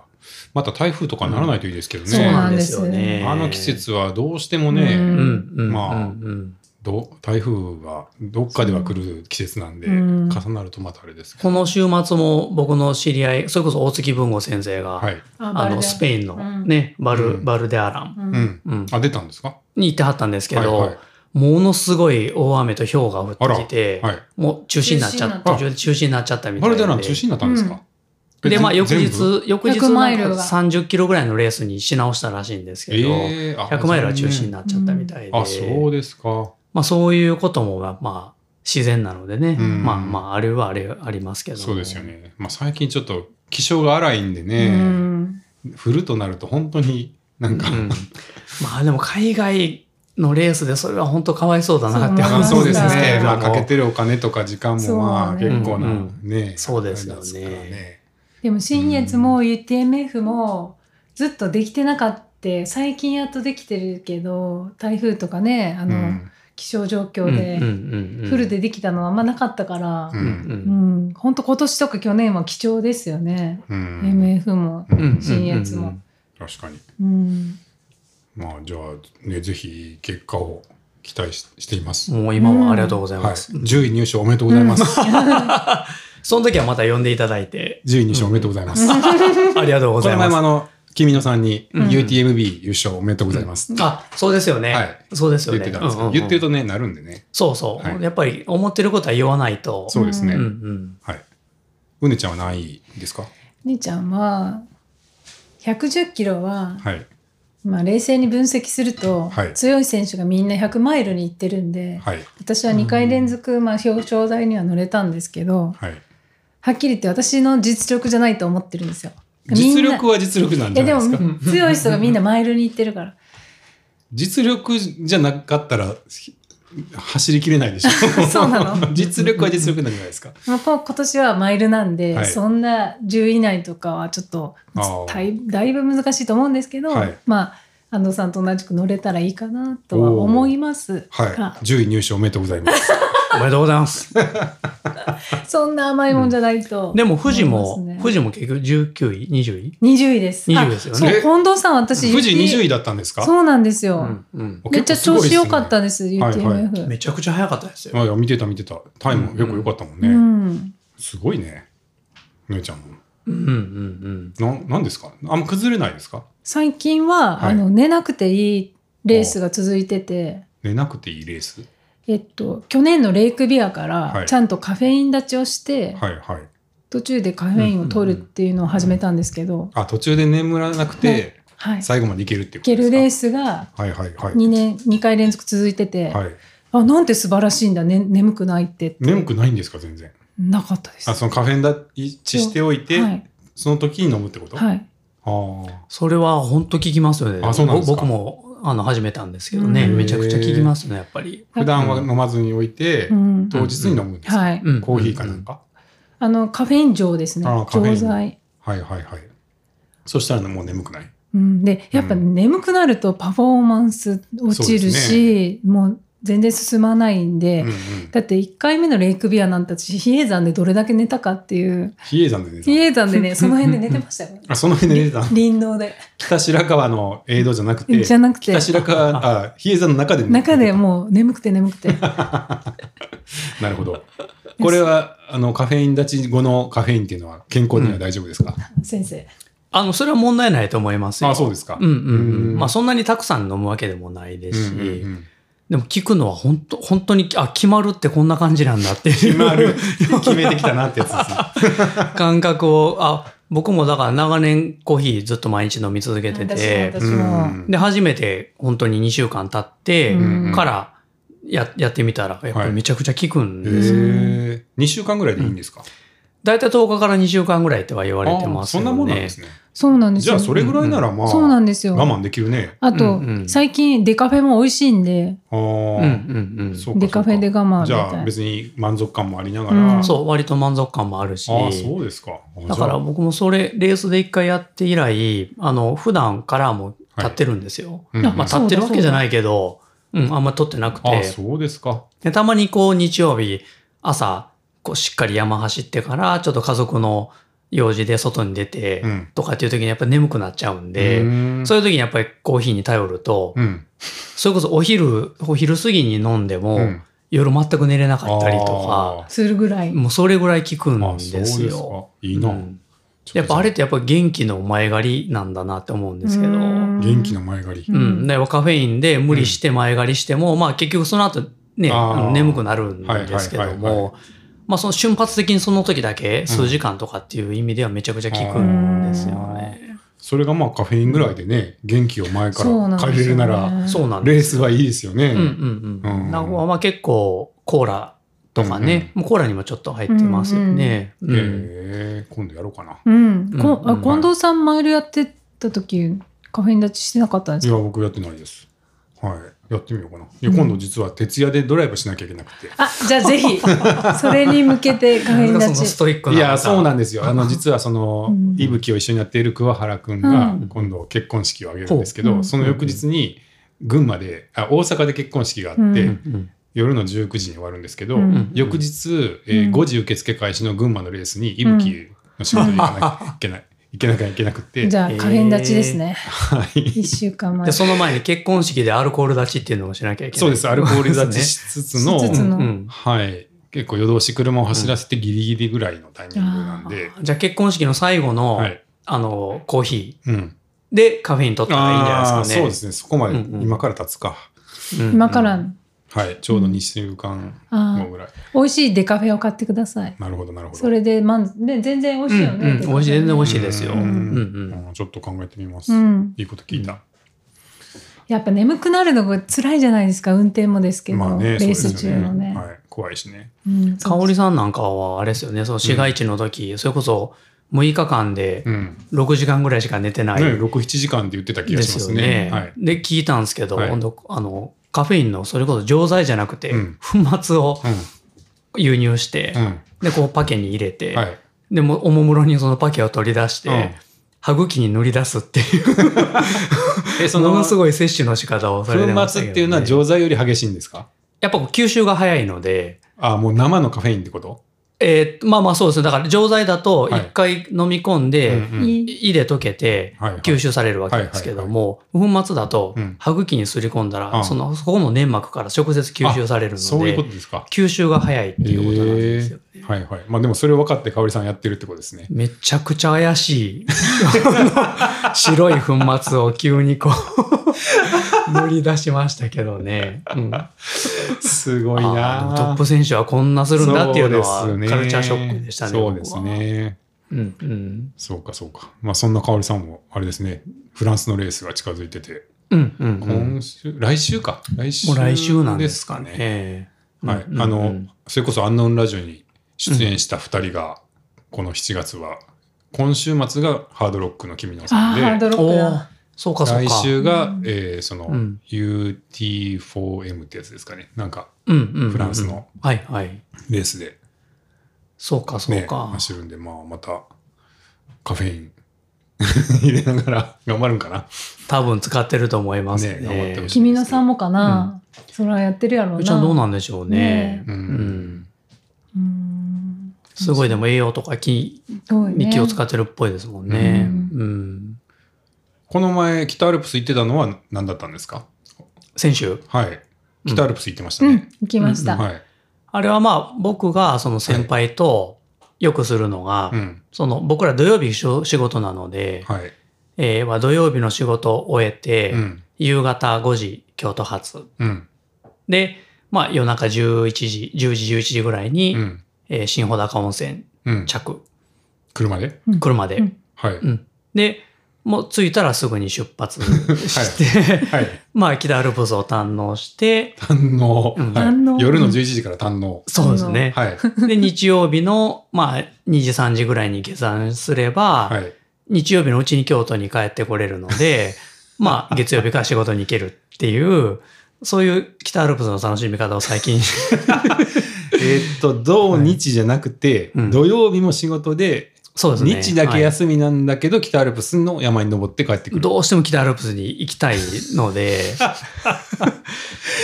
Speaker 1: また台風とかにならないといいですけどね、
Speaker 2: そうなんですよ
Speaker 3: そうなんです
Speaker 2: ね。
Speaker 1: あの季。節はどうしてもね、
Speaker 3: う
Speaker 2: うんんうん。
Speaker 1: まあ
Speaker 2: うんうん
Speaker 1: ど台風がどっかでは来る季節なんで、
Speaker 3: うん
Speaker 1: 重なるとまたあれですけど、
Speaker 2: この週末も僕の知り合い、それこそ大月文吾先生が、
Speaker 1: はい、
Speaker 2: あの、スペインのね、バル、
Speaker 1: うん
Speaker 2: バルデアラン、
Speaker 1: う、
Speaker 3: うん
Speaker 2: うん、
Speaker 1: あ出たんですか
Speaker 2: に行ってはったんですけど、
Speaker 1: はいはい
Speaker 2: ものすごい大雨と氷が降ってきて、
Speaker 1: はい、
Speaker 2: もう中止になっちゃった、
Speaker 1: 中止
Speaker 2: 中止になっちゃったみた
Speaker 1: バ
Speaker 2: い
Speaker 1: ル
Speaker 2: で。
Speaker 1: デラン中止になったんですか、え
Speaker 2: で、まあ
Speaker 1: ぜ
Speaker 2: 翌
Speaker 1: 全部
Speaker 2: 日、翌日
Speaker 3: 100マ
Speaker 2: な
Speaker 3: イ
Speaker 2: ん
Speaker 3: ル
Speaker 2: か
Speaker 3: が
Speaker 2: 30キロぐらいのレースにし直したらしいんですけど、
Speaker 1: えーあ
Speaker 2: 100マイルは中止になっちゃったみたいで、
Speaker 1: あそうですか
Speaker 2: まあそういうことも、まあまあ自然なのでね、
Speaker 1: うん
Speaker 2: まあまああれはあれありますけど。
Speaker 1: そうですよ。ね、まあ、最近ちょっと気象が荒いんで
Speaker 3: う
Speaker 1: ね、
Speaker 3: ん
Speaker 1: 降るとなると本当になんか、
Speaker 2: うんまあでも海外のレースでそれは本当かわいそうだなって
Speaker 3: あ
Speaker 1: ま
Speaker 2: 思
Speaker 1: あ、
Speaker 2: い
Speaker 1: そう
Speaker 2: ま
Speaker 1: ですす
Speaker 2: けれ
Speaker 1: ね。
Speaker 2: ども
Speaker 1: まあ、かけてるお金とか時間
Speaker 3: そう
Speaker 1: も、まあ、
Speaker 3: ね
Speaker 1: 結構な、
Speaker 2: う
Speaker 1: ね
Speaker 2: ん、そうですよね
Speaker 1: あれから
Speaker 3: でも新越も UTMF もずっとできてなかった最近やっとできてるけど台風とかねあ
Speaker 1: う
Speaker 3: の、
Speaker 1: ん。
Speaker 3: 気象状況
Speaker 2: うん
Speaker 3: で、
Speaker 2: うんうん
Speaker 3: フルでできたのはあんまなかったから、
Speaker 1: う
Speaker 2: うんん
Speaker 3: うん本当今年とか去年は貴重ですよね、
Speaker 1: うん。
Speaker 3: MF も、
Speaker 2: うんうん
Speaker 3: 新越も
Speaker 1: 確かに。
Speaker 3: うん、
Speaker 1: まあ、じゃあ、ね、ぜひ結果を期待ししています。
Speaker 2: もう今はありがとうござい
Speaker 1: はい。
Speaker 2: ます。
Speaker 1: 10位入賞おめでとうございます。
Speaker 2: その時はまた呼んでいただいて、
Speaker 1: 10位入賞おめでとうございます。
Speaker 2: ありがとうご
Speaker 1: こ
Speaker 2: ざ
Speaker 1: の
Speaker 2: い
Speaker 1: 前
Speaker 2: ま
Speaker 1: もあ
Speaker 2: す。
Speaker 1: の、君野さんに
Speaker 2: うん
Speaker 1: UTMB 優勝おめでとうございます。って
Speaker 2: あ、そうですよね。
Speaker 1: はい
Speaker 2: そうですよ
Speaker 1: 言
Speaker 2: ね。
Speaker 1: ってたんですけ
Speaker 2: うんうん
Speaker 1: ど、
Speaker 2: うん
Speaker 1: 言ってるとね、なるんでね。
Speaker 2: そうそう、
Speaker 1: はい
Speaker 2: やっぱり思ってることは言わないと。
Speaker 1: そうですね
Speaker 2: う。ん
Speaker 1: はい。うねちゃんは何位ですか
Speaker 3: 姉ちゃんは110キロは、
Speaker 1: はい。
Speaker 3: まあ、冷静に分析すると、
Speaker 1: はい
Speaker 3: 強い選手がみんな100マイルに行ってるんで、
Speaker 1: はい。
Speaker 3: 私は2回連続、まあ、表彰台には乗れたんですけど
Speaker 1: はい。
Speaker 3: はっきり言って私の実力じゃないと思ってるんですよ。み
Speaker 1: 実
Speaker 3: んな
Speaker 1: 力は実力なんじゃ
Speaker 3: え
Speaker 1: な
Speaker 3: で
Speaker 1: いで
Speaker 3: も
Speaker 1: すか
Speaker 3: 強い人がみんなマイルに行ってるから。
Speaker 1: 実力じゃなかったらひ走りきれないでしょ
Speaker 3: そうな の
Speaker 1: 実力は実力なんじゃないですか
Speaker 3: まあ、こ今年はマイルなんで、
Speaker 1: はい
Speaker 3: そんな10位以内とかはちょっと
Speaker 1: あー
Speaker 3: だいだいぶ難しいと思うんですけど、
Speaker 1: はい
Speaker 3: まあ安藤さんと同じく乗れたらいいかなとは思いますが
Speaker 1: はい10位入賞おめでとうございます
Speaker 2: おめでとうございます。
Speaker 3: そんな甘いもんじゃないと、
Speaker 2: でも富士も、
Speaker 3: 思いますね
Speaker 2: 富士も結局19位、20位
Speaker 3: 20位です
Speaker 2: 20位ですよね
Speaker 3: あそう
Speaker 1: え
Speaker 3: 近藤さん私
Speaker 1: 富士20
Speaker 3: UT
Speaker 1: 位だったんですか
Speaker 3: そうなんですよ、
Speaker 2: うんうん
Speaker 3: めっちゃ
Speaker 1: 結構すごい
Speaker 3: 調子
Speaker 1: ですね
Speaker 3: 良かったです
Speaker 1: はい
Speaker 3: UTMF、
Speaker 1: はい
Speaker 2: めちゃくちゃ早かったですよ。
Speaker 1: あいや見てた見てたタイムも結構良かったもんね、
Speaker 3: うん、
Speaker 1: すごいね姉ちゃんも
Speaker 2: うんうんうん。
Speaker 1: ななんですかあんま崩れないですか
Speaker 3: 最近は、
Speaker 1: はい
Speaker 3: あの寝なくていいレースが続いてて
Speaker 1: 寝なくていいレース
Speaker 3: えっと、去年のレイクビアから
Speaker 1: はい
Speaker 3: ちゃんとカフェイン立ちをして、
Speaker 1: はいはい
Speaker 3: 途中でカフェインを取るっていうのを始めたんですけど、
Speaker 1: あ途中で眠らなくて
Speaker 3: はい、い
Speaker 1: 最後までいけるっていうこと
Speaker 3: け
Speaker 1: です
Speaker 3: る
Speaker 1: か
Speaker 3: レースが
Speaker 1: はいはいはい
Speaker 3: 2年2回連続続いてて、
Speaker 1: はい
Speaker 3: あなんて素晴らしいんだ、ね、眠くないって
Speaker 1: 眠くないんですか全然
Speaker 3: なかったです。
Speaker 1: あそのカフェインだ一致しておいて、
Speaker 3: はい
Speaker 1: その時に飲むってこと、
Speaker 3: はい、
Speaker 1: ああ
Speaker 2: それは本当聞きますよね。
Speaker 1: あそうなんですか
Speaker 2: ぼ僕も、あの、始めたんですけどね。
Speaker 3: うん
Speaker 2: めちゃくちゃ聞きますね、やっぱり。
Speaker 1: 普段は飲まずに置いて、
Speaker 3: うん
Speaker 1: 当日に飲むんですか、
Speaker 3: はい
Speaker 2: うん
Speaker 1: コーヒーかなんか、
Speaker 3: あのカフェイン錠ですね
Speaker 1: あカフェイン
Speaker 3: 錠剤、
Speaker 1: はいはいはいそしたらもう眠くない
Speaker 3: うん、でやっぱ
Speaker 1: うん
Speaker 3: 眠くなるとパフォーマンス落ちるし、もう全然進まないんで、
Speaker 1: うんうん
Speaker 3: だって1回目のレイクビアなんて私比叡山でどれだけ寝たかっていう
Speaker 1: 比叡山で
Speaker 3: 比
Speaker 1: 出
Speaker 3: 叡山で ねその辺で寝てましたよ、ね、
Speaker 1: た。あ、その辺で出た。
Speaker 3: 林道で
Speaker 1: 北白川の映像じゃなくて、
Speaker 3: じゃなくて
Speaker 1: 北白川、あ、比叡山の中で、
Speaker 3: 中で。もう眠くて眠くて
Speaker 1: なるほど。これは、あの、カフェイン立ち後のカフェインっていうのは健康には大丈夫ですか、
Speaker 3: 先生
Speaker 2: あの、それは問題ないと思いますよ。
Speaker 1: あ、そうですか。
Speaker 2: うんうん
Speaker 1: う
Speaker 2: うんん。まあ、そんなにたくさん飲むわけでもないですし、
Speaker 1: うんうんうん
Speaker 2: でも聞くのは本当、本当に、あ、決まるってこんな感じなんだってい
Speaker 1: 決
Speaker 2: う
Speaker 1: ま る。決めてきたなってやつですね。
Speaker 2: 感覚を、あ、僕もだから長年コーヒーずっと毎日飲み続けてて、
Speaker 3: 私も私も
Speaker 2: で、初めて本当に2週間経って
Speaker 3: うん
Speaker 2: からややってみたら、やっぱりめちゃくちゃ効くん
Speaker 1: へ
Speaker 2: で、
Speaker 1: え。2週間ぐらいでいいんですか、
Speaker 2: だいたい10日から2週間ぐらいっては言われてます
Speaker 1: あそ
Speaker 2: よ
Speaker 1: ん
Speaker 2: ね。
Speaker 1: なもんなんですね。
Speaker 3: そうなんです
Speaker 1: じゃ
Speaker 3: よ
Speaker 1: あそれぐらいならまあ、
Speaker 3: そうなんですよ
Speaker 1: 我慢できるね。
Speaker 3: あと、
Speaker 2: うんうん
Speaker 3: 最近デカフェも美味しいんで
Speaker 1: ああ、
Speaker 2: うんうんうん。
Speaker 1: そうかそうか
Speaker 3: デカフェで我慢み
Speaker 1: じ
Speaker 3: た
Speaker 1: ゃ
Speaker 3: い
Speaker 1: あ
Speaker 3: な
Speaker 1: 別に満足感もありながら。
Speaker 3: うん
Speaker 1: あ
Speaker 2: そう、割と満足感もあるし。
Speaker 1: あ、そうですか。
Speaker 2: だから僕もそれ、レースで一回やって以来、あの、普段からも立ってるんですよ。
Speaker 1: うんうん
Speaker 2: まあ、立ってるわけじゃないけど、うん、あんま取ってなく
Speaker 1: ああ、
Speaker 2: て。
Speaker 1: そうですか。
Speaker 2: でたまにこう、日曜日、朝、こう、しっかり山走ってから、ちょっと家族の用事で外に出て
Speaker 1: う、ん。
Speaker 2: とかっていう時にやっぱ眠くなっちゃうんで、
Speaker 1: うん
Speaker 2: そういう時にやっぱりコーヒーに頼ると、
Speaker 1: うん。
Speaker 2: それこそお昼、お昼過ぎに飲んでも、
Speaker 1: うん
Speaker 2: 夜全く寝れなかったりとか、
Speaker 3: するぐらい
Speaker 2: もうそれぐらい効く
Speaker 1: あー
Speaker 2: ん
Speaker 1: あ、
Speaker 2: で
Speaker 1: そうですすか
Speaker 2: よ。。
Speaker 1: いいな。
Speaker 2: うんやっぱあれってやっぱ元気の前借りなんだなって思うんですけど。うん。
Speaker 1: 元気の前借り。
Speaker 2: で、カフェインで無理して前借りしても、まあ結局その後ね、
Speaker 1: あー
Speaker 2: あの眠くなるんですけど
Speaker 1: はいはいはいは
Speaker 2: も、まあその瞬発的にその時だけ数時間とかっていう意味ではめちゃくちゃ効くんですよね。
Speaker 1: それがまあカフェインぐらいでね、元気を前か
Speaker 3: そう
Speaker 1: ら
Speaker 3: なんですよ
Speaker 1: 借
Speaker 3: ね
Speaker 1: りれるなら、
Speaker 2: そうなん
Speaker 1: レ
Speaker 2: で
Speaker 1: ー
Speaker 2: す。
Speaker 1: スはいいですよね。
Speaker 2: うんうんうん。
Speaker 1: うん
Speaker 2: なごはまあ結構コーラとかね、もうコーラにもちょっと入ってますよね。
Speaker 1: へ
Speaker 2: うん
Speaker 1: え、今度やろうかな。
Speaker 3: うん、こ
Speaker 2: うん
Speaker 3: あ近藤さんマイルやってた時カフェイン立ちしてなかったんで
Speaker 1: い
Speaker 3: すか
Speaker 1: や、僕やってないです。はい。やってみようかな。いや、今度実は徹夜でドライブしなきゃいけなくて。
Speaker 3: あじゃあ ぜひそれに向けてカフェイ
Speaker 2: な
Speaker 3: ン
Speaker 2: んかその
Speaker 3: 立
Speaker 2: ス
Speaker 3: ち
Speaker 2: トイック
Speaker 1: いや、そうなんんですよ。あの、実はその、
Speaker 3: うん
Speaker 1: いぶきを一緒にやっている桑原くんが
Speaker 3: う、
Speaker 2: ん
Speaker 1: 今度結婚式を挙げるんですけ
Speaker 3: ほうう
Speaker 1: ど、
Speaker 3: ん
Speaker 1: その翌日に、群馬で、あ、大阪で結婚式があって、
Speaker 3: うん
Speaker 2: うん
Speaker 1: 夜の19時に終わるんですけど、
Speaker 3: うん
Speaker 1: 翌日、えー
Speaker 3: うん
Speaker 1: 5時受付開始の群馬のレースに、いぶきの仕事に行かなきゃいけない。行けなきゃいけなくて。
Speaker 3: じゃあ
Speaker 2: えー
Speaker 3: カフェイン立ちですね、
Speaker 1: はい。
Speaker 3: 一週間前
Speaker 2: で、その前に結婚式でアルコール立ちっていうのをしなきゃいけない。
Speaker 1: そうです。アルコール立ちしつつの、
Speaker 3: しつつの
Speaker 2: うん
Speaker 1: はい。結構夜通し車を走らせてギリギリぐらいのタイミングなんで、
Speaker 2: じゃあ結婚式の最後の、
Speaker 1: はい。
Speaker 2: あの、コーヒ
Speaker 1: うん。
Speaker 2: ーでカフェイン取ったらいいんじゃない
Speaker 1: ああー、
Speaker 2: ですかね。
Speaker 1: そうですね。そこまで
Speaker 2: うんうん
Speaker 1: 今から立つか。
Speaker 2: うんうん
Speaker 3: 今から、
Speaker 1: はい。ちょうど2週間
Speaker 3: あ
Speaker 1: 後
Speaker 3: ー
Speaker 1: ぐらい。
Speaker 3: 美味しいデカフェを買ってください
Speaker 1: なるほど、なるほど。
Speaker 3: それで満足で全然美味
Speaker 2: う
Speaker 3: しい
Speaker 2: ん
Speaker 3: よね、
Speaker 2: うん美味しい、全然美味しいですよ。
Speaker 1: う
Speaker 2: うんん
Speaker 1: うんちょっと考えてみます。
Speaker 3: うん、
Speaker 1: いいこと聞いた。
Speaker 3: やっぱ眠くなるのが辛いじゃないですか運転もですけど、
Speaker 1: まあね、
Speaker 3: レ
Speaker 1: そう
Speaker 3: ー
Speaker 1: です
Speaker 3: ス中
Speaker 1: よ
Speaker 3: のね
Speaker 1: ね。はい。怖いしね。
Speaker 3: うん
Speaker 2: 香織さんなんかはあれですよね、その市街地の時、それこそ6日間で
Speaker 1: うん。ね、
Speaker 2: 6時間ぐらいしか寝てない
Speaker 1: 6、7時間って言ってた気が
Speaker 2: で
Speaker 1: しますす
Speaker 2: よ
Speaker 1: ね
Speaker 2: ね。。
Speaker 1: はい。
Speaker 2: で、聞いたんですけど、
Speaker 1: はい
Speaker 2: 今度あの、カフェインのそれこそ錠剤じゃなくて、
Speaker 1: うん
Speaker 2: 粉末を輸入して、
Speaker 1: うん。うん。
Speaker 2: で、こうパケに入れて、
Speaker 1: はい。
Speaker 2: でもおもむろにそのパケを取り出して、
Speaker 1: うん
Speaker 2: 歯茎に塗り出すっていう
Speaker 1: え、そ
Speaker 2: も
Speaker 1: の、
Speaker 2: のす
Speaker 1: 粉
Speaker 2: ごい摂取の仕方をされてました
Speaker 1: 末
Speaker 2: けど、ね、
Speaker 1: っていうのは錠剤より激しいんですか
Speaker 2: やっぱこう吸収が早いので、
Speaker 1: ああ、もう生のカフェインってこと
Speaker 2: えーまあまあそうですねだから錠剤だと
Speaker 1: はい
Speaker 2: 一回飲み込んで、
Speaker 1: うんうん
Speaker 3: いい
Speaker 2: 胃で溶けて
Speaker 1: はいはい
Speaker 2: 吸収されるわけですけども、粉末だと
Speaker 1: うん
Speaker 2: 歯茎にすり込んだら、
Speaker 1: うん
Speaker 2: そのそこの粘膜から直接吸収されるので
Speaker 1: そういうことですか。
Speaker 2: 吸収が早いっていうことなんですよ、ね
Speaker 1: えーはいはい。まあでもそれを分かって香織さんやってるってことです ね。
Speaker 2: めちゃくちゃ怪しい あの白い粉末を急にこう 塗り出しましたけどね、うん
Speaker 1: すごいな
Speaker 2: あー
Speaker 1: あ
Speaker 2: トップ選手はこんなするんだっていうのは
Speaker 1: そですね
Speaker 2: カルチャーショックでしたね
Speaker 1: そうですね。
Speaker 2: 僕はうんうん
Speaker 1: そうかそうか。まあそんな香織さんもあれですね。フランスのレースが近づいてて、
Speaker 2: うんうんうん
Speaker 1: 今週、来週か。来週
Speaker 2: もう来週なん
Speaker 1: で
Speaker 2: ですす
Speaker 1: か
Speaker 2: か
Speaker 1: ね。
Speaker 2: ね。
Speaker 1: はい。
Speaker 2: うん
Speaker 1: あ
Speaker 2: う
Speaker 1: の
Speaker 2: ん、
Speaker 1: それこそアンノンラジオに出演した2人が、この7月は、今週末がハードロックの君の
Speaker 3: あ
Speaker 1: さ
Speaker 3: ーハー
Speaker 1: んで、
Speaker 3: ドロッ
Speaker 2: お
Speaker 3: ク
Speaker 2: ー
Speaker 3: だ
Speaker 2: そうかそう
Speaker 1: 来
Speaker 2: か。
Speaker 1: 週が
Speaker 3: うん、
Speaker 1: えーその
Speaker 2: うん
Speaker 1: UT4M ってやつですかね。なんか、
Speaker 2: うんうんうん
Speaker 1: フランスの。
Speaker 2: はいはい。
Speaker 1: レースで
Speaker 2: そうかそう
Speaker 1: ね、
Speaker 2: か。
Speaker 1: 走るんで、まあ、また、カフェイン 入れながら 頑張るんかな。
Speaker 2: 多分使ってると思いますね。
Speaker 1: ね頑張ってほしい
Speaker 3: 君のさんもかな、それはやってるやろうな。
Speaker 2: うちはどうなんでしょうね。
Speaker 1: う
Speaker 2: うんん。
Speaker 3: うーん
Speaker 2: すごいでも栄養とか菌
Speaker 3: すごいね
Speaker 2: に気を使ってるっぽいですもんね。
Speaker 3: う
Speaker 2: うん。
Speaker 1: この前、北アルプス行ってたのは何だったんですか
Speaker 2: 先週。
Speaker 1: はい。北アルプス行ってました
Speaker 3: う
Speaker 1: ね。
Speaker 3: ん、行きました。
Speaker 1: はい。
Speaker 2: あれはまあ僕がその先輩とよくするのが、
Speaker 1: うん。
Speaker 2: その僕ら土曜日しょ仕事なので、
Speaker 1: はい。
Speaker 2: えーは土曜日の仕事を終えて、
Speaker 1: うん。
Speaker 2: 夕方5時京都発
Speaker 1: うん。
Speaker 2: で、まあ夜中11時、10時11時ぐらいに、
Speaker 1: うん。
Speaker 2: えー新穂高温泉
Speaker 1: うん。
Speaker 2: 着、
Speaker 1: 車で
Speaker 2: 車で。
Speaker 3: うん
Speaker 1: はい。
Speaker 2: うんで、もう着いたらすぐに出 発して、
Speaker 1: はい。
Speaker 2: まあ北アルプスを堪能して、
Speaker 1: 堪能。
Speaker 2: うん
Speaker 1: はい
Speaker 3: 堪能
Speaker 1: 夜の11時から堪能。
Speaker 2: そうですね。
Speaker 1: はい。
Speaker 2: で、日曜日の、まあ、2時、3時ぐらいに下山すれば、
Speaker 1: はい。
Speaker 2: 日曜日のうちに京都に帰ってこれるの で、まあ、月曜日から仕事に行けるっていう、そういう北アルプスの楽しみ方を 最近、
Speaker 1: えーっと、土日じゃなくて、
Speaker 2: はいうん
Speaker 1: 土曜日も仕事で、
Speaker 2: そうですね。
Speaker 1: 日だけ
Speaker 2: はい
Speaker 1: 休みなんだけど、北アルプスの山に登って帰ってくる。
Speaker 2: どうしても北アルプスに行きたいの で、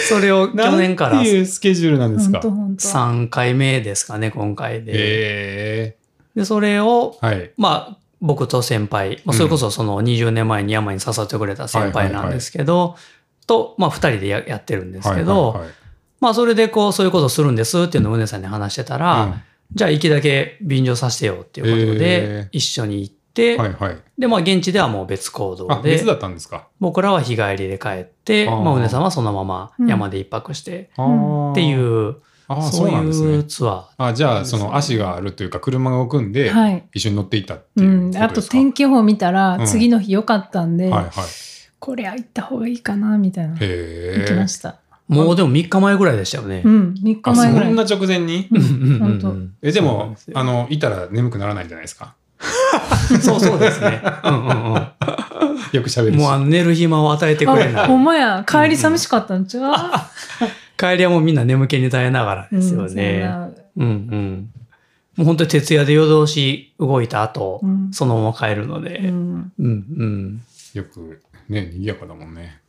Speaker 2: それを去年か
Speaker 1: なん
Speaker 2: ら
Speaker 1: ていうスケジュールなんです
Speaker 3: 本
Speaker 1: か
Speaker 3: 当本当。
Speaker 2: 3回目ですかね、今回で。
Speaker 1: え
Speaker 2: で、それを
Speaker 1: え、はい。
Speaker 2: まあ、僕と先輩、まあ、それこそその20年前に山に誘ってくれた先輩なんですけど、と、まあ、2人でややってるんですけ
Speaker 1: は
Speaker 2: ど、
Speaker 1: いはいはい
Speaker 2: まあ、それでこう、そういうことするんですっていうのをうねさんに話してたら、じゃあ、行きだけ便乗させてよっていうこと
Speaker 1: へえ
Speaker 2: で、一緒に行って、
Speaker 1: うんはいはい。
Speaker 2: で、まあ、現地ではもう別行動
Speaker 1: あ、
Speaker 2: で
Speaker 1: 別、だったんですか。
Speaker 2: 僕らは日帰りで帰って、
Speaker 1: あー
Speaker 2: まあ、うねさんはそのまま山で一泊して、
Speaker 1: あ
Speaker 3: ん
Speaker 1: ー
Speaker 2: ってい。う、
Speaker 1: あーそ
Speaker 2: そう
Speaker 1: うなんです
Speaker 2: い
Speaker 1: ね
Speaker 2: う。ツア
Speaker 1: あじゃあその足があるというか車が動くんで
Speaker 3: はい。
Speaker 1: 一緒に乗っていったって
Speaker 3: う
Speaker 1: いうことです
Speaker 3: ん、
Speaker 1: か、
Speaker 3: あと天気予報見たら
Speaker 1: うん
Speaker 3: 次の日良かったんで、
Speaker 1: はいはい
Speaker 3: これは行った方がいいかなみたいな行
Speaker 1: へ
Speaker 3: き
Speaker 1: え
Speaker 3: ました、
Speaker 2: ー。もうでも3日前ぐらいでしたよね
Speaker 3: う。ん3日
Speaker 1: あそ
Speaker 3: 前ぐらい
Speaker 1: んな直前に
Speaker 2: うんうん
Speaker 3: 本当
Speaker 2: うん
Speaker 1: えで
Speaker 2: そうなん
Speaker 1: も
Speaker 2: ですよ
Speaker 1: あのいたら眠くならないんじゃないですか
Speaker 2: うんそうそうですね。うんうん
Speaker 1: よく喋
Speaker 2: う
Speaker 1: る
Speaker 2: ん。
Speaker 1: し
Speaker 2: もうあの寝る暇を与えてくれ
Speaker 3: あ
Speaker 2: な
Speaker 3: ほん
Speaker 2: い。
Speaker 3: まや帰り寂しかったんちゃ
Speaker 2: 帰りはもうみんな眠気に耐えながら
Speaker 3: う、
Speaker 2: ですよ
Speaker 3: う
Speaker 2: ね。
Speaker 3: ん
Speaker 2: うんうん。もう本当に徹夜で夜通し動いた後、
Speaker 3: うん
Speaker 2: そのまま帰るの
Speaker 3: そんなう
Speaker 2: で。
Speaker 3: ん
Speaker 2: うんうん。
Speaker 1: よくね賑やかだもんね、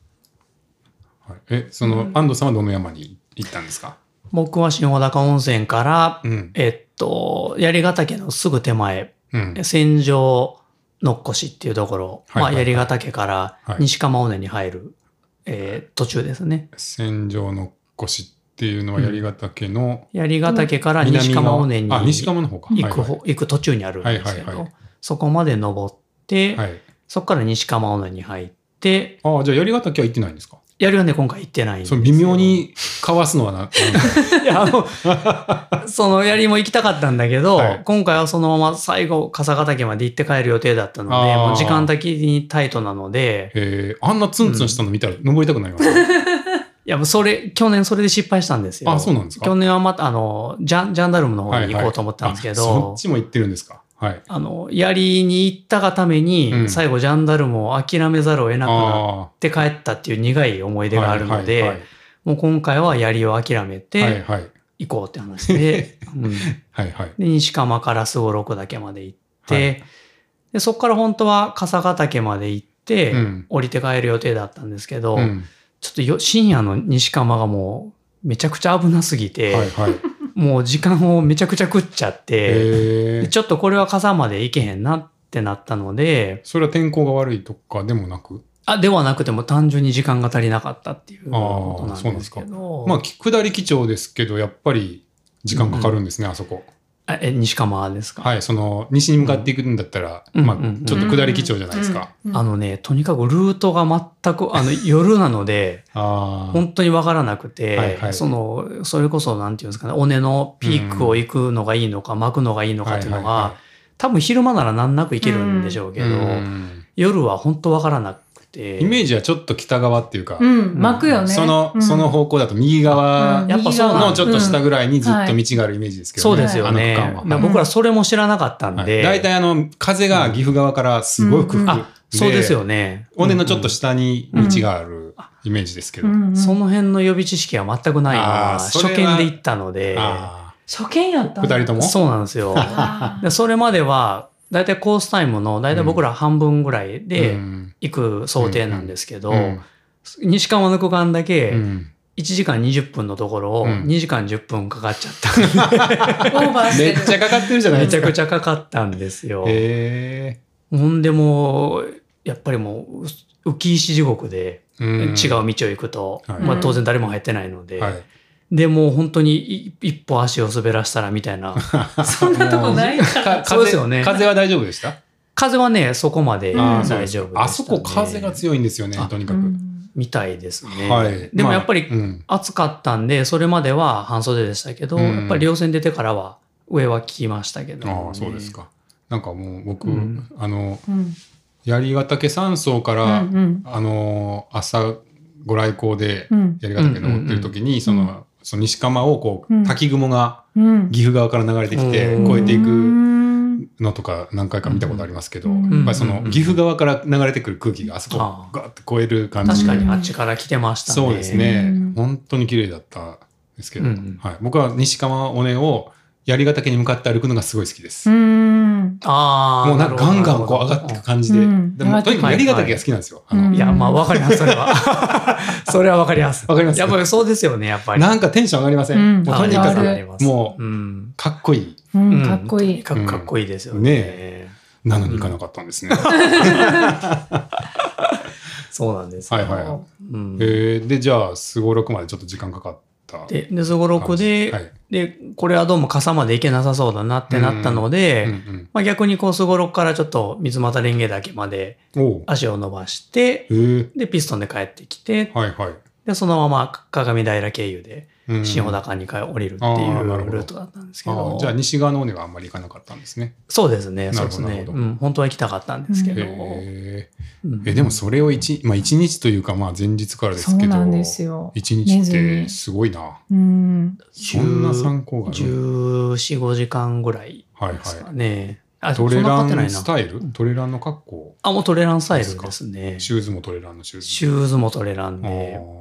Speaker 1: はい、えその、
Speaker 3: うん
Speaker 1: 安藤さんはどの山に行ったんですか
Speaker 2: 僕は新穂高温泉から、
Speaker 1: うん
Speaker 2: えっと、槍ヶ岳のすぐ手前、
Speaker 1: うん
Speaker 2: 戦場のっこしっていうところ、
Speaker 1: はいはい
Speaker 2: ま
Speaker 1: は
Speaker 2: あ、
Speaker 1: い
Speaker 2: 槍ヶ岳から
Speaker 1: はい
Speaker 2: 西釜尾根に入る、えー途中ですね。
Speaker 1: 戦場の腰っていうのは槍ヶ岳の
Speaker 2: 槍ヶ岳から西
Speaker 1: 南
Speaker 2: 釜尾
Speaker 1: の、
Speaker 2: 根に
Speaker 1: あ西
Speaker 2: 行
Speaker 1: 釜の方か
Speaker 2: く方、行く途中にあるんですけ
Speaker 1: はいはいは
Speaker 2: ど、そこまで登って、
Speaker 1: はい、はいはい、
Speaker 2: そこから西釜尾根に入って、
Speaker 1: あじゃあ槍ヶ岳は行ってないんですか
Speaker 2: 槍ヶね今回行ってないんです
Speaker 1: そ
Speaker 2: よ
Speaker 1: の微妙。にかわすのはななんか
Speaker 2: いや、あの、 その槍も行きたかったんだけど、
Speaker 1: はい
Speaker 2: 今回はそのまま最後、笠ヶ岳まで行って帰る予定だったの
Speaker 1: あ
Speaker 2: で、
Speaker 1: ー
Speaker 2: もう時間的にタイトなので、
Speaker 1: えー、あんなツンツンしたの見たら登りたくなります ね。
Speaker 2: いや、もうそれ、去年それで失敗したんですよ。
Speaker 1: あ、そうなんですか。
Speaker 2: 去年はまた、あの、ジャン、ジャンダルムの方
Speaker 1: はい
Speaker 2: に
Speaker 1: は
Speaker 2: 行
Speaker 1: い
Speaker 2: こうと思ったんですけど、
Speaker 1: あそっちも行ってるんですか。はい。
Speaker 2: あの、槍に行ったがために、
Speaker 1: うん
Speaker 2: 最後ジャンダルムを諦めざるを得なくなっ
Speaker 1: あ
Speaker 2: て帰ったっていう苦い思い
Speaker 1: ー
Speaker 2: 出があるので、
Speaker 1: はい
Speaker 2: もう今回は槍を諦め
Speaker 1: はい
Speaker 2: て
Speaker 1: はいはい
Speaker 2: 行こうって話 で、うん
Speaker 1: はいはい
Speaker 2: で西釜からすごろく岳まで行って、
Speaker 1: はい
Speaker 2: でそこから本当は笠ヶ岳まで行って、
Speaker 1: うん
Speaker 2: 降りて帰る予定だったんですけど、
Speaker 1: うん
Speaker 2: ちょっとよ深夜の西釜がもうめちゃくちゃ危なすぎて、
Speaker 1: はいはい。
Speaker 2: もう時間をめちゃくちゃ食っちゃって、
Speaker 1: え
Speaker 2: で
Speaker 1: ー、
Speaker 2: ちょっとこれは笠まで行けへんなってなったので、
Speaker 1: それは天候が悪いとかでもなく、
Speaker 2: あ、ではなくても単純に時間が足りなかったっていうことなんですけ
Speaker 1: あー
Speaker 2: ど、
Speaker 1: まあき下り基調ですけどやっぱり時間かかるんですね、あそこ。
Speaker 2: あ、え、西釜ですか、
Speaker 1: はい、その西に向かっていくんだったら、
Speaker 2: うん
Speaker 1: まあ
Speaker 2: うんうん
Speaker 1: ちょっと下り基調じゃないですか。
Speaker 3: うん
Speaker 2: あのね、とにかくルートが全く、あの、夜なので、
Speaker 1: ああ、
Speaker 2: 本当にわからなくて、
Speaker 1: はいはい
Speaker 2: その、それこそ、なんていうんですかね、尾根のピークを行くのがいいのか、巻くのがいいのかっていうのが、多分昼間なら難なく行けるんでしょうけど、
Speaker 1: うん
Speaker 2: 夜は本当わからなくて。
Speaker 1: イメージはちょっと北側っていうか、
Speaker 3: うん巻くよね
Speaker 1: その、
Speaker 3: うん
Speaker 1: その方向だと右側
Speaker 2: やっぱそうな
Speaker 1: のちょっと下
Speaker 3: うん
Speaker 1: ぐらいにずっと道があるイメージですけ
Speaker 2: そ
Speaker 1: ど
Speaker 2: う
Speaker 1: ね。
Speaker 2: ですよね。
Speaker 1: あの区
Speaker 2: だから
Speaker 1: 間は。
Speaker 2: 僕らそれも知らなかったんで。
Speaker 1: はい大体あの、風が岐阜側からすごい吹く。
Speaker 3: うん
Speaker 2: あ、そうですよね。
Speaker 1: 尾根のちょっと下に道があるイメージですけど。
Speaker 3: うんうん
Speaker 2: その辺の予備知識は全くないの
Speaker 1: あー
Speaker 2: は、
Speaker 1: そ
Speaker 2: 初
Speaker 1: れは
Speaker 2: 見で行ったので、
Speaker 1: あ
Speaker 3: 初見やっ
Speaker 1: あ、
Speaker 3: た
Speaker 1: 二人とも
Speaker 2: そうなんですよ。
Speaker 3: あ
Speaker 2: でそれまでは、大体コースタイムの大体僕ら半分ぐらいで行く想定なんですけど、西川の区間だけ1時間20分のところを
Speaker 1: うん
Speaker 2: 2時間10分かかっちゃったんで、
Speaker 3: オーバーして
Speaker 1: め
Speaker 3: る
Speaker 1: っちゃかかってるじゃない
Speaker 2: め
Speaker 1: で
Speaker 2: ち
Speaker 1: す
Speaker 2: ゃ
Speaker 1: か。
Speaker 2: くちゃかかったんですよ。
Speaker 1: え
Speaker 2: ほんでもうやっぱりもう浮き石地獄で
Speaker 1: ー
Speaker 2: 違う道
Speaker 1: う
Speaker 2: を行くと、
Speaker 1: はい
Speaker 2: まあ、当然誰も入ってないので、
Speaker 1: ん。はい。
Speaker 2: でもう本当にい一歩足を滑らしたらみたいな
Speaker 3: そんなとこないから
Speaker 1: か
Speaker 2: そうですよね
Speaker 1: 風風は大丈夫でした
Speaker 2: 風はねそこまで
Speaker 3: うん
Speaker 1: あーそう
Speaker 2: 大
Speaker 1: です
Speaker 2: 丈夫でしたね、
Speaker 1: あそこ風が強いんですよね
Speaker 2: あ、
Speaker 1: とにか
Speaker 3: う
Speaker 1: く。
Speaker 3: ん
Speaker 2: みたいですね、
Speaker 1: はい。
Speaker 2: でもやっぱり
Speaker 1: まあうん
Speaker 2: 暑かったんでそれまでは半袖でしたけど、
Speaker 1: うん
Speaker 2: やっぱり稜線出てからは上は効きましたけど、
Speaker 1: ああ、そうですか。なんかもう僕
Speaker 2: うん、
Speaker 1: あの、
Speaker 3: うん
Speaker 1: 槍ヶ岳山荘か
Speaker 3: う
Speaker 1: ら、
Speaker 3: ん
Speaker 1: あの、朝ご来光で
Speaker 3: う、ん
Speaker 1: 槍ヶ岳登ってる時に、その、その西釜をこ
Speaker 3: う
Speaker 1: う、
Speaker 3: ん
Speaker 1: 滝雲が
Speaker 3: うん
Speaker 1: 岐阜側から流れてきて、
Speaker 2: うん
Speaker 1: 越えていうく
Speaker 3: ん
Speaker 1: のとか何回か見たことありますけど、
Speaker 3: うん
Speaker 1: やっぱりその
Speaker 2: うん
Speaker 1: 岐阜側から流れてくる空気があそこ
Speaker 2: あ
Speaker 1: をガーッて越える感じで
Speaker 2: 確かにあっちから来てましたね
Speaker 1: そうですね、
Speaker 3: うん
Speaker 1: 本当に綺麗だったですけど、
Speaker 2: うん
Speaker 1: はい、僕は西川尾根を槍ヶ岳に向かって歩くのがすごい好きです、
Speaker 3: うん
Speaker 2: ああ
Speaker 1: もうなんかガンガンこう上がっていく感じで、
Speaker 3: うん
Speaker 1: でもとにかく
Speaker 2: はいは
Speaker 1: 槍
Speaker 2: い
Speaker 1: ヶ岳が好きなんですよ、あの
Speaker 3: うん
Speaker 2: いやまあわかりますそれは それはわかります
Speaker 1: わかります
Speaker 2: やっぱりそうですよねやっぱり
Speaker 1: なんかテンション上がりません、
Speaker 3: うん
Speaker 1: もうとにか
Speaker 3: 上が
Speaker 1: く
Speaker 3: る
Speaker 1: もう
Speaker 2: うん
Speaker 1: かっこいい
Speaker 3: うんかっこいい
Speaker 2: かかっこいいですよね,、
Speaker 1: ねなのに行かなかったんですね、
Speaker 2: そうなんです
Speaker 1: はいはいはい
Speaker 2: うん
Speaker 1: えーでじゃあすごろくまでちょっと時間かかった
Speaker 2: ででそごろくで、
Speaker 1: はい
Speaker 2: でこれはどうも傘まで行けなさそうだなってなったので、
Speaker 1: うん
Speaker 2: まあ、逆にこうすごろくからちょっと水俣蓮華岳まで
Speaker 1: うん、おう
Speaker 2: 足を伸ばして
Speaker 1: えー、
Speaker 2: でピストンで帰ってきて
Speaker 1: はいはい
Speaker 2: でそのまま鏡平経由で
Speaker 1: うん
Speaker 2: 新穂高に帰降りるって
Speaker 1: あ
Speaker 2: い
Speaker 1: ーなるほど
Speaker 2: うルートだったんですけ
Speaker 1: あ
Speaker 2: ど
Speaker 1: あじゃあ西側の尾根はあんまり行かなかったんですね。
Speaker 2: そうですね、
Speaker 1: な
Speaker 2: そう
Speaker 1: るほ
Speaker 2: です
Speaker 1: ど
Speaker 2: ね。
Speaker 1: なるほど
Speaker 2: うん、本当は行きたかったんですけど。
Speaker 1: へ
Speaker 2: うん
Speaker 1: ええでもそれを一まあ、一日というかまあ前日からですけ
Speaker 3: そ
Speaker 1: ど
Speaker 3: うなんですよ
Speaker 1: 一日ってすごいな。
Speaker 3: うん
Speaker 1: そんな参考がある。
Speaker 2: 14、5時間ぐらい
Speaker 1: はい
Speaker 2: ですか
Speaker 1: は
Speaker 2: ね。あ、
Speaker 1: い。トレラ
Speaker 2: そんなかかってない
Speaker 1: ン
Speaker 2: な
Speaker 1: スタイルトレランの格好
Speaker 2: あ、もうトレランスタイルですね。
Speaker 1: シューズもトレランのシューズ。
Speaker 2: シューズもトレラン
Speaker 1: あ
Speaker 2: で。
Speaker 1: ー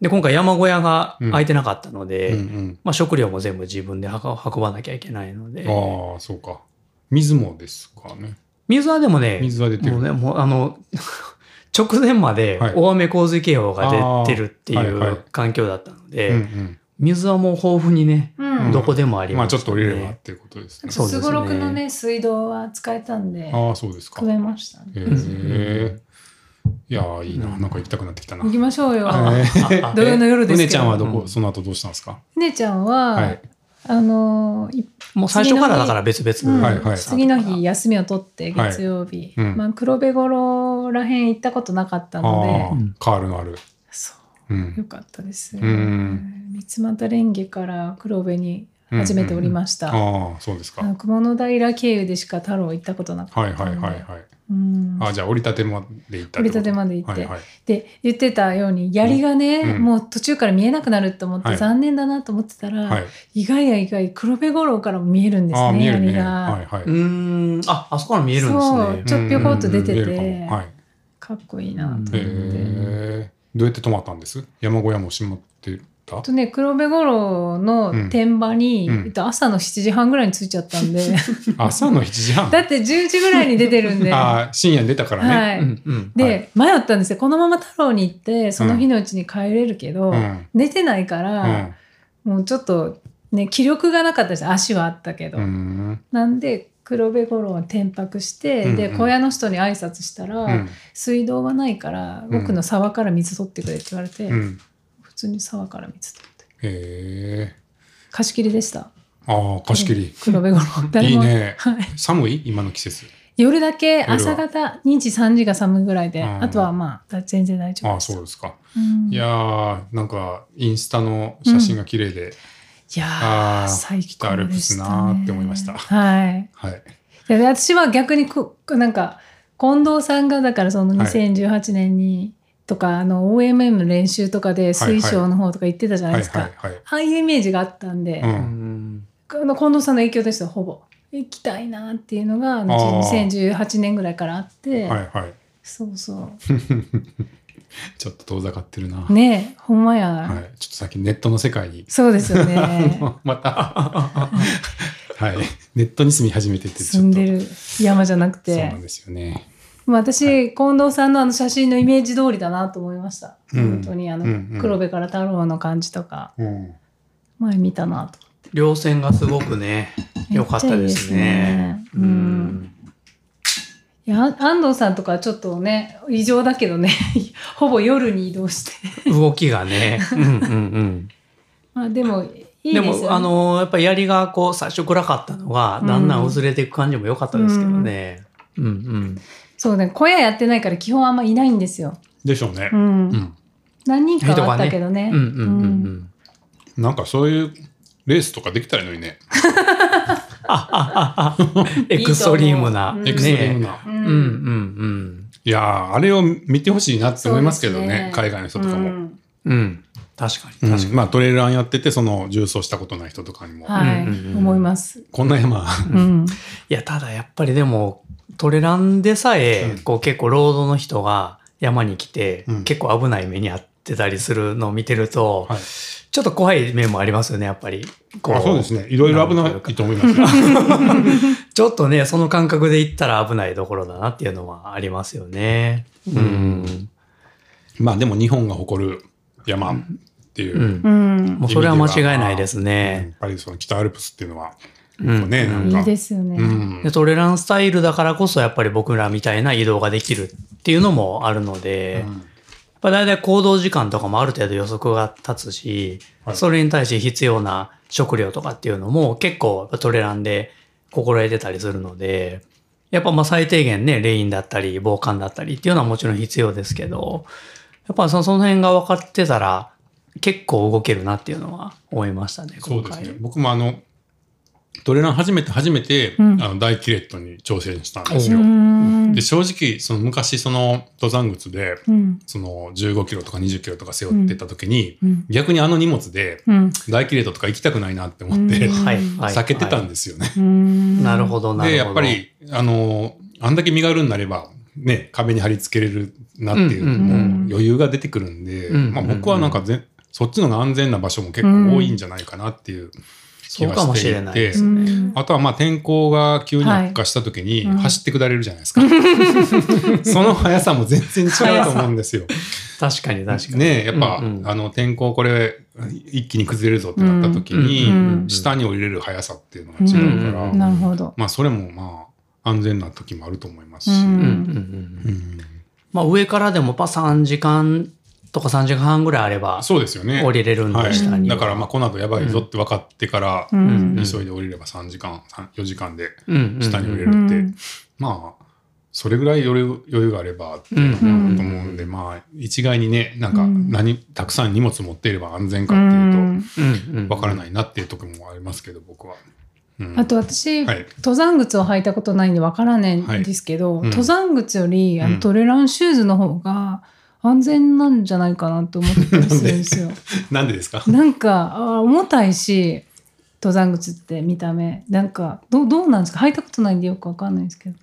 Speaker 2: で、今回山小屋が空いてなかったので、
Speaker 1: うん
Speaker 2: まあ食料も全部自分で運運ばなきゃいけないので
Speaker 1: う。ん、ああそうか。水もですかね。
Speaker 2: 水はでもね、
Speaker 1: 水は出てる。
Speaker 2: もうね、もうあの、 直前まで
Speaker 1: はい
Speaker 2: 大雨洪水警報が出てるって
Speaker 1: あ
Speaker 2: い
Speaker 1: ーはいは
Speaker 2: う
Speaker 1: い
Speaker 2: 環境だったの
Speaker 1: うんう
Speaker 2: で、
Speaker 1: ん
Speaker 2: 水はもう豊富にね、
Speaker 3: うん
Speaker 2: どこでもあり
Speaker 1: まあ
Speaker 2: ま
Speaker 1: ち
Speaker 2: す、
Speaker 1: ょっと降りればっていうことですね。
Speaker 2: そうです
Speaker 3: す
Speaker 2: ね
Speaker 3: ごろくのね水道は使えたんで
Speaker 1: ああそうですか。
Speaker 3: 食
Speaker 1: へ
Speaker 3: えましたね
Speaker 1: え。いやーいいな。なんか行きたくなってきたな。
Speaker 3: 行きましょうよ
Speaker 2: あ
Speaker 1: えー
Speaker 2: あ
Speaker 3: 土曜の夜ですけど
Speaker 1: うねちゃんはどこ、
Speaker 2: うん
Speaker 1: その後どうしたんですか。
Speaker 3: 姉ちゃん
Speaker 1: は。
Speaker 3: はいあのい
Speaker 2: もう最初からだから別々、
Speaker 3: うん
Speaker 1: はいはい
Speaker 3: 次の日休みを取って
Speaker 1: はい
Speaker 3: 月曜日
Speaker 1: うん
Speaker 3: まあ黒部頃らへん行ったことなかった
Speaker 1: あ
Speaker 3: の
Speaker 1: あ
Speaker 2: うん、
Speaker 1: カールのある。
Speaker 3: でそう
Speaker 1: うん。
Speaker 3: よかったです
Speaker 1: うん
Speaker 3: 三俣蓮華から黒部に初めておりました
Speaker 1: ああ、そうですか。
Speaker 3: あの雲の平経由でしか太郎行ったことなか
Speaker 1: は
Speaker 3: っ
Speaker 1: い
Speaker 3: た
Speaker 1: はい
Speaker 3: ので
Speaker 1: はいはい。
Speaker 3: うん
Speaker 1: あ、じゃあ折りたてまで行ったって
Speaker 3: 折り
Speaker 1: こと。
Speaker 3: たてまで行っ
Speaker 1: はい
Speaker 3: て
Speaker 1: はい。
Speaker 3: で言ってたように槍がね、
Speaker 1: うん
Speaker 3: もう途中から見えなくなると思っ
Speaker 1: はい
Speaker 3: て残念だなと思ってたら、
Speaker 1: はい。
Speaker 3: 意外や意外黒部五郎からも見えるんです
Speaker 1: ああ、
Speaker 3: ね
Speaker 1: 見える
Speaker 3: 槍
Speaker 1: ね。
Speaker 3: が、
Speaker 1: はいはい。
Speaker 2: うーんああそこから見えるんです
Speaker 3: そう
Speaker 2: ね
Speaker 3: ちょっとぴょこっと出てて、
Speaker 1: うん見えるかもはい。
Speaker 3: かっこいいなと思って、
Speaker 1: へ
Speaker 2: うん
Speaker 1: え。どうやって泊まったんです。山小屋も閉まってた
Speaker 3: あ。とね黒部五郎の天場に、
Speaker 1: うんうん
Speaker 3: えっと朝の7時半ぐらいに着いちゃったんで
Speaker 1: 朝の七時半。
Speaker 3: だって10時ぐらいに出てるん で。
Speaker 1: ああ、深夜に出たからね。
Speaker 3: は
Speaker 2: う
Speaker 3: い
Speaker 2: んうん
Speaker 1: は
Speaker 3: で、迷ったんですよこのまま太郎に行ってその日のうちに帰れるけど、
Speaker 1: うん。
Speaker 3: 寝てないか
Speaker 1: う
Speaker 3: ら、
Speaker 1: ん
Speaker 3: もうちょっとね気力がなかったです足はあったけど、
Speaker 1: うん。
Speaker 3: なんで黒部五郎は転泊して、
Speaker 1: うんうん
Speaker 3: で小屋の人に挨拶したら、
Speaker 1: うん。
Speaker 3: 水道がないから
Speaker 1: ん
Speaker 3: 僕の沢から水取ってくれって言われて、
Speaker 1: うん。
Speaker 3: 普通に沢から水取って
Speaker 1: へえ。
Speaker 3: 貸し切りでした
Speaker 1: ああ、貸し切り。
Speaker 3: 黒部五郎
Speaker 1: いいね。
Speaker 3: はい、
Speaker 1: 寒い今の季節。
Speaker 3: 夜だ
Speaker 1: 夜
Speaker 3: け
Speaker 1: は
Speaker 3: 朝方2時3時が寒いぐらいで、
Speaker 1: うん
Speaker 3: あとはまあ全然大丈
Speaker 1: ああ、
Speaker 3: 夫でした
Speaker 1: そうですか。
Speaker 3: うん
Speaker 1: いやーなんかインスタの写真が綺麗で、
Speaker 3: いやー
Speaker 1: あー
Speaker 3: 最高でした、
Speaker 1: 北
Speaker 3: ね、
Speaker 1: アルプスなーって思いました
Speaker 3: はい
Speaker 1: はい。
Speaker 3: いやで私は逆にこなんか近藤さんがだからその
Speaker 1: はい
Speaker 3: 2018年にとか、あの OMM の練習とかで水晶の方とか行ってたじゃな
Speaker 1: は
Speaker 3: い
Speaker 1: い
Speaker 3: ですか、
Speaker 1: はいはい。
Speaker 3: ああいうイメージがあったんで、
Speaker 1: う。
Speaker 2: うんん
Speaker 3: あの近藤さんの影響ですよほぼ行きたいなっていうのがあの
Speaker 1: あー
Speaker 3: 2018年ぐらいからあって、
Speaker 1: はいはい。
Speaker 3: そうそう
Speaker 1: ちょっと遠ざかってるな。
Speaker 3: ねえほんまや、
Speaker 1: はい。ちょっと先ネットの世界に、
Speaker 3: そうです よね
Speaker 1: あのまた、はい。ネットに住み始めてて、ち
Speaker 3: 住
Speaker 1: ょ
Speaker 3: ん
Speaker 1: っと
Speaker 3: で。る山じゃなく
Speaker 1: そう
Speaker 3: て
Speaker 1: なんですよね。
Speaker 3: まあ私、
Speaker 1: は
Speaker 3: 近藤さんのあの写真のイメージ通りだなと思いました、
Speaker 1: うん
Speaker 3: 本当にあの、
Speaker 1: うんうん
Speaker 3: 黒部から太郎の感じとか
Speaker 1: うん。
Speaker 3: 前見たなと
Speaker 2: 稜線がすごくね、良かったですね。
Speaker 3: めっちゃいいですねうん。いや安藤さんとかちょっとね異常だけどね ほぼ夜に移動して
Speaker 2: うん動きがね。うんうんうん。
Speaker 3: まあでもいい
Speaker 2: で
Speaker 3: ですよ、ね、
Speaker 2: も、あのやっぱり槍がこう、最初暗かったのが、だんだん薄れていく感じも良かったですけどね。うんうん。
Speaker 3: そうね小屋やってないから基本あんまいないんですよ、
Speaker 1: でしょうね
Speaker 3: う。ん
Speaker 1: うん。
Speaker 3: 何人かはあったけどね
Speaker 2: うんうんうんうん。
Speaker 1: なんかそういうレースとかできたらいいのにね。
Speaker 2: ああああ エクストリームな。
Speaker 3: いいと思う
Speaker 1: エクストリームな。
Speaker 3: う
Speaker 2: ね
Speaker 3: ん
Speaker 2: うんうん
Speaker 1: いやー、あれを見てほしいなって思いますけどね。
Speaker 3: そうですね
Speaker 1: 海外の人とかも。
Speaker 3: うん
Speaker 2: うん。うん。確かに
Speaker 1: うん
Speaker 2: 確かに。
Speaker 1: まあトレイルランやってて、その重走したことない人とかにも、
Speaker 3: はい、
Speaker 2: うんうんうん
Speaker 3: 思います、
Speaker 1: こんな山、
Speaker 3: うん
Speaker 2: いや、ただやっぱりでも、トレランでさえ、
Speaker 1: うん
Speaker 2: こう結構ロードの人が山に来て、
Speaker 1: うん
Speaker 2: 結構危ない目に遭ってたりするのを見てると、
Speaker 1: はい
Speaker 2: ちょっと怖い面もありますよね、やっぱり。こ
Speaker 1: あそうですね。いろいろ危ないと思います よ。
Speaker 2: ちょっとね、その感覚で行ったら危ないところだなっていうのはありますよね。うん。
Speaker 1: まあでも日本が誇る山っていうう。
Speaker 2: ん。
Speaker 3: うん
Speaker 2: もうそれは間違いないです
Speaker 1: や
Speaker 2: ね
Speaker 1: っ。ぱりその北アルプスっていうのは、
Speaker 2: うん
Speaker 1: ねなんか
Speaker 3: いいですよね、
Speaker 1: うん
Speaker 2: でトレランスタイルだからこそやっぱり僕らみたいな移動ができるっていうのもあるので、
Speaker 1: うん
Speaker 2: やっぱ大体行動時間とかもある程度予測が立つし、
Speaker 1: はい
Speaker 2: それに対して必要な食料とかっていうのも結構やっぱトレランで心得てたりするので、やっぱまあ最低限ね、レインだったり防寒だったりっていうのはもちろん必要ですけど、やっぱそその辺が分かってたら結構動けるなっていうのは思いましたね、
Speaker 1: そ
Speaker 2: 今
Speaker 1: うです
Speaker 2: 回。
Speaker 1: ね。僕もあの、トレラン初めて初めて、
Speaker 3: うん
Speaker 1: あの大キレットに挑戦したんです
Speaker 3: う
Speaker 1: よ。
Speaker 3: ん
Speaker 1: で正直その昔その登山靴で
Speaker 3: うん
Speaker 1: その15キロとか20キロとか背負ってた時に、
Speaker 3: うん
Speaker 1: 逆にあの荷物で
Speaker 3: うん
Speaker 1: 大キレートとか行きたくないなって思って、
Speaker 3: うん
Speaker 2: はい。はい
Speaker 1: 避けてたんですよね。
Speaker 3: うん
Speaker 2: なるほど、なる
Speaker 1: で
Speaker 2: ほど。
Speaker 1: やっぱりあのあんだけ身軽になればね壁に貼り付けれるなっていう,、
Speaker 2: うんうん
Speaker 3: うん
Speaker 1: もう余裕が出てくるんで、
Speaker 2: うん
Speaker 1: まあ、僕はなんかぜそっちの方が安全な場所も結構多いんじゃないかなっていう気
Speaker 2: そう
Speaker 1: が
Speaker 2: かも
Speaker 1: し
Speaker 2: し
Speaker 1: い
Speaker 2: てれ
Speaker 1: て。
Speaker 2: ないです
Speaker 3: うん
Speaker 1: あとはまあ天候が急に悪化した時に
Speaker 3: はいうん
Speaker 1: 走って下れるじゃない ですか。その速さも全然違うと思うんですよ。
Speaker 2: 確かに 確かに。
Speaker 1: ねえやっぱ、
Speaker 2: うんうん
Speaker 1: あの天候これ一気に崩れるぞってなった時
Speaker 3: うん
Speaker 1: に、
Speaker 3: うん
Speaker 1: 下に降りれる速さっていうのが違うから、
Speaker 2: うん
Speaker 3: なるほど。
Speaker 1: まあそれもまあ安全な時もあると思いますし。
Speaker 3: うん
Speaker 2: うんうんうん
Speaker 1: うん
Speaker 2: まあ上からでもパ3時間とか3時間半ぐらいあれば
Speaker 1: そうですよね。
Speaker 2: 降りれるんで
Speaker 1: はい
Speaker 2: した
Speaker 3: うん
Speaker 2: に。
Speaker 1: だからまあこの後やばいぞって分かってから、
Speaker 3: うん
Speaker 2: うん
Speaker 1: 急いで降りれば3時間4時間で、
Speaker 2: うんうんうん、
Speaker 1: 下に降りれ
Speaker 3: う
Speaker 1: る
Speaker 3: ん
Speaker 1: ってまあそれぐらい余裕余裕があればって
Speaker 2: うんうんうん
Speaker 1: と思うんで、まあ一概にねなんか
Speaker 3: うん
Speaker 1: 何、たくさん荷物持っていれば安全かっていう
Speaker 2: うんうん
Speaker 1: とわからないなっていうとこもありますけど僕は。うん
Speaker 3: あと私、
Speaker 1: はい
Speaker 3: 登山靴を履いたことないんでわからないんですけど、
Speaker 1: はいうん
Speaker 3: 登山靴よりあ
Speaker 1: うん
Speaker 3: のトレランシューズの方が安全なんじゃないかなと思ったりするんですよ。
Speaker 1: なんでですか
Speaker 3: なんかあ重たいし登山靴って見た目なんかどうどうなんですか履いたことないんでよくわかんないんですけど。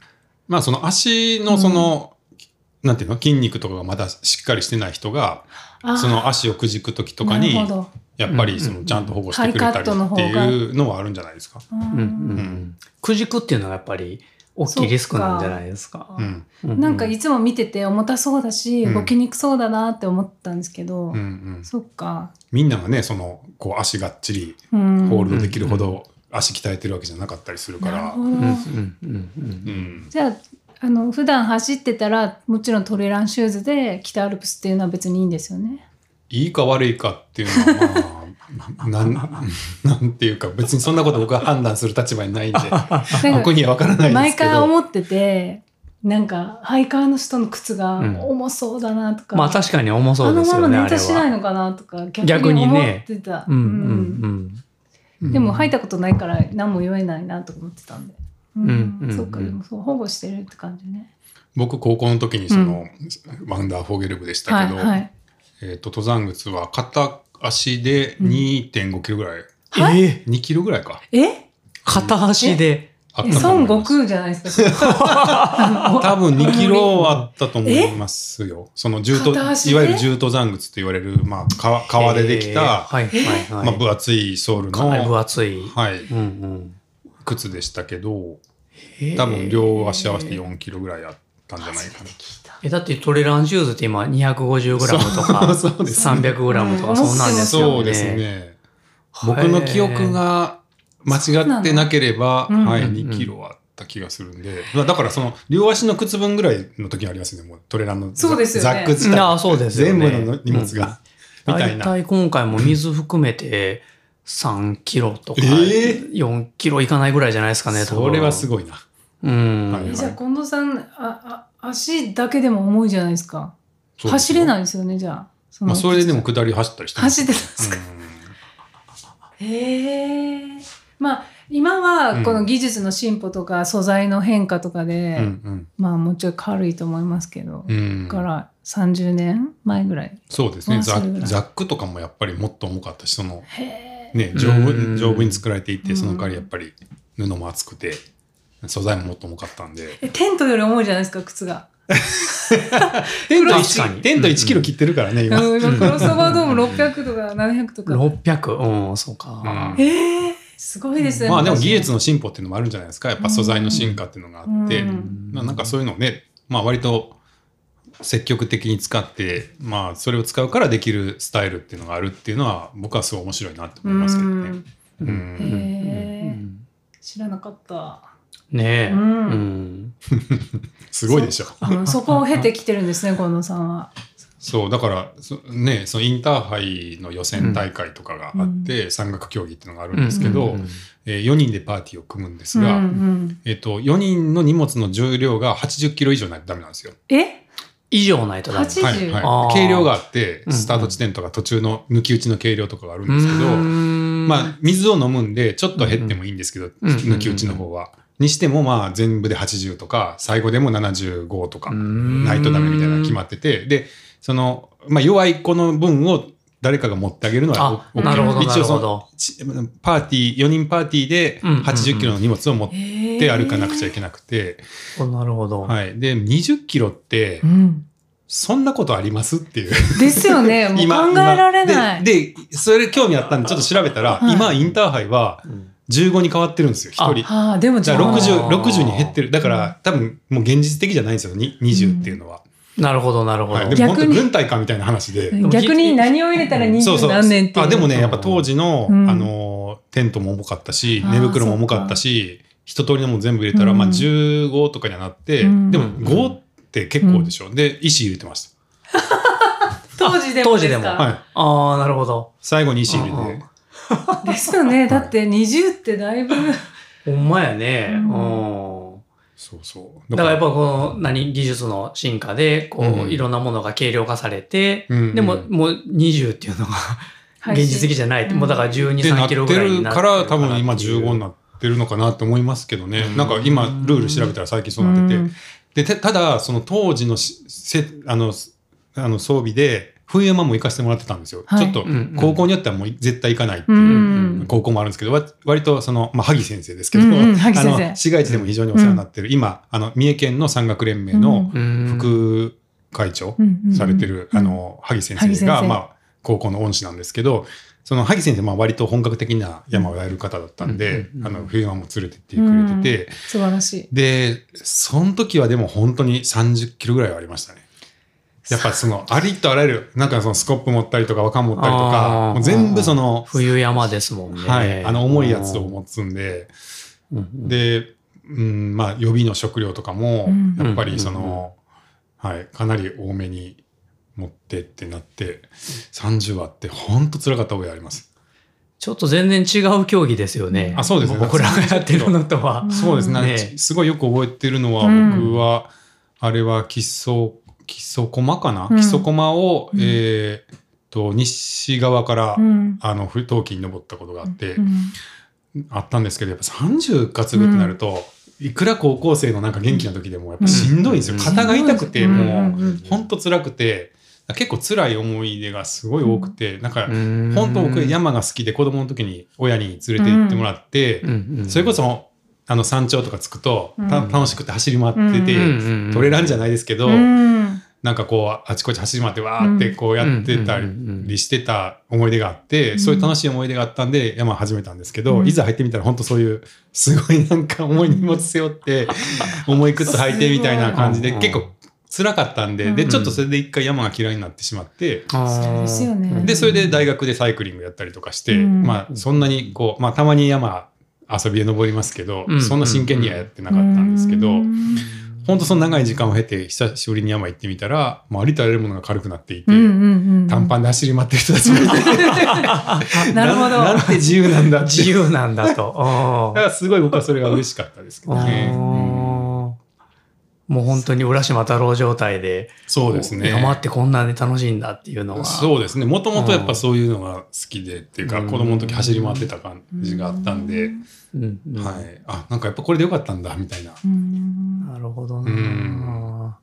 Speaker 1: まあその足のその、なんていうの筋肉とかがまだしっかりしてない人がその足をくじく時とかに
Speaker 3: なるほど
Speaker 1: やっぱりそのちゃんと保護してくれたりっていうのはあるんじゃないですか。
Speaker 3: あ
Speaker 2: う
Speaker 3: ー
Speaker 2: んうんうんくじくっていうのはやっぱり大きいリスクなんじゃないですか。
Speaker 1: うん
Speaker 2: うう
Speaker 3: なんかいつも見てて重たそうだし、
Speaker 1: うん
Speaker 3: 動きにくそうだなって思ったんですけど、
Speaker 1: うんうん、
Speaker 3: そっか、
Speaker 1: みんながねそのこう足がっちり
Speaker 3: うん、
Speaker 1: ホールドできるほど足鍛えてるわけじゃなかったりするか
Speaker 3: なる
Speaker 1: ら
Speaker 3: ほ。ど、
Speaker 2: うんうんうんうん
Speaker 1: うん
Speaker 3: じゃああの普段走ってたらもちろんトレランシューズで北アルプスっていうのは別にいいんですよね。
Speaker 1: いいか悪いかっていうのは、まあ、 なんなんていうか別にそんなこと僕は判断する立場にないんで
Speaker 3: なん
Speaker 1: 僕
Speaker 3: か
Speaker 1: には分からないで
Speaker 3: 毎
Speaker 1: すけど
Speaker 3: 回思っててなんかハイカーの人の靴が
Speaker 2: うん
Speaker 3: 重そうだなとか、
Speaker 2: まあ確かに重そ
Speaker 3: あ
Speaker 2: うで
Speaker 3: の
Speaker 2: す
Speaker 3: ま
Speaker 2: よ
Speaker 3: ま
Speaker 2: ね、あ
Speaker 3: ネ
Speaker 2: れ
Speaker 3: タしない
Speaker 2: は。
Speaker 3: のかなとか
Speaker 2: 逆
Speaker 3: 逆
Speaker 2: に
Speaker 3: に思
Speaker 2: ね
Speaker 3: ってた、
Speaker 2: うんうん
Speaker 3: うん
Speaker 1: うん
Speaker 3: でも履いたことないから何も言えないなと思ってたんで、うん
Speaker 2: うんうん
Speaker 3: そっかでもそう保護してるって感じね。
Speaker 1: 僕高校の時にその、ワンダーフォーゲル部でしたけど、
Speaker 3: はいはい、
Speaker 1: えー、と登山靴は片足で
Speaker 3: うん
Speaker 1: 2.5キロぐらい、
Speaker 2: うんえー
Speaker 1: 2キロぐらいか
Speaker 3: え
Speaker 2: 片足で。
Speaker 1: あっ
Speaker 3: え
Speaker 1: たと思
Speaker 3: 孫
Speaker 1: い
Speaker 3: 悟
Speaker 1: ます。
Speaker 3: 空じゃないです か。
Speaker 1: 多分2キロあったと思いますよ。その重
Speaker 3: 片
Speaker 1: 刀、
Speaker 3: 足で
Speaker 1: いわゆる重刀山靴と言われる、まあ、革革ででき
Speaker 2: えー
Speaker 1: た、
Speaker 2: はいはいはい。
Speaker 1: まあ、分厚いソール
Speaker 2: かなり
Speaker 1: の、
Speaker 2: 分
Speaker 1: は
Speaker 2: 厚い。
Speaker 1: い、
Speaker 2: うんうん。
Speaker 1: 靴でしたけど、
Speaker 2: へー
Speaker 1: 多分両足合わせて4キロぐらいあったんじゃないかな。
Speaker 2: え、だってトレランシューズって今250グラムとか、
Speaker 1: そうそうです
Speaker 2: 300グラムと
Speaker 3: う
Speaker 2: か
Speaker 3: ん
Speaker 2: そんなんですよね。
Speaker 1: そうですね。僕の記憶が間違ってなければ、
Speaker 3: そうなの
Speaker 1: はい、
Speaker 2: うん
Speaker 1: 2キロあった気がするんで、まあだからその両足の靴分ぐらいの時ありますよね、もうトレランのザ
Speaker 3: そうですよね
Speaker 1: ザック自
Speaker 2: うん。
Speaker 1: 体
Speaker 2: ああ、そうですよ
Speaker 1: 全
Speaker 2: ね。
Speaker 1: 部の荷物が、
Speaker 2: うん。
Speaker 1: みたい
Speaker 2: 大
Speaker 1: な。
Speaker 2: 体今回も水含めて3キロとか、
Speaker 1: え
Speaker 2: 4キロいかないぐらいじゃないですかね、
Speaker 1: それはす
Speaker 2: ごい。
Speaker 1: ごいな。
Speaker 2: うん。
Speaker 1: はい
Speaker 3: じゃあ近藤さんああ足だけでも重いじゃないですか。走れない
Speaker 1: い。
Speaker 3: んですよねじゃあ。そ
Speaker 1: まあ、それででも下り走ったりしてます
Speaker 3: 走ってたんですか。へえ。まあ今はこの技術の進歩とか素材の変化とかで、
Speaker 1: うんうん
Speaker 3: まあもうちょい軽いと思いますけど、
Speaker 1: う
Speaker 3: だ
Speaker 1: ん
Speaker 3: か
Speaker 1: うん
Speaker 3: ら30年前ぐらい。
Speaker 1: そうですね
Speaker 3: まあ
Speaker 1: ザ
Speaker 3: それぐら
Speaker 1: ッ
Speaker 3: い
Speaker 1: ザックとかもやっぱりもっと重かったしその、
Speaker 3: へえ。
Speaker 1: ね、丈夫
Speaker 2: うん
Speaker 1: 丈夫に作られていてその代わり
Speaker 3: うん
Speaker 1: やっぱり布も厚くて素材ももっと重かったんで
Speaker 3: えテントより重いじゃないですか靴が。
Speaker 1: テント
Speaker 2: 確かに
Speaker 1: 1テント1キロ切ってるからね、
Speaker 3: あ
Speaker 1: 今。
Speaker 3: の今クロスオーバードーム600とか700とか。
Speaker 2: 600、うん、そう
Speaker 1: うん
Speaker 2: か。
Speaker 3: へえすごいですね。
Speaker 1: まあでも技術
Speaker 3: の
Speaker 1: の進歩っていうのもあるんじゃないですかやっぱ素材の進化っていうのがあって、
Speaker 3: うん
Speaker 1: ななんかそういうのをね、まあ、割と積極的に使って、まあ、それを使うからできるスタイルっていうのがあるっていうのは僕はすごい面白いなと思いますけどね。う
Speaker 2: うん
Speaker 1: ん
Speaker 3: へ
Speaker 2: う
Speaker 3: え
Speaker 2: ん
Speaker 3: 知らなかった。
Speaker 2: ねえ。
Speaker 3: うん
Speaker 2: うん
Speaker 1: すごいでしょ。
Speaker 3: うんそこを経てきてるんですね 近藤さんは。
Speaker 1: そうだからそねそのインターハイの予選大会とかがあって、山岳競技っていうのがあるんですけど、
Speaker 2: うん
Speaker 1: えー、4人でパーティーを組むんですが、
Speaker 3: うんうん
Speaker 1: えっと4人の荷物の重量が80キロ以上ないとダメなんですよ。
Speaker 3: え
Speaker 2: 以上ないとダメ。
Speaker 3: 80
Speaker 1: はいはい
Speaker 2: あー
Speaker 1: 計量があって
Speaker 2: うん
Speaker 1: スタート地点とか途中の抜き打ちの計量とかがあるんですけど、ま
Speaker 2: ま
Speaker 1: あ、水を飲むんでちょっと減ってもいいんですけど、
Speaker 2: うん
Speaker 1: 抜き打ちの方は。にしてもまあ全部で80とか最後でも75とかないとダメみたいなのが決まっててでその、まあ、弱い子の分を誰かが持ってあげるのは
Speaker 2: あ、
Speaker 1: OK
Speaker 2: なるほど、な
Speaker 1: 一
Speaker 2: る
Speaker 1: 応そ
Speaker 2: ほ
Speaker 1: の
Speaker 2: ど。
Speaker 1: ちパーティー4人パーティーで
Speaker 2: うんうんうん
Speaker 1: 80キロの荷物を持っ
Speaker 3: え
Speaker 1: て歩かなくちゃいけなくて、
Speaker 2: おなるほど。
Speaker 1: はい、で20キロって
Speaker 3: うん
Speaker 1: そんなことありますっていう。
Speaker 3: です よね。もう考えられない。
Speaker 1: ででそれ興味あったんでちょっと調べたら、
Speaker 3: はい
Speaker 1: 今インターハイは
Speaker 2: うん
Speaker 1: 15に変わってるんですよ1人。
Speaker 3: はあ、でも
Speaker 1: じゃあ
Speaker 2: あー
Speaker 1: 60 60に減ってるだから多分もう現実的じゃないんですよに20っていうのは、
Speaker 2: なるほど、なるほど。
Speaker 1: はい、でも本当
Speaker 3: 逆に
Speaker 1: 軍隊かみたいな話で。
Speaker 3: 逆に何を入れたら
Speaker 2: うん
Speaker 3: 20
Speaker 1: そうそう
Speaker 3: 何年っていう。
Speaker 1: あでもねやっぱ当時の、
Speaker 3: うん
Speaker 1: あのーテントも重かったし
Speaker 3: あー
Speaker 1: 寝袋も重かったし一通りのもん全部入れたら、
Speaker 3: うん
Speaker 1: まあ、15とかにはなって、
Speaker 3: うん
Speaker 1: でも5って結構でしょ、で石入れてまし
Speaker 3: 当時でも
Speaker 2: 当時でも
Speaker 3: す
Speaker 1: た、
Speaker 3: か
Speaker 1: はい、
Speaker 2: ああ、なるほど。
Speaker 1: 最後に石入れて
Speaker 3: ですよね。だって20ってだいぶ。
Speaker 2: ほんまやね。
Speaker 3: う
Speaker 2: うん
Speaker 1: そうそう
Speaker 2: だからやっぱこの、何、技術の進化で、こ
Speaker 1: うん
Speaker 2: う、いろんなものが軽量化されて、
Speaker 1: うんうん
Speaker 2: でも、もう20っていうのが、現実的じゃない。
Speaker 3: うん
Speaker 2: もうだから12、
Speaker 1: ってな
Speaker 2: 3
Speaker 1: って
Speaker 2: キロぐらいに
Speaker 1: る
Speaker 2: なっ
Speaker 1: か
Speaker 2: てるか
Speaker 1: ら
Speaker 2: ら
Speaker 1: 多分今15に
Speaker 2: な
Speaker 1: なってるのかなと思いますけどね、
Speaker 2: うん
Speaker 1: なんか今ルール調べたら最近そうなってて、
Speaker 3: うん
Speaker 1: でてただその当時のしせあのすあの装備で冬山も行かせてもらってたんですよ、
Speaker 3: はい
Speaker 1: ちょっと
Speaker 2: うんうん
Speaker 1: 高校によってはもう絶対行かないって
Speaker 3: う
Speaker 1: いうん高校もあるんですけどわ割とその、まあ、萩先生ですけど、
Speaker 3: うんうん萩
Speaker 1: あ
Speaker 3: 先生
Speaker 1: の市街地でも非常にお世話になってる、今あの三重県の山岳連盟の副会長、されてる、あ、の、萩先
Speaker 3: 萩
Speaker 1: 生
Speaker 3: 先
Speaker 1: が、
Speaker 3: 生
Speaker 1: まあ、高校の恩師なんですけど、その萩先生、まあ、割と本格的な山をやる方だったんで
Speaker 2: う、ん
Speaker 1: あの、冬山も連れてってくれてて、
Speaker 3: 素晴らしい。
Speaker 1: で、その時はでも本当に30キロぐらいはありましたね。やっぱその、ありとあらゆる、なんかそのスコップ持ったりとか、若持ったりと
Speaker 2: あ
Speaker 1: か
Speaker 2: ー、
Speaker 1: もう全部その、
Speaker 2: 冬山ですもんね。
Speaker 1: はい、あの重いやつを持つんで、
Speaker 2: うんうん
Speaker 1: で、うん、まあ、予備の食料とかも
Speaker 3: う、ん
Speaker 1: やっぱりそ
Speaker 2: うんうん
Speaker 1: の、はい、かなり多めに持ってってなって、30はってほんと辛かった覚えあります。
Speaker 2: ちょっと全然違う競技ですよね。
Speaker 1: あ、そうですね。
Speaker 2: 僕らがやってるのとは。
Speaker 1: そうですね。
Speaker 2: ね
Speaker 1: すごいよく覚えてるのは、
Speaker 3: うん
Speaker 1: 僕は、あれは基礎、基礎駒かな、
Speaker 3: うん
Speaker 1: 基礎駒を、
Speaker 3: うん
Speaker 1: えーっと、西側から、
Speaker 3: うん
Speaker 1: あの、不冬期に登ったことがあって、
Speaker 3: うん
Speaker 1: あったんですけど、やっぱ30担ぐってなると、いくら高校生のなんか元気な時でもやっぱしんどいんですよ。
Speaker 2: うん
Speaker 1: 肩が痛くて、もう、
Speaker 3: んんん
Speaker 1: 本当辛くて結構辛い思い出がすごい多くて、なんか
Speaker 2: 本
Speaker 1: 本当僕山が好きで子供の時に親に連れて行ってもらって、それこ、そあの山頂とか着くと、
Speaker 3: うん
Speaker 1: た楽しくて走り回ってて、
Speaker 3: うん
Speaker 1: トレランじゃないですけど、
Speaker 3: うん
Speaker 1: なんかこうあちこち走り回ってわーってこうやってた
Speaker 2: うんうんうんうん
Speaker 1: りしてた思い出があって、
Speaker 3: うん
Speaker 1: そういう楽しい思い出があったんで山始めたんですけど、
Speaker 3: うん
Speaker 1: いざ入ってみたら本当そういうすごいなんか重い荷物背負っ て重い靴履いてみたいな感じで
Speaker 2: すごい
Speaker 1: 結構辛かったんで、
Speaker 3: う
Speaker 1: で
Speaker 3: ん
Speaker 1: ちょっとそれで一回山が嫌いになってしまって。
Speaker 3: そうですよね
Speaker 1: でそれで大学でサイクリングやったりとかして、
Speaker 3: うん
Speaker 1: まあそんなにこう、まあ、たまに山遊びで登りますけど、
Speaker 2: うん
Speaker 1: そんな真剣にはやってなかったんですけど、
Speaker 3: うん
Speaker 1: 本当その長い時間を経て久しぶりに山行ってみたら、まあ、ありとあらゆるものが軽くなっていて、
Speaker 3: うんうんうん
Speaker 1: 短 パンで走り回ってる人たちがいて
Speaker 3: なるほど
Speaker 1: ななんて自由なんだって
Speaker 2: 自由なんだ と
Speaker 1: だか。らすごい僕はそれが嬉しかったですけ
Speaker 2: うん
Speaker 1: どね。うん
Speaker 2: もう本当に浦島太郎状態で、
Speaker 1: そうですね
Speaker 2: 山ってこんなに楽しいんだっていうのは。
Speaker 1: そうですねもともとやっぱそういうのが好きでっていうか、
Speaker 2: うん
Speaker 1: 子供の時走り回ってた感じがあったんで、
Speaker 2: うんうん
Speaker 1: はい、あなんかやっぱこれでよかったんだみたいな。
Speaker 3: うん
Speaker 2: なるほど
Speaker 1: うん
Speaker 2: な。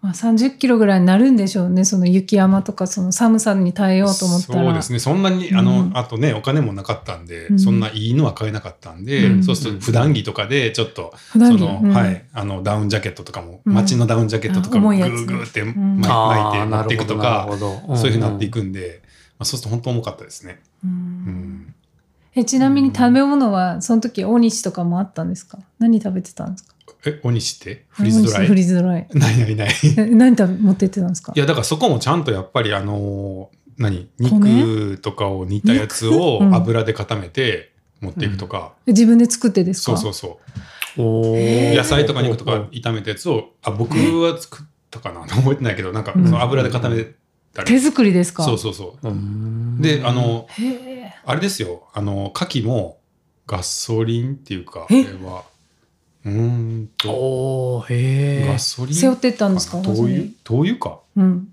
Speaker 3: まあ30キロぐらいになるんでしょうねその雪山とかその寒さに耐えようと思ったら
Speaker 1: そうですねそんなにあの、
Speaker 3: うん
Speaker 1: あとねお金もなかったんで、
Speaker 3: うん
Speaker 1: そんないいのは買えなかったんで、
Speaker 2: うん
Speaker 1: そうすると普段着とかでちょっとそ
Speaker 3: 普段着
Speaker 1: の、
Speaker 3: うん
Speaker 1: はい、あのダウンジャケットとかも、
Speaker 3: うん
Speaker 1: 街のダウンジャケットとか
Speaker 3: あ
Speaker 1: もぐ
Speaker 3: 重いやつ
Speaker 1: ーぐーって巻い
Speaker 3: うん
Speaker 2: あ
Speaker 1: 巻い
Speaker 2: ー
Speaker 1: て持っていくと
Speaker 2: な
Speaker 1: か、
Speaker 2: るほど
Speaker 1: そういうふうになってい
Speaker 2: く。
Speaker 1: くんで、まあ、そうすると本当重かったですね。
Speaker 3: うん
Speaker 1: うん、
Speaker 3: えちなみに食べ物はその時大西とかもあったんですか何食べてたんですか
Speaker 1: え鬼してフリーズドラ
Speaker 3: フ
Speaker 1: イ
Speaker 3: リーズドライ
Speaker 1: ないないない。
Speaker 3: え何食べ持って行ってたんですか
Speaker 1: いやだからそこもちゃんとやっぱりあのー何
Speaker 3: 米
Speaker 1: 肉とかを煮たやつを
Speaker 3: 肉うん
Speaker 1: 油で固めて持っていくとか、
Speaker 3: 自分で作ってです
Speaker 1: そ
Speaker 3: か
Speaker 1: うそうそう
Speaker 2: お
Speaker 3: へ
Speaker 2: ー
Speaker 3: ー
Speaker 1: 野菜とか肉とか炒めたやつをあ僕は作ったかな 覚えてないけどなんかそ
Speaker 2: うん
Speaker 1: の油で固めたり、
Speaker 3: 手作りですか
Speaker 1: そうそうそうう、
Speaker 2: ん
Speaker 1: であの
Speaker 3: へえ
Speaker 1: あれですよあの牡蠣もガソリンっていうかあ
Speaker 3: え
Speaker 1: れはうーんと
Speaker 2: おーへえ
Speaker 1: ガソリン
Speaker 3: 背負ってったんですか
Speaker 1: 灯油灯油か
Speaker 3: うん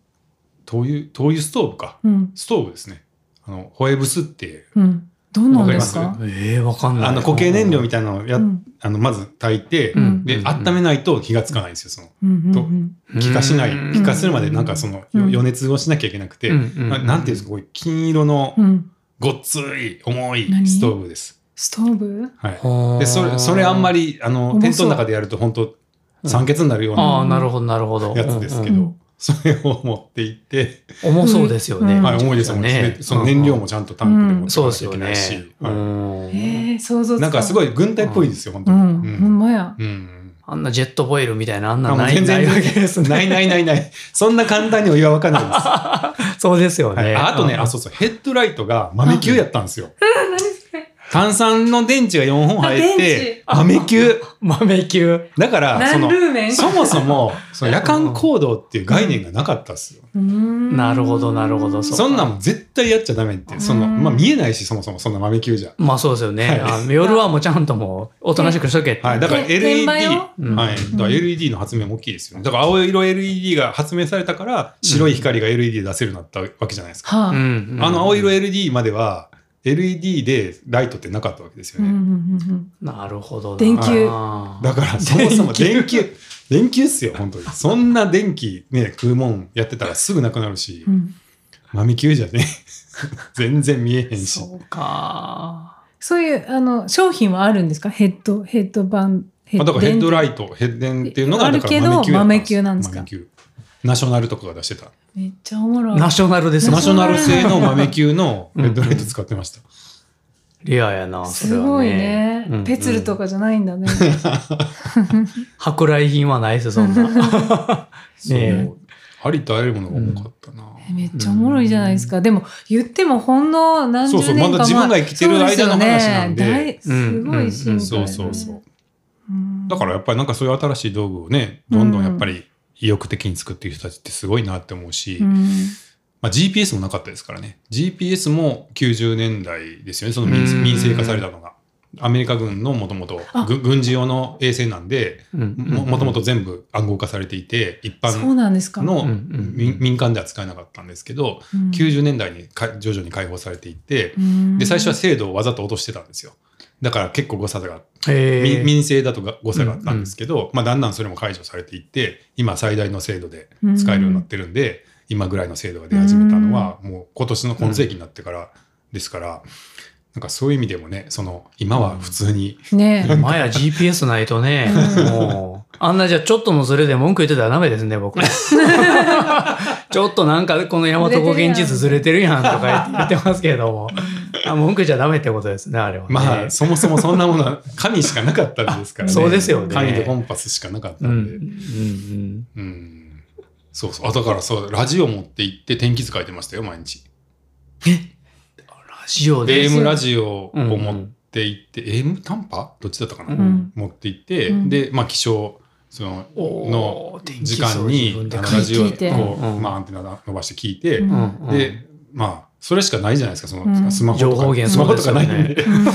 Speaker 1: 灯油灯油ストーブか
Speaker 3: うん
Speaker 1: ストーブですねあのホエブスっていう
Speaker 3: うんどうなんです
Speaker 1: わ
Speaker 3: か
Speaker 2: ええわかんない
Speaker 1: あの固形燃料みたいなのをや、
Speaker 3: うん
Speaker 1: あのまず炊いて、
Speaker 3: うん
Speaker 1: で
Speaker 2: うん
Speaker 1: 温めないと気がつかないんですよその
Speaker 3: うんうんうん
Speaker 1: 気化しな
Speaker 2: うん
Speaker 1: い気化するまでなんかその
Speaker 3: うん
Speaker 1: 余熱をしなきゃいけなくて、
Speaker 2: うんうん
Speaker 1: ななんていうんですかこういう金色の
Speaker 3: うん
Speaker 1: ごっつい重い
Speaker 3: 何
Speaker 1: ストーブです。
Speaker 3: ストーブ
Speaker 1: はい、
Speaker 2: はあ
Speaker 1: でそれそれあんまりあの
Speaker 3: 重そう
Speaker 1: テントの中でやると本当酸欠になるよう
Speaker 2: あ
Speaker 1: な
Speaker 2: あなるほどなるほど
Speaker 1: やつですけ
Speaker 3: う
Speaker 1: ど、
Speaker 3: ん
Speaker 1: それを持って行って、
Speaker 2: うん重そうですよね、
Speaker 3: うん
Speaker 1: はい、重いです重いです、でその燃料もちゃんとタンクで持って
Speaker 2: そう
Speaker 1: か
Speaker 2: で
Speaker 1: な
Speaker 2: す
Speaker 1: きゃい
Speaker 2: よ
Speaker 1: けないし、
Speaker 2: ね
Speaker 1: は
Speaker 2: うん
Speaker 3: へえ想像
Speaker 1: い、なんかすご
Speaker 3: い
Speaker 1: い軍隊っぽいですよ、
Speaker 3: う
Speaker 1: 本
Speaker 3: ん
Speaker 1: 当に。
Speaker 3: ほんまや
Speaker 1: うんうん
Speaker 2: あんなジェットボイルみたいなあんな
Speaker 1: あもう
Speaker 2: ない
Speaker 1: 全
Speaker 2: な
Speaker 1: 然
Speaker 2: いわけですね
Speaker 1: ないないないない。 そんな簡単にお湯はわかんないです。
Speaker 2: そうですよね、
Speaker 1: はいああとね、
Speaker 2: うん
Speaker 1: あ、そうそう、ヘッドライトが豆球やったんですよ。
Speaker 3: 何それ
Speaker 1: 炭酸の電池が4本入っ
Speaker 3: あ電
Speaker 1: て
Speaker 3: 池、
Speaker 1: 豆球。
Speaker 2: 豆球
Speaker 1: だから、その、
Speaker 3: ーメ
Speaker 1: そもそも、その夜間行動っていう概念がなかったっすよ。
Speaker 3: な
Speaker 2: なるほどなるほどそう
Speaker 1: そんなんも絶対やっちゃダメって、その、
Speaker 3: うん
Speaker 1: まあ見えないし、そもそもそんな豆球じゃ。
Speaker 2: まあそうですよね、
Speaker 1: は
Speaker 2: あ夜はもうちゃんともうおとなしくしとけって、
Speaker 1: はい、だから
Speaker 3: え転
Speaker 1: LED、は
Speaker 3: 売
Speaker 1: い、
Speaker 3: を
Speaker 2: うん
Speaker 1: だから LED の発明も大きいですよね。だから青色 LED が発明されたから、白い光が LED 出せるようになったわけじゃないですか。
Speaker 3: はあ、
Speaker 2: うんうん
Speaker 1: あの青色 LED までは、LED でライトってなかったわけですよ
Speaker 3: う
Speaker 1: ね。
Speaker 3: んうんうんうん
Speaker 2: なるほどな
Speaker 3: 電球
Speaker 2: あー
Speaker 1: だ からそもそも電球電球っすよ本当にそんな電気ね食うもんやってたらすぐなくなるし
Speaker 3: うん
Speaker 1: マミ球じゃね 全然見えへんし
Speaker 2: そうか
Speaker 3: そういうあの商品はあるんですかヘッドヘッドバンヘ
Speaker 1: まあだからヘッド
Speaker 3: イ
Speaker 1: ライトヘッデンっていうのが
Speaker 3: ある
Speaker 1: だから
Speaker 3: けど
Speaker 1: 豆球
Speaker 3: 豆球なんですか
Speaker 1: 豆球ナショナルとかが出してた
Speaker 3: めっちゃおもろい
Speaker 2: ナショナルですね
Speaker 1: ナショナル製の
Speaker 3: ナショナル
Speaker 1: 豆球のヘッドライト使ってました
Speaker 2: レアやなそれ
Speaker 3: す
Speaker 2: は
Speaker 3: ごいね、
Speaker 2: うんうん
Speaker 3: ペツルとかじゃないんだね、
Speaker 2: 舶来品はないですそんな
Speaker 1: そう
Speaker 2: ねえ
Speaker 1: ありとあらゆるものが多かったな
Speaker 3: えめっちゃおもろいじゃないですか、でも言ってもほんの何
Speaker 1: そ
Speaker 3: 十
Speaker 1: うそう
Speaker 3: 年
Speaker 1: ま
Speaker 3: か前
Speaker 1: だ自分が生きてる間の話なんで
Speaker 3: そうですよね
Speaker 2: うん
Speaker 3: 大すごい進化、ね
Speaker 1: そうそうそう
Speaker 3: うん
Speaker 1: だからやっぱりなんかそういう新しい道具をねどんどんやっぱり意欲的に作っている人たちってすごいなって思うし、
Speaker 3: うん
Speaker 1: まあ、GPS もなかったですからね GPS も90年代ですよねその民
Speaker 2: うん
Speaker 1: 民生化されたのがアメリカ軍のもともと
Speaker 3: あ
Speaker 1: 軍軍事用の衛星なんでももともと全部暗号化されていて一
Speaker 3: そう
Speaker 1: 般
Speaker 3: なんですか、
Speaker 1: の
Speaker 2: うんうん
Speaker 1: 民民間では使えなかったんですけど
Speaker 3: うん
Speaker 1: 90年代にか徐々に解放されていって
Speaker 3: うん
Speaker 1: で最初は精度をわざと落としてたんですよだから結構誤差が
Speaker 2: え
Speaker 1: 民民生だとが誤差があったんですけど、まあ、だんだんそれも解除されていって今最大の精度で使えるようになってるんで、今ぐらいの精度が出始めたのはもう今年の今世紀になってからですから、なんかそういう意味でもね、その、今は普通に、
Speaker 3: ねえ
Speaker 2: 前は GPS ないとね、もう、あんなじゃちょっとのズレで文句言ってたらダメですね、 僕。ちょっとなんかこの大和語現地図ずれてるやんとか言ってますけども、あ文句じゃダメってことですね、あれはね。
Speaker 1: まあ、そもそもそんなものは 神しかなかったんですからね。
Speaker 2: あ そうですよね
Speaker 1: 神とコンパスしかなかった
Speaker 2: うん、うん
Speaker 1: で。
Speaker 2: ん、
Speaker 1: うんそうそう。あ、だからそう、ラジオ持って行って天気図書いてましたよ、毎日。
Speaker 2: ラジオで。
Speaker 1: AM ラジオを
Speaker 2: うんうん
Speaker 1: 持って行って、AM 短波どっちだったかな、
Speaker 3: うん
Speaker 1: 持って行って、
Speaker 3: うん
Speaker 1: で、まあ、気象、その、の
Speaker 2: おー天気
Speaker 1: 時
Speaker 2: 図を
Speaker 1: 間に
Speaker 2: 自分、で
Speaker 1: あの
Speaker 2: 書い
Speaker 1: ラジオを
Speaker 3: 聞いて
Speaker 1: こう、
Speaker 2: うん
Speaker 1: まあ、アンテナ伸ばして聞いて、
Speaker 3: う
Speaker 2: うんうん
Speaker 1: で、まあ、それしかないじゃないですか、その、
Speaker 3: うん
Speaker 1: スマホと
Speaker 2: 情
Speaker 1: か。
Speaker 2: 報源
Speaker 1: スマ
Speaker 2: そ
Speaker 1: ホ
Speaker 2: うで
Speaker 1: と
Speaker 2: す
Speaker 1: か
Speaker 2: よ
Speaker 1: な
Speaker 2: ね
Speaker 1: いんで。
Speaker 3: うん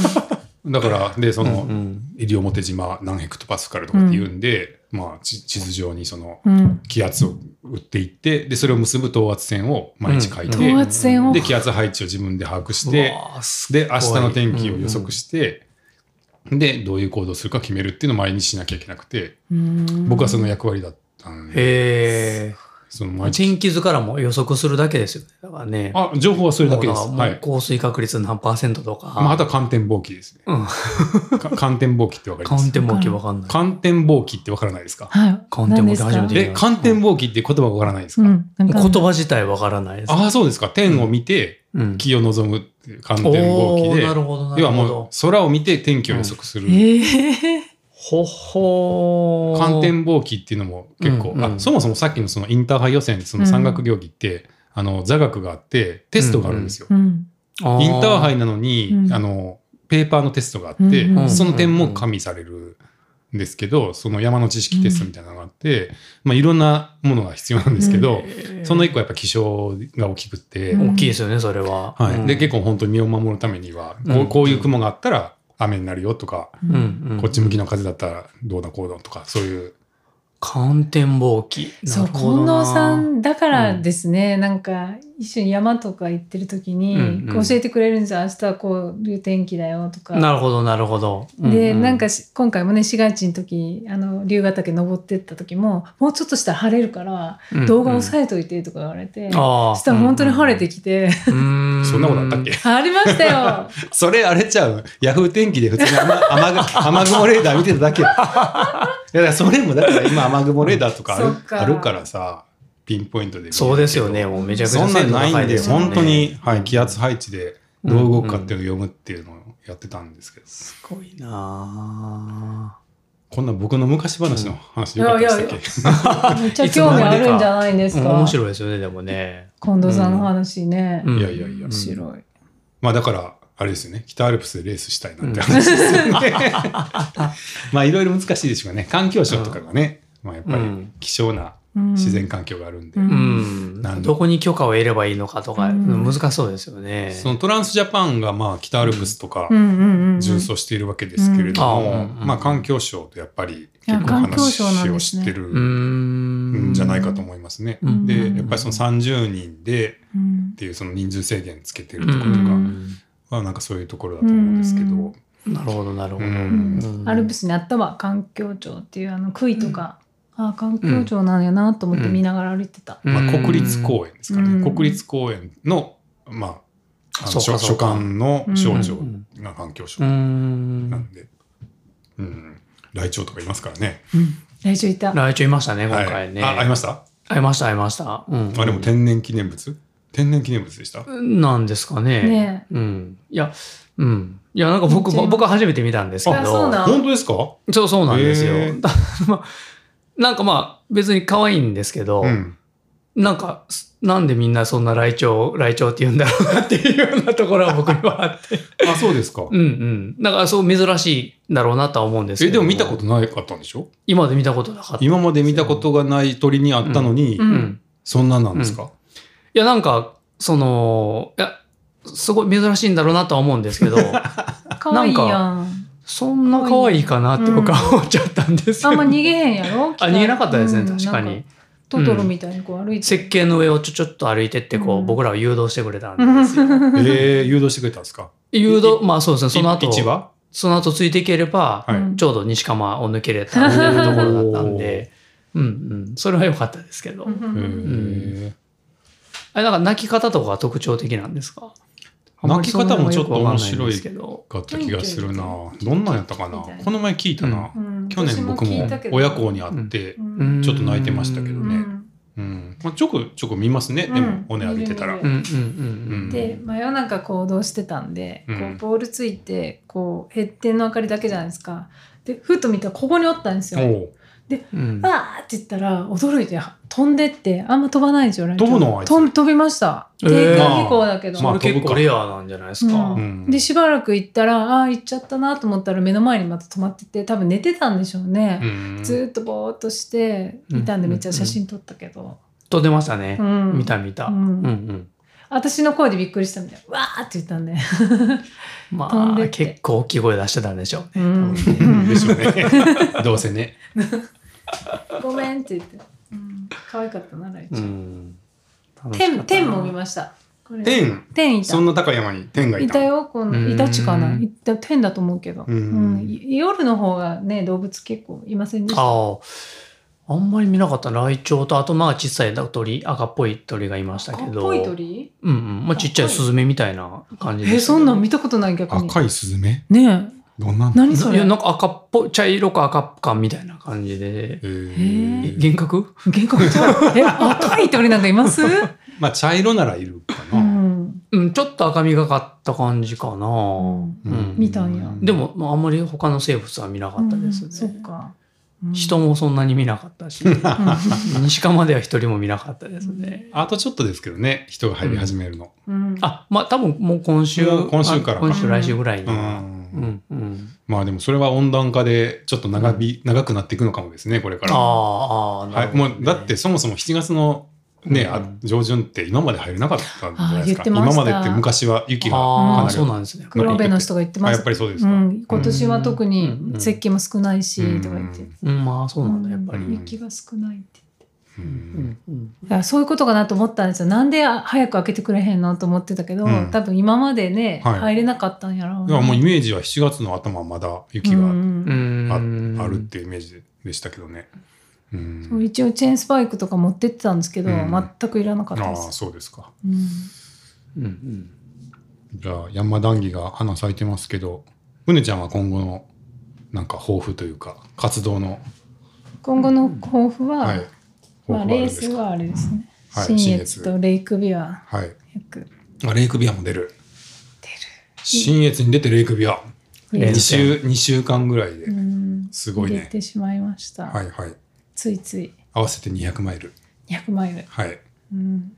Speaker 1: だから、で、その、
Speaker 2: うんうん
Speaker 1: 西表島何ヘクトパスカルとかって言うんで、まあ、地地図上にその
Speaker 3: うん
Speaker 1: 気圧を打っていって、で、それを結ぶ等圧線を毎日書いて、
Speaker 2: うん
Speaker 3: 等圧線を
Speaker 1: で、気圧配置を自分で把握し
Speaker 2: う
Speaker 1: て、
Speaker 2: わーす
Speaker 1: で、明日の天気を予測して、で、どういう行動するか決めるっていうのを毎日しなきゃいけなくて、僕はその役割だったんで、
Speaker 2: へ
Speaker 1: その
Speaker 2: え。
Speaker 1: 毎日。
Speaker 2: 天気図からも予測するだけですよね。だからね。
Speaker 1: あ、情報はそれだけです。
Speaker 2: もうな
Speaker 1: は
Speaker 2: んかも
Speaker 1: い。
Speaker 2: う降水確率何パーセントとか。
Speaker 1: まあ、あとは観天望気ですね。
Speaker 2: うん。
Speaker 1: か観天望気ってわかりま
Speaker 2: 観
Speaker 1: す
Speaker 2: 点もわけわかんない。
Speaker 1: 観天望気ってわからないですか
Speaker 3: はい
Speaker 2: 観点も
Speaker 3: 何ですか
Speaker 2: 初めて
Speaker 1: え、観天望気って言葉わからないです
Speaker 3: う
Speaker 1: か、
Speaker 3: んなんか
Speaker 2: 言葉自体わからないです。
Speaker 1: ああ、そうですか。天を見て、
Speaker 2: うん。
Speaker 1: 気を望むっていう観天望
Speaker 2: お
Speaker 1: 気
Speaker 2: ー
Speaker 1: で
Speaker 2: な、るほど、な
Speaker 1: 要
Speaker 2: る
Speaker 1: は
Speaker 2: ほ
Speaker 1: もう
Speaker 2: ど。
Speaker 1: 空を見て天気を予測する。
Speaker 3: ええ
Speaker 2: ほほー。
Speaker 1: 観天望気っていうのも結構、
Speaker 2: うんうん
Speaker 1: あそもそもさっきのそのインターハイ予選その山岳競技って、あの座学があってテストがあるんですよ、
Speaker 3: うん
Speaker 1: インターハ
Speaker 2: イ。
Speaker 1: イなのに、
Speaker 3: うん
Speaker 1: あのペーパーのテストがあって、
Speaker 3: うん
Speaker 2: うん
Speaker 1: その点も加味されるんですけどその山の知識テストみたいなのがあって、まあ、いろんなものが必要なんですけど、その一個やっぱ気象が大きくて、
Speaker 3: うん
Speaker 2: 大きいですよね、それは。
Speaker 1: はい
Speaker 2: うん
Speaker 1: で結構本当に身を守るためには、
Speaker 2: う
Speaker 1: こうんこういう雲があったら雨になるよとか、
Speaker 3: う
Speaker 2: うんんうん。
Speaker 1: こっち向きの風だったらどうだこうだとかそういう。
Speaker 2: 観天望気。
Speaker 3: そう
Speaker 2: なるほど
Speaker 3: 近
Speaker 2: な
Speaker 3: 藤さ。んだからですね、なんか一緒に山とか行ってる時に、
Speaker 2: うんうん
Speaker 3: こう教えてくれるんですよ明日はこういう天気だよとか。
Speaker 2: なるほど、なるほど。
Speaker 3: で、
Speaker 2: うう
Speaker 3: なんかし今回もね市街地の時あの龍ヶ岳登ってった時ももうちょっとしたら晴れるから動画押さえといてとか言われて、
Speaker 2: ああ。
Speaker 3: したら本当に晴れてきて、
Speaker 2: うーん
Speaker 1: そんなことあったっけ
Speaker 3: ありましたよ
Speaker 1: それあれちゃうヤフー天気で普通に雨 雨雲雨雲レーダー見てただけ。いやだからそれもだから今雨雲レーダーとかあ
Speaker 3: そ
Speaker 1: る
Speaker 3: っか
Speaker 1: あるからさピンポイントで見れるけど
Speaker 2: そうですよね。もうめちゃくち
Speaker 1: そ
Speaker 2: ゃ
Speaker 1: んなんないんで、
Speaker 2: 精度高
Speaker 1: 本当
Speaker 2: いで
Speaker 1: に、
Speaker 2: すよね
Speaker 1: はい、気圧配置でどう動くかっていうのを読むっていうのをやってたんですけど、
Speaker 2: すごいなあ
Speaker 1: こんな僕の昔話の話よかったでしたっけ、
Speaker 3: めっちゃ興味あるんじゃないです
Speaker 2: うん
Speaker 3: か
Speaker 2: 面白いですよね、でもね。
Speaker 3: 近藤さんの話ね、
Speaker 2: うん
Speaker 1: いやいやいや
Speaker 2: うん
Speaker 3: 面白い、
Speaker 1: まあだからあれですよね北アルプスでレースしたいなって話ですよね、 まあいろいろ難しいでしょうね環境省とかがね、まあやっぱ
Speaker 2: う
Speaker 1: り
Speaker 2: ん
Speaker 1: 希少な
Speaker 3: うん
Speaker 1: 自然環境があるんで、
Speaker 3: うん
Speaker 2: うん
Speaker 1: なんで
Speaker 2: どこに許可を得ればいいのかとか、
Speaker 3: うん
Speaker 2: 難しそうですよね。
Speaker 1: そのトランスジャパンがまあ北アルプスとか
Speaker 3: うんうんうんうん
Speaker 1: 重走しているわけですけれども、
Speaker 2: うんあうん
Speaker 1: まあ環境省とやっぱり
Speaker 3: いや
Speaker 1: 結構
Speaker 3: 環境省なん
Speaker 1: 話
Speaker 3: で
Speaker 1: を
Speaker 3: す
Speaker 1: し
Speaker 3: ね
Speaker 1: て
Speaker 2: うー
Speaker 1: る
Speaker 2: ん
Speaker 1: んじゃないかと思いますね。
Speaker 2: うん
Speaker 1: で
Speaker 3: うん
Speaker 1: やっぱりその30人で
Speaker 3: うん
Speaker 1: っていうその人数制限つけてる
Speaker 2: う
Speaker 1: ところとか
Speaker 2: ん
Speaker 1: はなんかそういうところだと思うんですけど、
Speaker 3: うん
Speaker 2: なるほど、なるほど。
Speaker 1: うん
Speaker 2: うん
Speaker 3: アルプスにあったわ環境庁っていうあの杭とか、ああ環境庁なんやなと思って見ながら歩いてた、
Speaker 1: まあ、国立公園ですからね、
Speaker 3: うん
Speaker 1: 国立公園の,、まあ、あ
Speaker 2: そ
Speaker 1: の所
Speaker 2: うかそ
Speaker 1: 所
Speaker 2: うか
Speaker 1: 管の省庁
Speaker 2: うん
Speaker 1: が環境省
Speaker 2: うー。
Speaker 1: なんんで、うん、ライチョウとかいますからね。
Speaker 3: 来週いた
Speaker 2: 来長いましたね、今
Speaker 1: は
Speaker 2: 回
Speaker 1: い
Speaker 2: ね。
Speaker 1: あありました
Speaker 2: 会いました、会いました。うん。
Speaker 1: あれも天然記念物天然記念物でした、
Speaker 2: なんですかね。
Speaker 3: ね
Speaker 2: うん。いや、うん。いや、なんか僕、
Speaker 3: めっちゃ
Speaker 2: 僕は初めて見たんですけ
Speaker 3: あ
Speaker 2: ど。
Speaker 3: そうなん
Speaker 1: 本当ですか
Speaker 2: そう、そうなんですよ
Speaker 1: へー。
Speaker 2: まあなんかまあ、別に可愛いんですけど、
Speaker 1: うん
Speaker 2: なんか、すなんでみんなそんなライチョウ、ライチョウって言うんだろうなっていうようなところは僕にはあ って。
Speaker 1: あそうですか
Speaker 2: うんうん。だからそう珍しいんだろうなとは思うんですけ
Speaker 1: えで
Speaker 2: ど。
Speaker 1: も見たことなかったんでしょ
Speaker 2: 今まで見たことなかった。
Speaker 1: 今まで見たことがない鳥にあったのに、
Speaker 3: うん
Speaker 2: うん。
Speaker 1: そんななんですか、
Speaker 2: いや、なんか、その、いや、すごい珍しいんだろうなとは思うんです けど、
Speaker 3: かわいいやん
Speaker 2: そんな可愛いかなって僕は思っちゃったんですよ。
Speaker 3: あんま逃げへんやろ
Speaker 2: あ逃げなかったですね、確か。
Speaker 3: うんなん
Speaker 2: に。
Speaker 3: トトロみたいにこう歩いて
Speaker 2: 石鹸の上をちょちょっと歩いてって、こ
Speaker 3: う
Speaker 2: う、
Speaker 3: ん
Speaker 2: 僕らを誘導してくれたんですよ。
Speaker 1: えー、誘導してくれたんです か
Speaker 2: 誘導、まあそうですね、その後、
Speaker 1: 一話
Speaker 2: その後ついていければ、
Speaker 1: はい、
Speaker 3: うん
Speaker 2: ちょうど西釜を抜けれたっていうところだったんで、うんうん、それは良かったですけど。
Speaker 3: うんうんうん
Speaker 1: へー
Speaker 2: あれ、なんか泣き方とかが特徴的なんですかあんまり
Speaker 1: 泣き方もちょっと
Speaker 2: そんなの
Speaker 1: 面
Speaker 2: がよくわかんな
Speaker 1: 白い
Speaker 2: んですけど
Speaker 1: かった気がするな
Speaker 3: 謙虚
Speaker 1: どんなんやったかな
Speaker 3: みたいな
Speaker 1: この前聞いたな、
Speaker 3: うん
Speaker 1: 去年僕も親子に会って、
Speaker 3: うん
Speaker 1: ちょっと泣いてましたけど
Speaker 3: う
Speaker 1: ね、
Speaker 3: ん
Speaker 1: うんまあ、ちょくちょく見ますね、
Speaker 3: うん
Speaker 1: でも骨上げてたら、
Speaker 3: 見
Speaker 2: う
Speaker 3: る
Speaker 2: んうんうんうん
Speaker 3: で真夜中行動してたんで、
Speaker 1: うん
Speaker 3: こうボールついてこう減点の明かりだけじゃないですかでふっと見たらここにおったんですよ。
Speaker 1: おう
Speaker 2: うん
Speaker 3: わーって言ったら驚いて飛んでってあんま飛ばないんですよライト
Speaker 1: 飛ぶのあいつ
Speaker 3: 飛飛びました
Speaker 2: えー
Speaker 3: 低空飛行だけど、
Speaker 1: まあ
Speaker 2: それ結構レアなんじゃないですか、
Speaker 3: うん
Speaker 1: うん
Speaker 3: でしばらく行ったらあー行っちゃったなと思ったら目の前にまた止まってて多分寝てたんでしょうね、
Speaker 1: うん
Speaker 3: ずーっとぼーっとしていたんで
Speaker 2: うん
Speaker 3: めっちゃ写真撮ったけど、
Speaker 2: と出ましたね
Speaker 3: う、ん
Speaker 2: 見た見た、う
Speaker 3: う
Speaker 2: ん
Speaker 3: ん
Speaker 2: うん
Speaker 3: 私の声でびっくりしたみたいわーって言った んで、
Speaker 2: ま
Speaker 3: 飛んで
Speaker 2: あ
Speaker 3: って
Speaker 2: 結構大きい声出してたんでしょうね多
Speaker 3: う
Speaker 2: 分
Speaker 3: ん
Speaker 2: ね
Speaker 1: でしょうね どうせね
Speaker 3: ごめんって言って、うん、可愛かったなライ
Speaker 2: う
Speaker 3: ちゃん、
Speaker 2: ん
Speaker 3: 天天も見
Speaker 2: ま
Speaker 3: ましたこれ
Speaker 1: 天
Speaker 3: 天いた
Speaker 1: そんな高い山に天がい
Speaker 3: い
Speaker 1: た
Speaker 3: たよこ
Speaker 2: う
Speaker 3: の
Speaker 2: ん
Speaker 3: イタチかないた天だと思うけど、
Speaker 1: う
Speaker 3: うんんい夜の方がね動物結構いませんでした
Speaker 2: あああんまり見なかったライチョウとあとまあ小さい鳥赤っぽい鳥がいましたけど
Speaker 3: 赤っぽい鳥
Speaker 2: うんうんまあちっちゃいスズメみたいな感じ
Speaker 3: え
Speaker 2: でした
Speaker 3: そ
Speaker 2: け
Speaker 3: ん
Speaker 2: ど
Speaker 3: なん見たことない逆に
Speaker 1: 赤いスズメ
Speaker 3: ねえ
Speaker 1: どんなんだ
Speaker 3: 何そ
Speaker 2: い
Speaker 3: れ
Speaker 2: やなんか赤っぽい茶色か赤っかみたいな感じで
Speaker 1: え
Speaker 3: ー
Speaker 1: ー
Speaker 2: 幻覚
Speaker 3: 幻覚ちゃうえ赤い鳥なんかいます、う
Speaker 1: まあ茶色ならいるかな、
Speaker 3: ん
Speaker 2: うんちょっと赤みがかった感じかな、
Speaker 3: う
Speaker 2: う
Speaker 3: ん
Speaker 2: ん
Speaker 3: 見たんや
Speaker 2: でも、まあ、あんまり他の生物は見なかったですね、
Speaker 3: うんそっか、うん
Speaker 2: 人もそんなに見なかった し西川までは一人も見なかったですね、
Speaker 1: あとちょっとですけどね人が入り始めるの、
Speaker 3: うん、
Speaker 2: あまあ多分もう今週
Speaker 1: もう今週から
Speaker 2: あ
Speaker 1: か
Speaker 2: 今週来週ぐらいに
Speaker 1: う
Speaker 2: は、
Speaker 1: ん
Speaker 2: うんうん、
Speaker 1: まあでもそれは温暖化でちょっと長び、長くなっていくのかもですねこれから
Speaker 2: あーあーな
Speaker 1: は
Speaker 2: る
Speaker 1: い、
Speaker 2: ほどね、
Speaker 1: もうだってそもそも7月のね、あ
Speaker 2: うん
Speaker 1: 上旬って今まで入れなかったんじゃないですか
Speaker 3: あー言ってま
Speaker 1: 今
Speaker 3: した
Speaker 1: までって昔は雪が
Speaker 2: あ
Speaker 1: か
Speaker 2: あ
Speaker 1: な
Speaker 2: ー
Speaker 1: り
Speaker 2: そうなんですね
Speaker 3: 黒部の人が言って
Speaker 1: あ
Speaker 3: ま
Speaker 1: や
Speaker 3: す
Speaker 1: っぱりそうですか、
Speaker 3: うん、今年は特に
Speaker 2: うん
Speaker 3: 石器も少ないし、
Speaker 1: うん
Speaker 3: とか言って、
Speaker 2: うんまあそうなんだやっぱり、
Speaker 1: うん
Speaker 3: 雪が少ないって
Speaker 1: う
Speaker 2: うん
Speaker 1: ん
Speaker 2: うん
Speaker 3: だからそういうことかなと思ったんですよなんであ早く開けてくれへんのと思ってたけど、
Speaker 1: うん
Speaker 3: 多分今までね、
Speaker 1: はい
Speaker 3: 入れなかったんやろ
Speaker 1: だ
Speaker 3: う
Speaker 1: からもうイメージは7月の頭はまだ雪が
Speaker 3: う
Speaker 1: あ,、
Speaker 3: ん
Speaker 1: あるっていうイメージでしたけどね、うん
Speaker 3: そう一応チェーンスパイクとか持ってってたんですけど、
Speaker 1: うん
Speaker 3: 全くいらなかった
Speaker 1: ああ
Speaker 3: です、
Speaker 1: そうですか
Speaker 3: うん
Speaker 2: うんうん
Speaker 1: じゃあ山談義が花咲いてますけどうねちゃんは今後のなんか抱負というか活動の、
Speaker 3: 今後の抱負は、
Speaker 1: はい
Speaker 3: まあ、
Speaker 1: 抱負はあるん
Speaker 3: レー
Speaker 1: です
Speaker 3: ス
Speaker 1: か
Speaker 3: はあれですね、
Speaker 1: はい
Speaker 3: 新越とレイクビア
Speaker 1: はい
Speaker 3: 約
Speaker 1: あレイクビアも出る新越に出てレイクビア
Speaker 2: レー
Speaker 1: 2
Speaker 2: ス
Speaker 1: 週二週間ぐらいで、
Speaker 3: うん
Speaker 1: すごいね
Speaker 3: 入れてしまいました、
Speaker 1: はいはい
Speaker 3: ついつい
Speaker 1: 合わせて200マイル
Speaker 3: 200マイル、
Speaker 1: はい
Speaker 3: うん、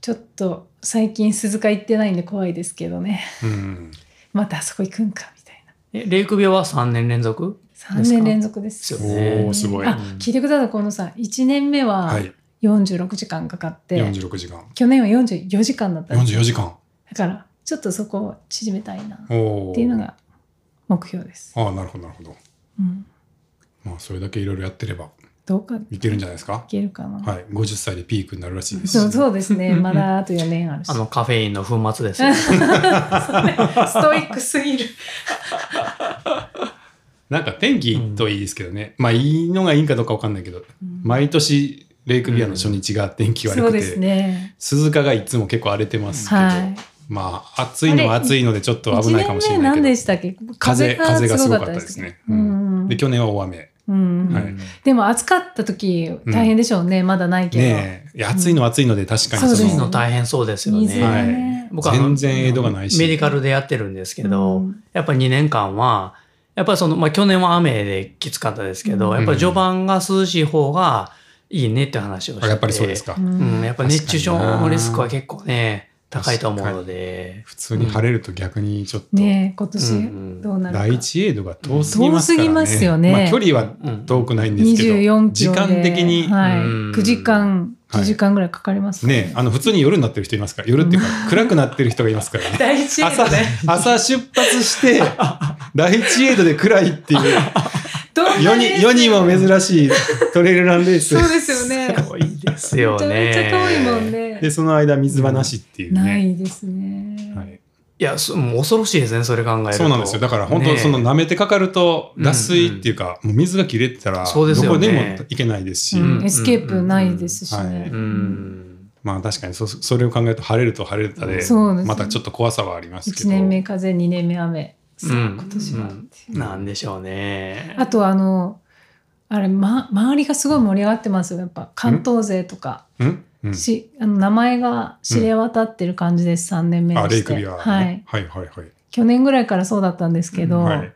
Speaker 3: ちょっと最近鈴鹿行ってないんで怖いですけどね
Speaker 1: うん
Speaker 3: またあそこ行くんかみたいな
Speaker 2: えレイクビアは三年連続
Speaker 3: 3年連続です
Speaker 2: で
Speaker 3: よ
Speaker 2: すかね
Speaker 1: おおすごい
Speaker 3: あ聞いてくださいこのさ1年目は
Speaker 1: はい
Speaker 3: 46時間かかって、
Speaker 1: 46時間
Speaker 3: 去年は44時間だったんです
Speaker 1: 44時間
Speaker 3: だからちょっとそこを縮めたいなっ
Speaker 1: おお
Speaker 3: ていうのが目標です、
Speaker 1: ああなるほどなるほど
Speaker 3: うん、
Speaker 1: まあそれだけいろいろやってれば
Speaker 3: どうかい
Speaker 1: いけるんじゃないですか
Speaker 3: けるかな、
Speaker 1: はい50歳でピークになるらしいです
Speaker 3: そうそうですね
Speaker 2: うん
Speaker 3: まだあと4年あるし
Speaker 2: あのカフェインの粉末ですよ
Speaker 3: ストイックす ぎる
Speaker 1: なんか天気といいですけどね、まあいいのがいいかどうかわかんないけど毎年レイクビアの初日が天気悪
Speaker 3: そう
Speaker 1: く
Speaker 3: です
Speaker 1: て、
Speaker 3: ね
Speaker 1: 鈴鹿がいつも結構荒れてますけど、
Speaker 3: はい
Speaker 1: まあ暑いのは暑いのでちょっと危ないかもしれ
Speaker 3: 一年目
Speaker 1: ないけ
Speaker 3: 何
Speaker 1: ど
Speaker 3: でしたっけ
Speaker 1: 風風がすごかったです
Speaker 3: ご
Speaker 1: ね、
Speaker 3: う
Speaker 1: うん
Speaker 3: ん
Speaker 1: で去年は大雨
Speaker 3: うん
Speaker 1: はい
Speaker 3: でも暑かった時大変でしょうね、まだないけど、
Speaker 1: ねえいや暑いのは暑いので確かに
Speaker 3: そう
Speaker 1: そ
Speaker 3: で
Speaker 2: 暑
Speaker 1: の
Speaker 2: いの大変そうですよ
Speaker 3: 水
Speaker 2: ね、
Speaker 3: が
Speaker 1: はい
Speaker 3: ね、
Speaker 2: 僕あの
Speaker 1: 全然江戸がないし
Speaker 2: メディカルでやってるんですけど、
Speaker 3: うん
Speaker 2: やっぱり2年間はやっぱりその、まあ、去年は雨できつかったですけど、
Speaker 3: うん
Speaker 2: やっぱり序盤が涼しい方がいいねって話をし
Speaker 1: あ
Speaker 2: てて
Speaker 1: やっぱりそうですか、
Speaker 3: うん
Speaker 2: うん、やっぱ熱中症
Speaker 1: 確かにな
Speaker 2: のリスクは結構ね高いと思うので、
Speaker 1: 普通に晴れると逆にちょっと、
Speaker 3: ねえ今
Speaker 2: う
Speaker 3: 年
Speaker 2: ん
Speaker 3: どうなるか、
Speaker 1: 第一エイドが遠すぎますからね
Speaker 3: 遠すぎますよね
Speaker 1: まあ、距離は
Speaker 2: うん
Speaker 1: 遠くないんですけど、
Speaker 3: 24キ
Speaker 1: 時
Speaker 3: ロで
Speaker 1: 間的に、
Speaker 3: はい、
Speaker 2: うん
Speaker 3: 9時間
Speaker 1: はい
Speaker 3: 10時間ぐらいかかりますから
Speaker 1: ねあの普通に夜になってる人いますから夜 っていうか暗くなってる人がいますからね
Speaker 3: 第一エイ
Speaker 1: 朝
Speaker 3: ドね
Speaker 1: 朝出発して 第一エイドで暗いっていう
Speaker 3: どんな
Speaker 1: 世に
Speaker 3: レース
Speaker 1: 世にも珍しいトレイルランレース
Speaker 3: そうですよね
Speaker 2: すごいですよ
Speaker 3: め
Speaker 2: ね
Speaker 3: ちゃめちゃ遠いもんね
Speaker 1: でその間水場なしっていう
Speaker 3: な
Speaker 1: ね、
Speaker 3: いですね、
Speaker 1: はい、
Speaker 2: いやそもう恐ろしいですねそれ考えると
Speaker 1: そうなんですよだから本当
Speaker 2: ね
Speaker 1: その舐めてかかると脱水っていうか、もう水が切れてたら
Speaker 2: そう
Speaker 1: ど
Speaker 2: ですよ
Speaker 1: こ
Speaker 2: ね
Speaker 1: でも行けないですし、
Speaker 3: うん
Speaker 2: うん
Speaker 3: エスケープないですしね、
Speaker 1: はい
Speaker 2: うん
Speaker 1: まあ確かにそそれを考えると晴れると晴れたで
Speaker 3: そうですね
Speaker 1: またちょっと怖さはありますけ
Speaker 3: 1
Speaker 1: ど
Speaker 3: 年目風2年目雨さあ
Speaker 2: うん
Speaker 3: 今年はっていう、
Speaker 2: なんでしょうね。
Speaker 3: あとあのあれ、ま、周りがすごい盛り上がってますよやっぱ関東勢とか、
Speaker 1: うん、うん、
Speaker 3: しあの名前が知れ渡ってる感じです、3年目
Speaker 1: あ
Speaker 3: に
Speaker 1: レイ
Speaker 3: し
Speaker 1: ク
Speaker 3: て、
Speaker 1: ビア、ね
Speaker 3: はい、
Speaker 1: はいはいはい
Speaker 3: 去年ぐらいからそうだったんですけど、
Speaker 2: うん
Speaker 1: はい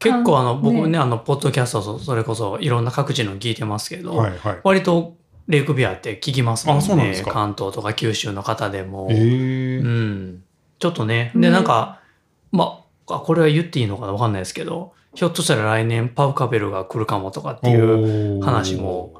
Speaker 2: 結構あの、
Speaker 3: ね
Speaker 2: 僕ね、あの、ポッドキャストそ、それこそいろんな各地の聞いてますけど、
Speaker 1: はいはい
Speaker 2: 割とレイクビアって聞きますもん
Speaker 1: あそうなんで
Speaker 2: ね
Speaker 1: す。か
Speaker 2: 関東とか九州の方でも。
Speaker 1: ええ
Speaker 2: うん。ちょっとね、で、
Speaker 3: ね
Speaker 2: なんか、まあ、これは言っていいのかなわかんないですけど、ひょっとしたら来年パウカベルが来るかもとかってい
Speaker 1: い
Speaker 2: う、
Speaker 1: う
Speaker 2: 話も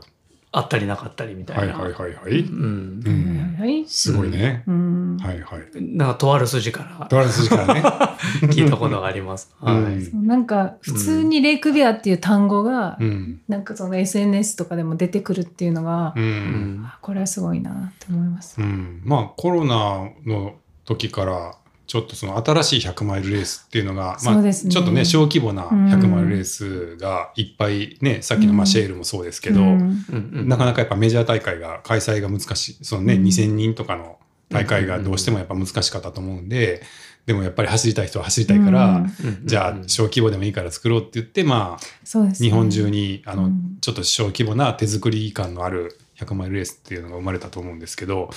Speaker 2: あったりなかったりみた
Speaker 1: はいい
Speaker 2: な。
Speaker 1: はいはいはい、
Speaker 2: うん
Speaker 1: う。ん、
Speaker 3: はい、
Speaker 1: すごいね、
Speaker 3: うん
Speaker 1: はいはい
Speaker 2: なんかとある筋 か
Speaker 1: ドラスから ね、
Speaker 2: ら聞いたことがあります。
Speaker 1: う
Speaker 2: はい。
Speaker 1: ん
Speaker 3: なんか普通にレイクビアっていう単語が、
Speaker 1: うん
Speaker 3: なんかその SNS とかでも出てくるっていうのが、
Speaker 1: う
Speaker 2: うんん
Speaker 3: あこれはすごいなって思います。
Speaker 1: うん、まあコロナの時からちょっとその新しい100マイルレースっていうのが、ま
Speaker 3: そう
Speaker 1: あ、
Speaker 3: ですね
Speaker 1: ちょっとね小規模な
Speaker 3: うん
Speaker 1: 100マイルレースがいっぱいね、さっきのまあシェールもそうですけど、
Speaker 3: うん
Speaker 2: うんうん
Speaker 1: なかなかやっぱメジャー大会が開催が難しいそのね、
Speaker 3: うん
Speaker 1: 2,000人とかの大会がどうしてもやっぱ難しかったと思うんで、でもやっぱり走りたい人は走りたいから、
Speaker 3: うん
Speaker 2: うん
Speaker 1: じゃあ
Speaker 2: うん
Speaker 1: 小規模でもいいから作ろうって言ってまあ
Speaker 3: そうですね
Speaker 1: 日本中にあの、
Speaker 3: うん
Speaker 1: ちょっと小規模な手作り感のある100マイルレースっていうのが生まれたと思うんですけど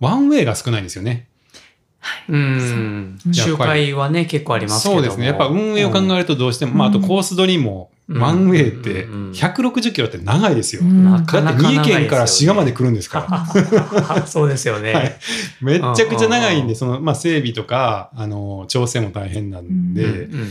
Speaker 1: ワンウェイが少ないんですよね。
Speaker 2: うん
Speaker 3: そう
Speaker 2: 周回はね、結構ありますけ
Speaker 1: そ
Speaker 2: ども。
Speaker 1: うですねやっぱ運営を考えるとどうしても、
Speaker 3: うん
Speaker 1: まあ、あとコース取りも、
Speaker 2: うん
Speaker 1: ワンウェイって
Speaker 2: うん
Speaker 1: 160キロって長いですよ。
Speaker 3: うん
Speaker 2: なか
Speaker 1: だ
Speaker 2: な
Speaker 1: って
Speaker 2: か長い
Speaker 1: 三重県から
Speaker 2: です
Speaker 1: 滋
Speaker 2: よ
Speaker 1: 賀
Speaker 2: ね
Speaker 1: まで来るんですから。
Speaker 2: そうですよね。
Speaker 1: はいめっちゃくちゃ長いん
Speaker 2: うんうんう
Speaker 1: で、
Speaker 2: ん
Speaker 1: その、まあ、整備とか、あの、調整も大変なんで、
Speaker 3: うん
Speaker 2: うんうん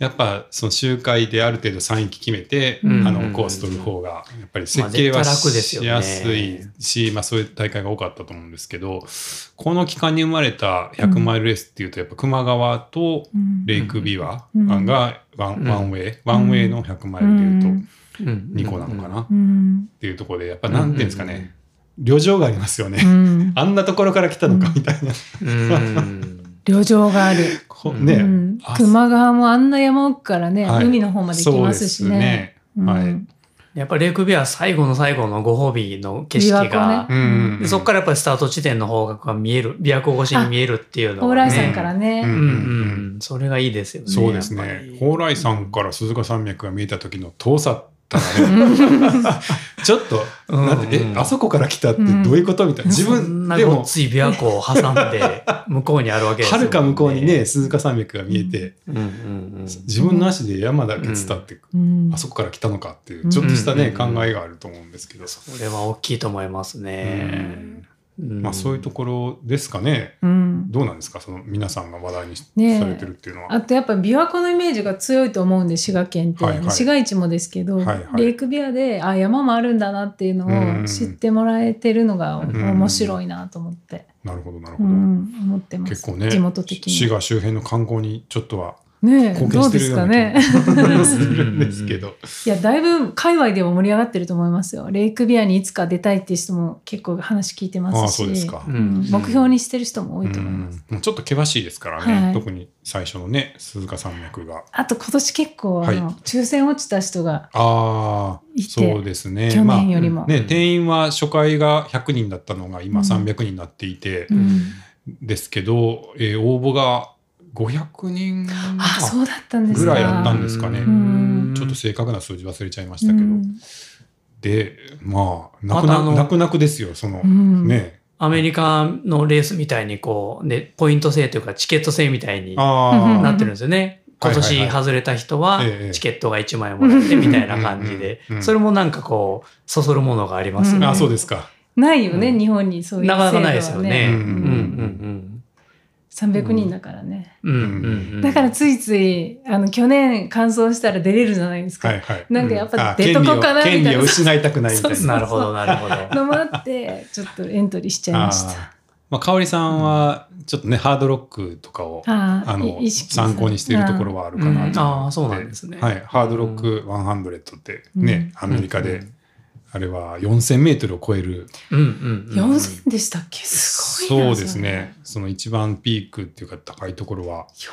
Speaker 1: やっぱ、その周回である程度3域決めて、
Speaker 3: うん
Speaker 1: あ
Speaker 2: うんうんう
Speaker 1: の、
Speaker 2: ん
Speaker 1: コース取る方が、やっぱり設計は
Speaker 2: まあ絶対楽ですよ
Speaker 1: し
Speaker 2: ね
Speaker 1: やすいし、まあ、そういう大会が多かったと思うんですけど、この期間に生まれた100マイルレースっていうと、やっぱ、球磨川と
Speaker 3: うん
Speaker 1: レイクビワ
Speaker 3: うん
Speaker 1: がワン,、
Speaker 2: うん
Speaker 1: ワンウェイ、ワンウェイの100マイルでいうと、
Speaker 2: うんうん
Speaker 1: 2個なのかなっ
Speaker 3: うん
Speaker 1: ていうところで、やっぱ、なんていうんですかね、旅情がありますよね。
Speaker 3: うん
Speaker 1: あんなところから来たのかみたいな。
Speaker 2: うん。
Speaker 3: 旅情がある、
Speaker 1: こ
Speaker 2: う ん
Speaker 1: ね、
Speaker 3: うん
Speaker 1: あ
Speaker 3: 熊川もあんな山奥からね、
Speaker 1: はい
Speaker 3: 海の方まで行きますしね。
Speaker 1: そうですねはい
Speaker 3: うん
Speaker 2: やっぱレイクビアは最後の最後のご褒美の景色
Speaker 3: 琵琶
Speaker 2: が
Speaker 3: 湖、
Speaker 1: うんうん
Speaker 2: でそこからやっぱりスタート地点の方角が見える、琵琶湖越しに見えるっていうの
Speaker 3: 蓬
Speaker 2: は、
Speaker 3: 莱
Speaker 2: ね。
Speaker 3: 山からね、
Speaker 1: うん
Speaker 2: うんうん。それがいいですよね。
Speaker 1: そうです
Speaker 2: やっぱ
Speaker 1: ね
Speaker 2: り
Speaker 1: 蓬莱山から鈴鹿山脈が見えた時の遠さったらねちょっと、
Speaker 2: うん
Speaker 1: なんてえあそこから来たって
Speaker 3: うん
Speaker 1: どういうことみたいな自
Speaker 2: そん
Speaker 1: 分
Speaker 2: な
Speaker 1: で
Speaker 2: ごっ
Speaker 1: も
Speaker 2: つい琵琶湖を挟 んで、向こうにあるわけです
Speaker 1: は
Speaker 2: もん
Speaker 1: るか向こうにね。鈴鹿山脈が見えて、
Speaker 2: うんうんうん。
Speaker 1: 自分の足で山だけ伝ってく、
Speaker 3: うん
Speaker 1: あそこから来たのかっていうちょっとしたね、
Speaker 2: うん
Speaker 1: 考えがあると思うんですけど、
Speaker 2: これは大きいと思いますね。うん
Speaker 1: まあ、そういうところですかね
Speaker 3: うん
Speaker 1: どうなんですかその皆さんが話題にし
Speaker 3: ねえ
Speaker 1: されてるっていうのは。
Speaker 3: あとやっぱ琵琶湖のイメージが強いと思うんで滋賀県って、
Speaker 1: はいはい
Speaker 3: 市街地もですけど、
Speaker 1: はいはい
Speaker 3: レイクビアであ山もあるんだなっていうの
Speaker 1: う
Speaker 3: を
Speaker 1: ん
Speaker 3: 知ってもらえてるのが
Speaker 2: ん
Speaker 3: 面白いなと思って、
Speaker 1: なるほどなるほ
Speaker 3: う
Speaker 1: ど。
Speaker 3: ん、思ってます
Speaker 1: 結構ね
Speaker 3: 地元的
Speaker 1: 滋
Speaker 3: に。
Speaker 1: 賀周辺の観光にちょっとは
Speaker 3: ねえ
Speaker 1: 貢献
Speaker 3: どう
Speaker 1: して
Speaker 3: で
Speaker 1: る
Speaker 3: す
Speaker 1: ような
Speaker 3: かね
Speaker 1: 気。が す
Speaker 2: うんうんうん
Speaker 1: るんですけど。
Speaker 3: いやだいぶ界隈でも盛り上がってると思いますよ。レイクビアにいつか出たいっていう人も結構話聞いてますし
Speaker 1: ああそうですか
Speaker 2: う。
Speaker 3: うん
Speaker 2: ん、
Speaker 3: 目標にしてる人も多
Speaker 1: う
Speaker 3: いと思います。
Speaker 1: んもうちょっと険しいですからね、
Speaker 3: はい
Speaker 1: 特に最初のね鈴鹿山脈が。
Speaker 3: あと今年結構あの、
Speaker 1: はい
Speaker 3: 抽選落ちた人が
Speaker 1: ああ
Speaker 3: いて
Speaker 1: そうですね。
Speaker 3: 去年
Speaker 1: ま
Speaker 3: よりも。
Speaker 1: あね、定員は初回が100人だったのが今
Speaker 3: うん
Speaker 1: 300人になっていて
Speaker 3: う、ん
Speaker 1: ですけど、えー応募が500人
Speaker 3: あそうだったんです
Speaker 1: ぐ
Speaker 3: から
Speaker 1: いあったんですかね
Speaker 3: うん
Speaker 1: ちょっと正確な数字忘れちゃいましたけ
Speaker 3: う
Speaker 1: ど、
Speaker 3: ん
Speaker 1: でまあ泣
Speaker 2: ま
Speaker 1: く
Speaker 2: たあ
Speaker 1: な
Speaker 2: の
Speaker 1: 泣く泣くですよその、
Speaker 3: うん
Speaker 1: ね
Speaker 2: アメリカのレースみたいにこう、ね、ポイント制というかチケット制みたいにな
Speaker 1: ああ
Speaker 2: ってるんですよね。
Speaker 1: はい
Speaker 2: 今
Speaker 1: はいはい
Speaker 2: 年外れた人は
Speaker 1: ええ
Speaker 2: チケットが1枚もらってみたいな感じで
Speaker 1: うんうんう、ん
Speaker 2: それもなんかこう、そそるものがありますよね。
Speaker 1: あそうですか。
Speaker 3: ないよね、
Speaker 2: うん
Speaker 3: 日本にそういう制
Speaker 2: なか
Speaker 3: 度
Speaker 2: な
Speaker 3: は
Speaker 2: かないですよね。
Speaker 1: う
Speaker 2: うんん
Speaker 3: 300人だからね、
Speaker 2: うんうん。うんうんうん
Speaker 3: だからついついあの去年完走したら出れるじゃないですか、
Speaker 1: はいはい。
Speaker 3: なんかやっぱ出
Speaker 1: あ
Speaker 3: とこうかなみた
Speaker 1: 権
Speaker 3: い
Speaker 1: 利を権利を
Speaker 3: な
Speaker 1: 失いたくないみたいな。
Speaker 3: そうそう
Speaker 2: なるほど、なるほど。
Speaker 3: のもあってちょっとエントリーしちゃいました
Speaker 1: あーまあ、香織さんはちょっとね、ハードロックとかを、
Speaker 3: あー
Speaker 1: あの
Speaker 3: い意識さ
Speaker 1: 参考にしているところ
Speaker 3: は
Speaker 1: はあるかなと思
Speaker 2: うんあーそうなんですね
Speaker 1: はい、ハードロック100ってね、アメリカで、
Speaker 2: うん
Speaker 1: あれは4000メートルを超える、
Speaker 2: うんうんうん。
Speaker 3: 4000でしたっけすごい
Speaker 1: そ
Speaker 3: な
Speaker 1: うですね。その一番ピークっていうか高いところは
Speaker 3: そ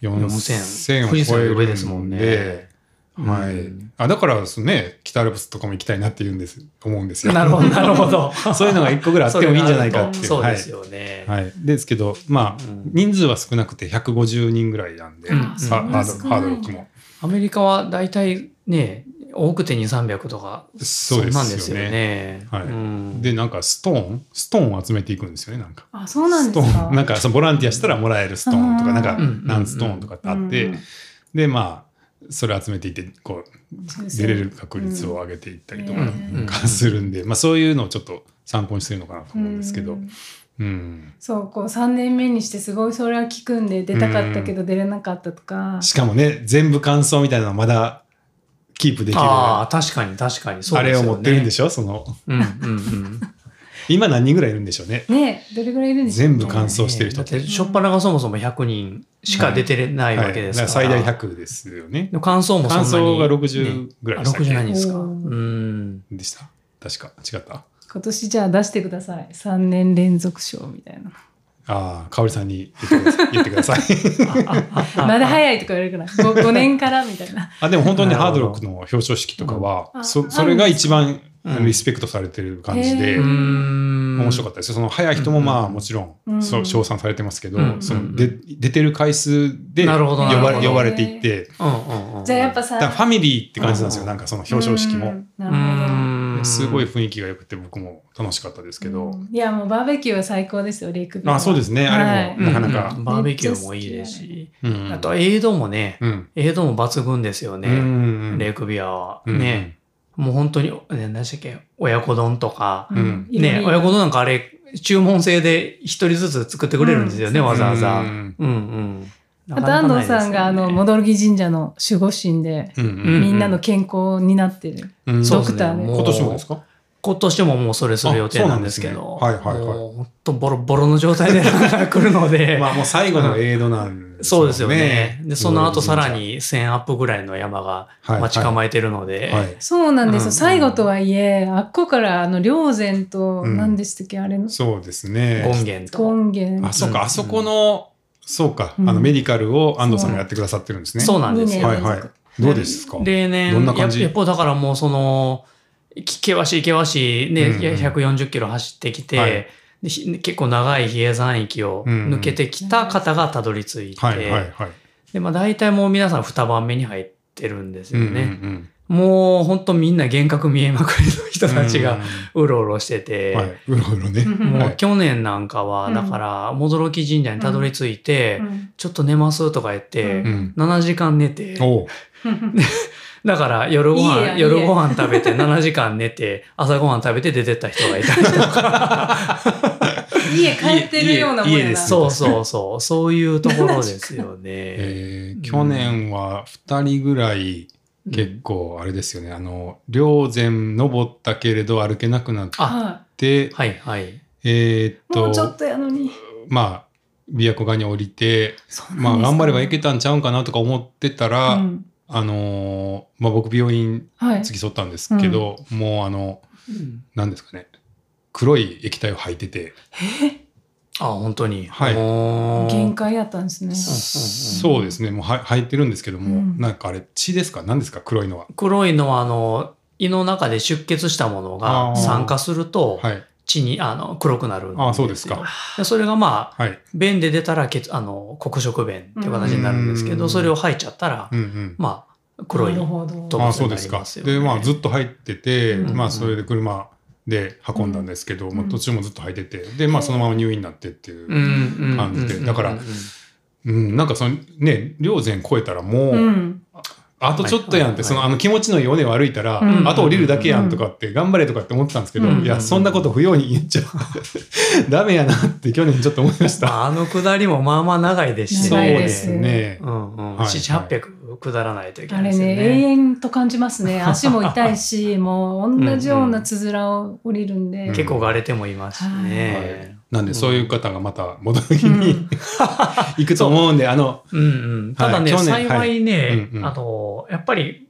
Speaker 3: れ4000
Speaker 1: 4000を
Speaker 2: 富士
Speaker 1: 超
Speaker 2: 山
Speaker 1: え
Speaker 2: より
Speaker 1: る
Speaker 2: 上ですも
Speaker 1: ん
Speaker 2: ん
Speaker 1: で、
Speaker 2: ね
Speaker 1: はい、あだからですね北アルプスとかも行きたいなって言うんです思うんですよ。
Speaker 2: なるほど、なるほど。
Speaker 1: そういうのが一個ぐらいあってもいいんじゃないかっていう。
Speaker 2: そうですよね。
Speaker 1: はい、はいですけどまあ、
Speaker 2: うん
Speaker 1: 人数は少なくて150人ぐらいなんで、
Speaker 2: うん
Speaker 1: ハ
Speaker 2: うん
Speaker 1: ード
Speaker 3: 少
Speaker 1: ハ
Speaker 3: ない
Speaker 1: ードロックも。
Speaker 2: アメリカは大体ね、多くて2、300とか、
Speaker 1: そうで
Speaker 2: んなん
Speaker 1: す
Speaker 2: です
Speaker 1: よ
Speaker 2: よ
Speaker 1: ね。
Speaker 2: ね。
Speaker 1: はい
Speaker 2: うん
Speaker 1: でなんかストーンストーンを集めていくんですよねなんか。
Speaker 3: あ、そうなんです
Speaker 1: ストー
Speaker 3: か。
Speaker 1: ンなんかそのボランティアしたらもらえるストーンとか
Speaker 3: うん
Speaker 1: なんか
Speaker 2: うんうん
Speaker 1: 何ストーンとかってあって、
Speaker 3: うん
Speaker 1: でまあそれ集めていってこう
Speaker 3: そうです
Speaker 1: 出
Speaker 3: ね
Speaker 1: れる確率を上げていったりとか
Speaker 3: うん
Speaker 1: なんかするんで、まあ、そういうのをちょっと参考にしてるのかなと思うんですけど、
Speaker 3: う
Speaker 1: うんん
Speaker 3: そうこう3年目にしてすごいそれは聞くんで出たかったけど出れなかったとか、
Speaker 1: しかもね全部感想みたいなのまだキープできる
Speaker 2: あ
Speaker 1: あ
Speaker 2: あ、確かに確かに。そう
Speaker 1: れを持ってるんで
Speaker 2: し
Speaker 1: しょその
Speaker 2: ょ。うん うんうん。
Speaker 1: 今何人ぐらいいるんでしょうね。
Speaker 3: ねどれぐらいいるんでしょうね
Speaker 1: 全部完走してる人
Speaker 2: だって、しょっぱながそもそも100人しか出てれないわけです
Speaker 1: はいだ
Speaker 2: から。
Speaker 1: ら最大100ですよね。
Speaker 2: の感想もそ
Speaker 1: 感
Speaker 2: んなに。
Speaker 1: 想が
Speaker 2: ね
Speaker 1: 60ぐらい
Speaker 2: あ、
Speaker 1: でしたっけ、
Speaker 2: 60何ですか。
Speaker 3: お
Speaker 2: う
Speaker 3: ー
Speaker 2: ん。
Speaker 1: でした確か違った
Speaker 3: 今年じゃあ出してください3年連続賞みたいな
Speaker 1: ああ香織さんに言ってください言ってください
Speaker 3: まだ早いとか言われるか ら 5, 年からみたいな
Speaker 1: あでも本当に
Speaker 2: なるほど
Speaker 1: ハードロックの表彰式とかは、
Speaker 3: うん
Speaker 1: そ
Speaker 3: あ
Speaker 1: それが一番
Speaker 2: うん
Speaker 1: リスペクトされてる感じで、
Speaker 3: へー
Speaker 1: 面
Speaker 2: 面
Speaker 1: 白かったですよその早い人もまあ
Speaker 2: うん
Speaker 1: もちろん、
Speaker 3: うん
Speaker 1: そう称賛されてますけど、
Speaker 2: うん
Speaker 1: そので出てる回数で呼
Speaker 2: なるほど
Speaker 1: ば
Speaker 2: なるほ
Speaker 1: れ
Speaker 2: ど
Speaker 1: 呼ばれていって
Speaker 2: た。うんうんうん。
Speaker 3: じゃあやっぱ
Speaker 1: だ
Speaker 3: さ
Speaker 1: からファミリーって感じなんですよ、
Speaker 2: うん
Speaker 1: なんかその表彰式
Speaker 3: う
Speaker 1: も、
Speaker 3: んな
Speaker 2: う
Speaker 3: るほ
Speaker 2: ん。
Speaker 3: ど
Speaker 1: すごい雰囲気が良くて僕も楽しかったですけど、
Speaker 3: うんいやもうバーベキューは最高ですよレイクビューは
Speaker 1: あそうですねあれも
Speaker 2: うん
Speaker 1: なかなか
Speaker 2: う、んバーベキューもいいですし。
Speaker 1: うん
Speaker 2: あと、エイドもね、
Speaker 1: うん
Speaker 2: エイドも抜群ですよ
Speaker 1: うん
Speaker 2: ね。
Speaker 1: うん
Speaker 2: レイクビアは。
Speaker 1: うん
Speaker 2: ね。もう本当に、ね何でしたっけ親子丼とか。
Speaker 3: う
Speaker 1: うん
Speaker 3: いろい
Speaker 2: ね、
Speaker 3: ろ
Speaker 2: 親子丼なんかあれ、注文制で一人ずつ作ってくれるんですよね、
Speaker 3: うん
Speaker 2: わざわざ。
Speaker 1: う
Speaker 2: うん
Speaker 1: ん
Speaker 2: うん。うん
Speaker 3: あと安藤さんがあの
Speaker 2: も
Speaker 3: 戻り神社の守護神で
Speaker 1: うん
Speaker 2: うん
Speaker 3: みんなの健康になってる、
Speaker 1: うん
Speaker 2: そうで
Speaker 3: ドク
Speaker 2: すね
Speaker 3: ターね
Speaker 1: 今年もですか
Speaker 2: 今年ももうそれする予定なんですけど。
Speaker 1: あそうなんですねはいはいはい
Speaker 2: もうほんとボロボロの状態で 来るので。
Speaker 1: まあもう最後のエイドなん
Speaker 2: そうですよね。で、その後さら
Speaker 1: い
Speaker 2: に1000アップぐらいの山が
Speaker 1: はい
Speaker 2: 待ち構えてるので。
Speaker 1: はい
Speaker 3: そうなんですよ、
Speaker 2: うん
Speaker 3: 最後とはいえあっこからあの霊山と
Speaker 1: うん
Speaker 3: 何でしたっけ、あれの
Speaker 1: そうです
Speaker 2: 権
Speaker 1: ね。
Speaker 2: 限と。
Speaker 3: 権限
Speaker 1: あ、そう
Speaker 2: う
Speaker 1: か、
Speaker 2: ん
Speaker 1: あそこの、そうか、あ
Speaker 3: うん
Speaker 1: のメディカルを安藤さんがやってくださってるんですね。
Speaker 2: そううなんですよ。
Speaker 3: う
Speaker 1: はいはい。どうですか
Speaker 2: 例年、
Speaker 1: どんな感じ
Speaker 2: ややっぱだからもうその、き険しい険しいね、
Speaker 1: うんうん
Speaker 2: 140キロ走ってきて、
Speaker 1: はい
Speaker 2: でひ結構長い比叡山域を抜けてきた方がたどり着いて、
Speaker 1: はいはいはい。
Speaker 2: で、まあ大体もう皆さん2番目に入ってるんです
Speaker 1: う
Speaker 2: よ
Speaker 1: んうんう
Speaker 2: ね。
Speaker 1: ん
Speaker 2: もう本当みんな幻覚見えまくりの人たちが。うろうろしてて、
Speaker 1: はい。うろうろね。
Speaker 3: うん
Speaker 2: も
Speaker 1: は
Speaker 2: う
Speaker 1: い
Speaker 2: 去年なんかは、
Speaker 3: うん
Speaker 2: だから、もどろき神社にたどり着いて、
Speaker 3: うん
Speaker 2: ちょっと寝ますとか言って、
Speaker 3: う
Speaker 1: うん。
Speaker 2: 7時間寝て、
Speaker 1: おう
Speaker 2: だから夜ご
Speaker 3: いい
Speaker 2: 飯
Speaker 3: や
Speaker 2: 夜
Speaker 3: いいや
Speaker 2: ご飯食べて7時間寝 て、朝ご飯食べて出てった人がいたりと か。
Speaker 3: 家帰ってるようなもん
Speaker 1: 家家
Speaker 3: や
Speaker 1: で
Speaker 3: な。
Speaker 1: す
Speaker 2: そうそうそう、そういうところですよね。
Speaker 1: え
Speaker 2: う
Speaker 1: ー
Speaker 2: ん
Speaker 1: 去年は2人ぐらい結構あれですよね、あの霊山登ったけれど歩けなくなっ
Speaker 2: あ
Speaker 3: は
Speaker 1: て
Speaker 2: はいはい。
Speaker 1: えーっ
Speaker 3: い、もうちょ
Speaker 1: と
Speaker 3: っとやのに。
Speaker 1: まあ琵琶湖側に降りて
Speaker 3: そうなんです
Speaker 1: まあ頑張ればいけたんちゃうんかなとか思ってたら、
Speaker 3: うん
Speaker 1: あのーまあ、僕病院
Speaker 3: はい。
Speaker 1: 付き添ったんですけど、もうあの何ですかね黒い液体を吐いてて、
Speaker 2: あ、本当に。
Speaker 1: はい
Speaker 2: おー
Speaker 3: 限界やったんですね。
Speaker 1: そうですねもうは吐いてるんですけども、
Speaker 3: うん
Speaker 1: なんかあれ血ですか何ですか黒いのは。
Speaker 2: 黒いのは、あの、胃の中で出血したもの
Speaker 1: あ
Speaker 2: が
Speaker 1: ー
Speaker 2: 酸化すると、
Speaker 1: はい、
Speaker 2: 血に、あの、黒くなるんよ
Speaker 1: あそうですか。
Speaker 2: でそれがまあ、
Speaker 1: はい
Speaker 2: 便で出たら血、あの、黒色便っていう形になるんですけ
Speaker 1: う
Speaker 2: ど、
Speaker 1: ん
Speaker 2: それを吐いちゃったら
Speaker 1: う、んうん
Speaker 2: まあ、黒い
Speaker 3: なるほど。
Speaker 2: と
Speaker 1: あそうです
Speaker 2: なり
Speaker 1: か
Speaker 2: ます。よね
Speaker 1: でまあずっと入ってて、
Speaker 3: うん
Speaker 1: まあそれで車で運んだんですけど、
Speaker 3: ん
Speaker 1: まあ、途中もずっと入っててでまあそのまま入院になってっていう、うん
Speaker 2: 感
Speaker 1: 感じでだからなんかそのね霊山越えたらもう、
Speaker 3: うん。
Speaker 1: あとちょっとやんって、
Speaker 2: はい
Speaker 1: そのあの気持ちのいい尾根を歩いたら、
Speaker 3: うん
Speaker 1: あと降りるだけやんとかって頑張れとかって思ってたんですけど、
Speaker 2: うん
Speaker 1: いやそんなこと不要に言っちゃ ダメやなって去年ちょっと思いました。
Speaker 2: あの下りもまあまあ長いですし
Speaker 1: そう
Speaker 3: 長いで
Speaker 1: ですすね。
Speaker 2: うんうん
Speaker 1: はい
Speaker 2: 7、800下らないといけ
Speaker 3: あ
Speaker 2: ないで
Speaker 3: れ
Speaker 2: すよね。
Speaker 3: ね、永遠と感じま すね。足も痛いし、もう同じようなつづらを降りるんで。
Speaker 1: うん
Speaker 2: 結構がれてもいますし
Speaker 1: は
Speaker 2: ね
Speaker 1: い。なんでそういう方がまた戻る日
Speaker 3: う
Speaker 1: に
Speaker 3: ん
Speaker 1: 行くと思うんで、あの
Speaker 2: うんうんただね、
Speaker 1: はい去年
Speaker 2: 幸いね、
Speaker 1: はいうんうん
Speaker 2: あの、やっぱり、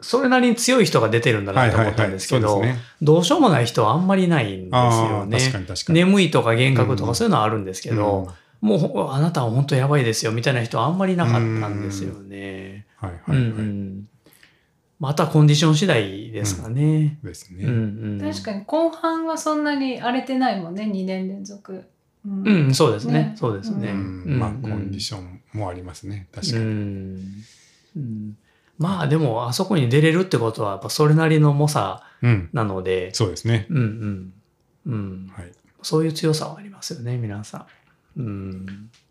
Speaker 2: それなりに強い人が出てるんだ
Speaker 1: は
Speaker 2: ないと
Speaker 1: は
Speaker 2: 思
Speaker 1: い
Speaker 2: った
Speaker 1: は
Speaker 2: ん
Speaker 1: い
Speaker 2: ですけ
Speaker 1: そ
Speaker 2: ど、
Speaker 1: うですね
Speaker 2: どうしようもない人はあんまりないんです
Speaker 1: あ
Speaker 2: よ
Speaker 1: ー
Speaker 2: ね。
Speaker 1: 確かに確かに。
Speaker 2: 眠いとか幻覚とかそういうのはあるんですけ
Speaker 1: うん
Speaker 2: ど、もうほあなたは本当やばいですよみたいな人はあんまりなかったんですよね。
Speaker 1: はいは
Speaker 2: うん
Speaker 1: いはい
Speaker 2: うんまたコンディション次第ですかね。
Speaker 1: です
Speaker 2: うんう
Speaker 1: ね。
Speaker 2: ん
Speaker 3: 確かに後半はそんなに荒れてないもんね2年連続、うん
Speaker 2: うん、そうですね。
Speaker 3: ね
Speaker 2: そうです
Speaker 1: う
Speaker 2: ね。
Speaker 1: んまあコンディ
Speaker 2: ョ
Speaker 1: ションもありますね。確かに。
Speaker 2: うんうんまあでも、あそこに出れるってことは、やっぱそれなりの猛者
Speaker 1: うん。
Speaker 2: なので、
Speaker 1: そうですね。
Speaker 2: うんうん。うん。
Speaker 1: はい。
Speaker 2: そういう強さはありますよね、皆さん。うん。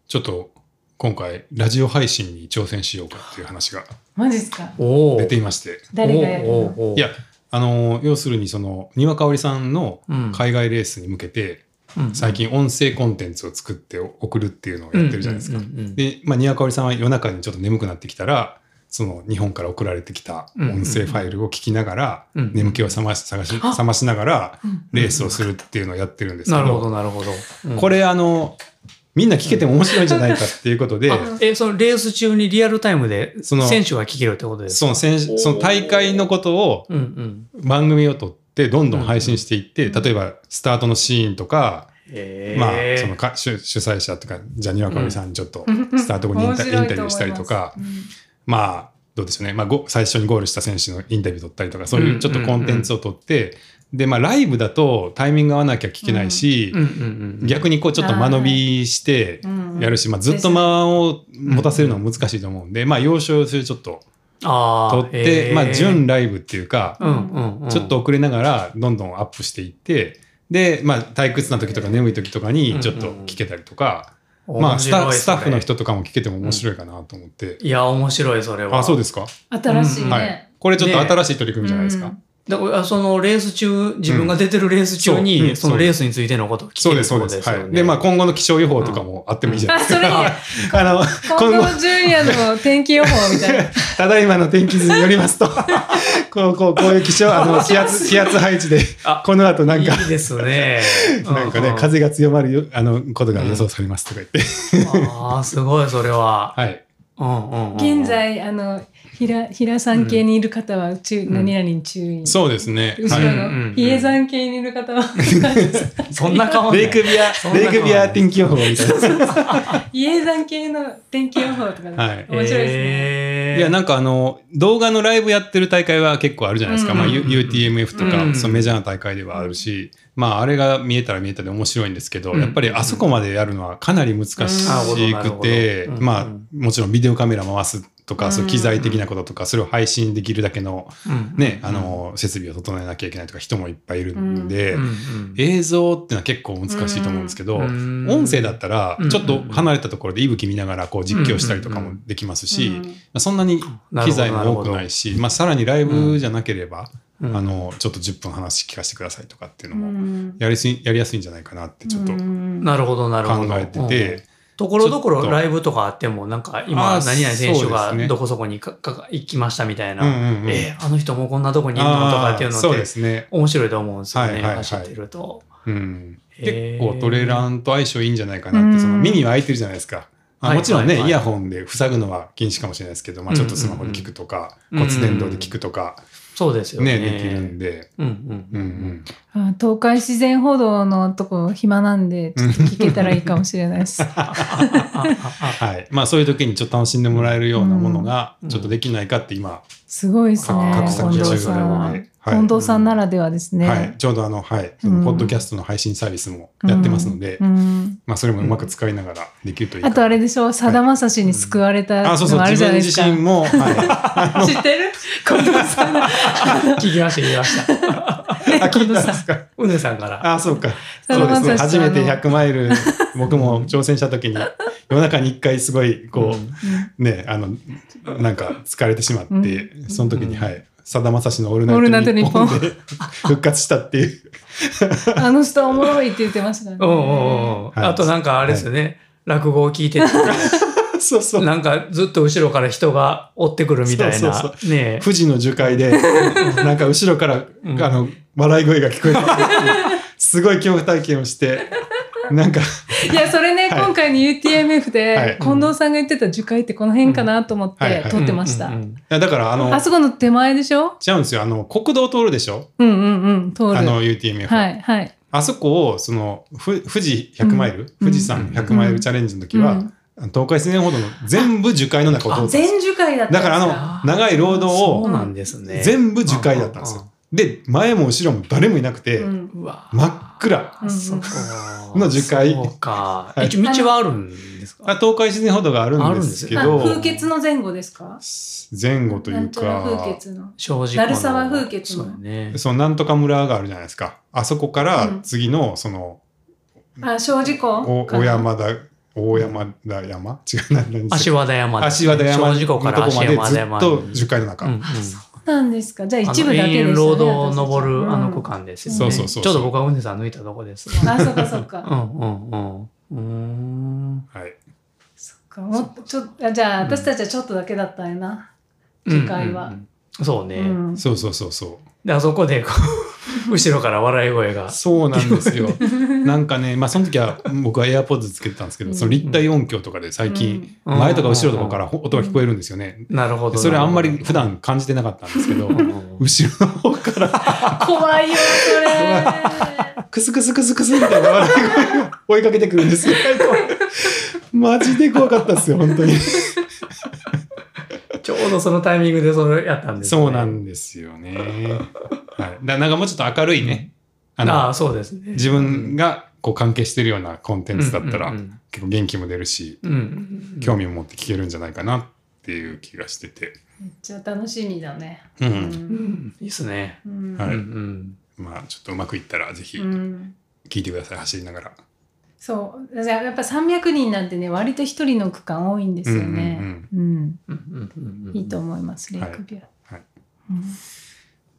Speaker 1: ちょっと今回ラジオ配信に挑戦しようかっていう話が
Speaker 3: マジっすか
Speaker 2: おお。
Speaker 1: 出ていまして。
Speaker 3: 誰がやる
Speaker 2: おー
Speaker 3: の
Speaker 2: おーおー
Speaker 1: いや、あの要するにその丹羽香織さんの
Speaker 2: うん
Speaker 1: 海外レースに向けて最近音声コンテンツを作って送るっていうのをやってるじゃないですか。。
Speaker 2: うんうんうんうん
Speaker 1: で、まあ、丹羽香織さんは夜中にちょっと眠くなってきたらその日本から送られてきた音声ファイルを聞きながら、
Speaker 2: うんうん
Speaker 1: 眠気を覚まし探し
Speaker 3: あ
Speaker 1: 覚ましながら
Speaker 3: うん
Speaker 1: レースをするっていうのをやってるんですけど
Speaker 2: なるほど、なるほど。うん
Speaker 1: これあのみんな聞けても面白いんじゃないかっていうことで、
Speaker 2: あえ、そのレース中にリアルタイムで
Speaker 1: その
Speaker 2: 選手が聞けるってことです
Speaker 1: その選手その大会のことを
Speaker 2: うんうん。
Speaker 1: 番組を撮ってどんどん配信していって、例えばスタートのシーンとか、
Speaker 2: へ
Speaker 1: まあ
Speaker 2: ー
Speaker 1: そのか主主催者とかじゃあにわかおりさんにちょっと
Speaker 3: うん
Speaker 1: スタート後にインタ,、イ
Speaker 3: 面白いと思います
Speaker 1: ンタビューしたりとか、まあどうでしょうね、まあ、ご最初にゴールした選手のインタビュー撮ったりとかそういうちょっとコンテンツを撮って、でまあライブだとタイミング合わなきゃ聞けないし、
Speaker 2: うんうんうん、
Speaker 1: 逆にこうちょっと間延びして
Speaker 3: うん
Speaker 1: やるし、まあ、ずっと間を持たせるのは難しいと思うんで、まあ要所要所でちょっと
Speaker 2: あー
Speaker 1: 撮って、
Speaker 2: へー
Speaker 1: まあ準ライブっていうか、
Speaker 2: うんうんうん、
Speaker 1: ちょっと遅れながらどんどんアップしていってで、まあ、退屈な時とか眠い時とかにちょっと聞けたりとか、まあ、スタ
Speaker 2: 面白い
Speaker 1: スタッフの
Speaker 2: そ
Speaker 1: 人とかも聞けても面白いかなと思って、
Speaker 2: れいや面白いそれは
Speaker 1: あそうですすか、
Speaker 3: 新しいね、
Speaker 2: うん
Speaker 1: はいこれちょっと新しい取り組みじゃないですか、
Speaker 3: うん
Speaker 2: だからそのレース中自分が出てるレース中に、
Speaker 1: うんそううん
Speaker 2: そのレースについてのことを聞
Speaker 1: そう
Speaker 2: ける
Speaker 1: で
Speaker 2: っ
Speaker 1: す
Speaker 2: て
Speaker 1: そう
Speaker 2: こ
Speaker 1: です
Speaker 2: とです
Speaker 1: は
Speaker 2: よね
Speaker 1: い、でまあ今後の気象予報とかもあってもいいじゃ ない
Speaker 3: あ
Speaker 1: です
Speaker 3: それいいや
Speaker 1: か、あ の
Speaker 3: 今後10夜の天気予報みた いな
Speaker 1: ただいまの天気図によりますとこうこうこういう気象あの気 圧気圧配置で
Speaker 2: あ
Speaker 1: この後なんか
Speaker 2: いいですね
Speaker 1: なんかね、風が強まるよあのことが予想されますとか言って、
Speaker 2: ああすごいそれは、
Speaker 1: はい
Speaker 2: うんうんうん、
Speaker 3: 現在あの平平山系にいる方は注、
Speaker 2: ん
Speaker 3: 何々に注意、
Speaker 1: そうですね
Speaker 3: 後
Speaker 1: は
Speaker 3: ろ
Speaker 1: い
Speaker 2: うんうんうん
Speaker 3: の比叡山系にいる方は
Speaker 2: そんな 顔
Speaker 1: レイクビア
Speaker 2: そんな
Speaker 1: レ
Speaker 2: の
Speaker 1: イクビア天気予報みたいな
Speaker 3: 比叡山系の天気予報とかね、
Speaker 1: はい
Speaker 3: 面白いですね、
Speaker 2: えー、
Speaker 1: いやなんかあの動画のライブやってる大会は結構あるじゃないですか、
Speaker 3: うん
Speaker 1: まあ、U- UTMF とか、
Speaker 2: うん
Speaker 1: そのメジャーな大会ではあるし、まあ、あれが見えたら見えたで面白いんですけど、
Speaker 2: うん
Speaker 1: やっぱりあそこまでやるのはかなり難し
Speaker 2: うんなる
Speaker 1: く
Speaker 2: ほどな
Speaker 1: て、
Speaker 2: るほど
Speaker 1: まあ
Speaker 2: うん
Speaker 1: もちろんビデオカメラ回すとか、
Speaker 3: うん
Speaker 1: そういう機材的なこととかそれを配信できるだけの,、
Speaker 2: うん
Speaker 1: ねあの設備を整えなきゃいけないとか人もいっぱいいるんで、
Speaker 2: うんうん
Speaker 1: 映像っていうのは結構難しいと思うんですけど、
Speaker 2: うん
Speaker 1: 音声だったら
Speaker 2: うん
Speaker 1: ちょっと離れたところで息吹見ながらこう実況したりとかもできますし、
Speaker 3: うん
Speaker 1: まあそんなに機材も多くないし、まあ、さらにライブじゃなければ、
Speaker 2: うん
Speaker 1: あのちょっと10分話聞かせてくださいとかっていう
Speaker 3: う
Speaker 1: のも
Speaker 3: ん
Speaker 1: やりすいやりやすいんじゃないかなってちょっと
Speaker 3: うん
Speaker 2: なるほどなるほ
Speaker 1: 考
Speaker 2: ど
Speaker 1: えて
Speaker 2: うん
Speaker 1: て、
Speaker 2: ところどこ
Speaker 1: ちょっ
Speaker 2: ろ
Speaker 1: と
Speaker 2: ライブとかあっても、なんか今、
Speaker 1: あー
Speaker 2: 何々選手
Speaker 1: そうで
Speaker 2: が
Speaker 1: すね
Speaker 2: どこそこにかか行きましたみたいな、
Speaker 1: うんうんうん
Speaker 2: えーあの人もこんなとこにいるのとか
Speaker 1: あ
Speaker 2: っていう
Speaker 1: ー
Speaker 2: のっ
Speaker 1: そうで
Speaker 2: て、
Speaker 1: すね、
Speaker 2: 面白いと思うんですよね、
Speaker 1: はいはいはい
Speaker 2: 走ってると。
Speaker 1: うん、
Speaker 2: へ
Speaker 1: 結
Speaker 2: ー
Speaker 1: 構トレーラーと相性いいんじゃないかなってその
Speaker 3: うん
Speaker 1: 耳は空いてるじゃないですか。まあ
Speaker 2: はい
Speaker 1: もちろんね、
Speaker 2: はいはい
Speaker 1: イヤホンで塞ぐのは禁止かもしれないですけど、まあ、ちょっとスマホで聞くとか、
Speaker 2: うんうんうん
Speaker 1: 骨伝導で聞くとか、
Speaker 2: そうですよね。
Speaker 1: ねできるんで、
Speaker 2: うん
Speaker 1: う
Speaker 2: う
Speaker 1: ん
Speaker 2: ん
Speaker 1: う
Speaker 2: うんん。
Speaker 3: あ東海自然歩道のとこ暇なんでちょっと聞けたらいいかもしれない です。
Speaker 1: はいまあ、そういう時にちょっと楽しんでもらえるようなものが
Speaker 2: うん
Speaker 1: ちょっとできないかって今、
Speaker 3: すごいですね
Speaker 2: あー
Speaker 1: 画
Speaker 2: 格
Speaker 1: 策
Speaker 2: 差
Speaker 3: 近
Speaker 1: 中
Speaker 3: 藤さん
Speaker 1: な
Speaker 3: は
Speaker 1: ので、
Speaker 3: 近
Speaker 1: は
Speaker 3: 藤さんならではです
Speaker 1: い
Speaker 3: ね。
Speaker 1: はい、ちょうどあの、はい、そのポッドキャストの配信サービスもやってますので、
Speaker 3: うん
Speaker 1: まあ、それもうまく使いながらできるといいか
Speaker 3: あ
Speaker 1: な
Speaker 3: とあれでしょさだまさしに救われた
Speaker 1: あそうそ
Speaker 3: の
Speaker 1: う
Speaker 3: ある
Speaker 1: 自
Speaker 3: じゃな
Speaker 1: 分
Speaker 3: いです
Speaker 1: 自
Speaker 3: か。
Speaker 1: 身も、は
Speaker 3: 知ってる近藤さんの。
Speaker 2: 聞きました、聞きました。
Speaker 1: い、 あ
Speaker 3: 近
Speaker 1: 聞い
Speaker 3: 藤
Speaker 1: たん
Speaker 3: さ
Speaker 1: で
Speaker 3: ん。
Speaker 1: すか
Speaker 2: うねさんから。
Speaker 1: あそうか
Speaker 3: さ
Speaker 1: そう
Speaker 3: だ
Speaker 1: で
Speaker 3: ます
Speaker 1: ね
Speaker 3: さし
Speaker 1: 初めて100マイ ル僕も挑戦した時に夜中に一回すごいこう、 ねあのなんか疲れてしまって、
Speaker 3: う
Speaker 1: その時にはいさだまさしの「オールナイトニッポン」で 復活したっていう
Speaker 3: あのあの人おもろいって言ってましたね。
Speaker 2: うんうんうん。
Speaker 1: はい
Speaker 2: あとなんかあれですよね、落語を聞いてて、
Speaker 1: そうそう
Speaker 2: なんかずっと後ろから人が追ってくるみたいな。
Speaker 1: そうそう
Speaker 2: ねえ
Speaker 1: 富士の樹海 でなんか後ろから、
Speaker 2: ん
Speaker 1: あの笑い声が聞こ えてくるっていうすごい恐怖体験をしてなんか
Speaker 3: いや、それね、
Speaker 1: はい
Speaker 3: 今回の UTMF
Speaker 1: はい
Speaker 3: で、近藤さんが言ってた樹海ってこの辺かなと思っ
Speaker 1: うんはい
Speaker 3: て
Speaker 1: はい
Speaker 3: 撮ってました
Speaker 2: うんう。んうん
Speaker 1: いやだからあの
Speaker 3: あそこの手前でしょ
Speaker 1: 違うんですよあの国道通るでしょ
Speaker 3: うんうんうん、通る。
Speaker 1: あの
Speaker 3: は
Speaker 1: UTMF、
Speaker 3: いはい。
Speaker 1: あそこをそのふ富士100マイル、
Speaker 3: うん
Speaker 1: 富士山100マイルチャレンジの時は、
Speaker 3: うん
Speaker 1: 東海自然報道の全部樹海の中を通ったんです
Speaker 3: 全樹海だった
Speaker 1: だからあの長い労働
Speaker 2: そ
Speaker 1: を
Speaker 2: うなんですね。
Speaker 1: 全部樹海だったんですよ。で前も後ろも誰もいなくて、
Speaker 3: うん
Speaker 2: うわ
Speaker 1: 真っ暗
Speaker 2: あそこ
Speaker 1: の樹海
Speaker 2: そうか。
Speaker 1: はい
Speaker 2: 一応道はあるんですか
Speaker 1: あ東海自然報道があるんですけ
Speaker 3: あ
Speaker 1: ど
Speaker 3: 風穴の前後ですか
Speaker 1: 前後とい
Speaker 3: なん
Speaker 1: う
Speaker 3: とな
Speaker 1: か
Speaker 3: く風穴の。
Speaker 2: 正直。
Speaker 3: 鳴沢風穴の
Speaker 2: そうよね。
Speaker 1: そのなんとか村があるじゃないですかあそこから
Speaker 3: うん
Speaker 1: 次のその、
Speaker 3: あ、小事故
Speaker 1: お大。山田大山田山違うな何でし
Speaker 2: 足
Speaker 1: たっ
Speaker 2: 和田山
Speaker 1: け
Speaker 2: です
Speaker 1: 足
Speaker 2: ね。
Speaker 1: 和田山の
Speaker 2: 正
Speaker 1: と
Speaker 2: 直
Speaker 1: こ
Speaker 2: から足
Speaker 1: ま
Speaker 2: 和
Speaker 1: で
Speaker 2: 田
Speaker 1: ずっ
Speaker 2: 山に。
Speaker 1: と樹海の中、
Speaker 2: うんうん
Speaker 3: なんですかじゃあ
Speaker 2: あの
Speaker 3: 一部だけですよね。
Speaker 2: ロードを
Speaker 3: 私たちは
Speaker 2: 登るあの区。
Speaker 3: うん
Speaker 2: 間ですよね。
Speaker 1: そうそうそう
Speaker 2: ちょうど僕はウネさん抜いたとこです。
Speaker 3: あ、そっかそっ
Speaker 2: う
Speaker 3: か。
Speaker 2: んうんうん。う
Speaker 1: はい
Speaker 3: そっか。もっとちょっとあじゃあ私たちはちょっとだけだったよな。
Speaker 2: ーん。
Speaker 3: 樹海
Speaker 2: う
Speaker 3: は
Speaker 2: んうんうん。そうね。
Speaker 3: うん
Speaker 1: そうそうそうそう
Speaker 2: で、あそこで、こ う、後ろから笑い声が。
Speaker 1: そうなんです よなんかねまあその時は僕はエアポッズつけてたんですけど、
Speaker 3: うん
Speaker 1: その立体音響とかで最近、前とか後ろとかから音が聞こえるんですよね、
Speaker 2: なるほ
Speaker 1: で
Speaker 2: ど。
Speaker 1: それあんまり
Speaker 2: なる
Speaker 1: 普段感じてなかったんですけど
Speaker 2: ほど、うん
Speaker 1: 後ろの方から
Speaker 3: 怖いよ、それ。
Speaker 1: クスクスクスクスみたいな笑い声が追いかけてくるんですよ。マジで怖かったですよ、本当に。
Speaker 2: ちょうどそのタイミングでそれやったんですね
Speaker 1: そうなんですよね。はい、だなんかもうちょっと明るいね。あの
Speaker 2: ああ、そうですね。
Speaker 1: 自分がこう関係してるようなコンテンツだったら、
Speaker 2: うんうん
Speaker 1: 結構元気も出るし、
Speaker 2: うん、うん
Speaker 1: 興味も持って聞けるんじゃないかなっていう気がしてて。
Speaker 3: めっちゃ楽しみだね。
Speaker 1: う。
Speaker 3: うん。
Speaker 2: うんんいいっすね。
Speaker 3: うん
Speaker 1: は
Speaker 2: う
Speaker 1: い
Speaker 2: んうん
Speaker 1: まあちょっとうまくいったらぜひ
Speaker 3: うん
Speaker 1: 聞いてください、走りながら。
Speaker 3: そう。じゃあやっぱ300人なんてね、割と一人の区間多いんですよね。うん。
Speaker 2: うんうんうんうん
Speaker 3: いいと思います、レイクビュー。
Speaker 1: はい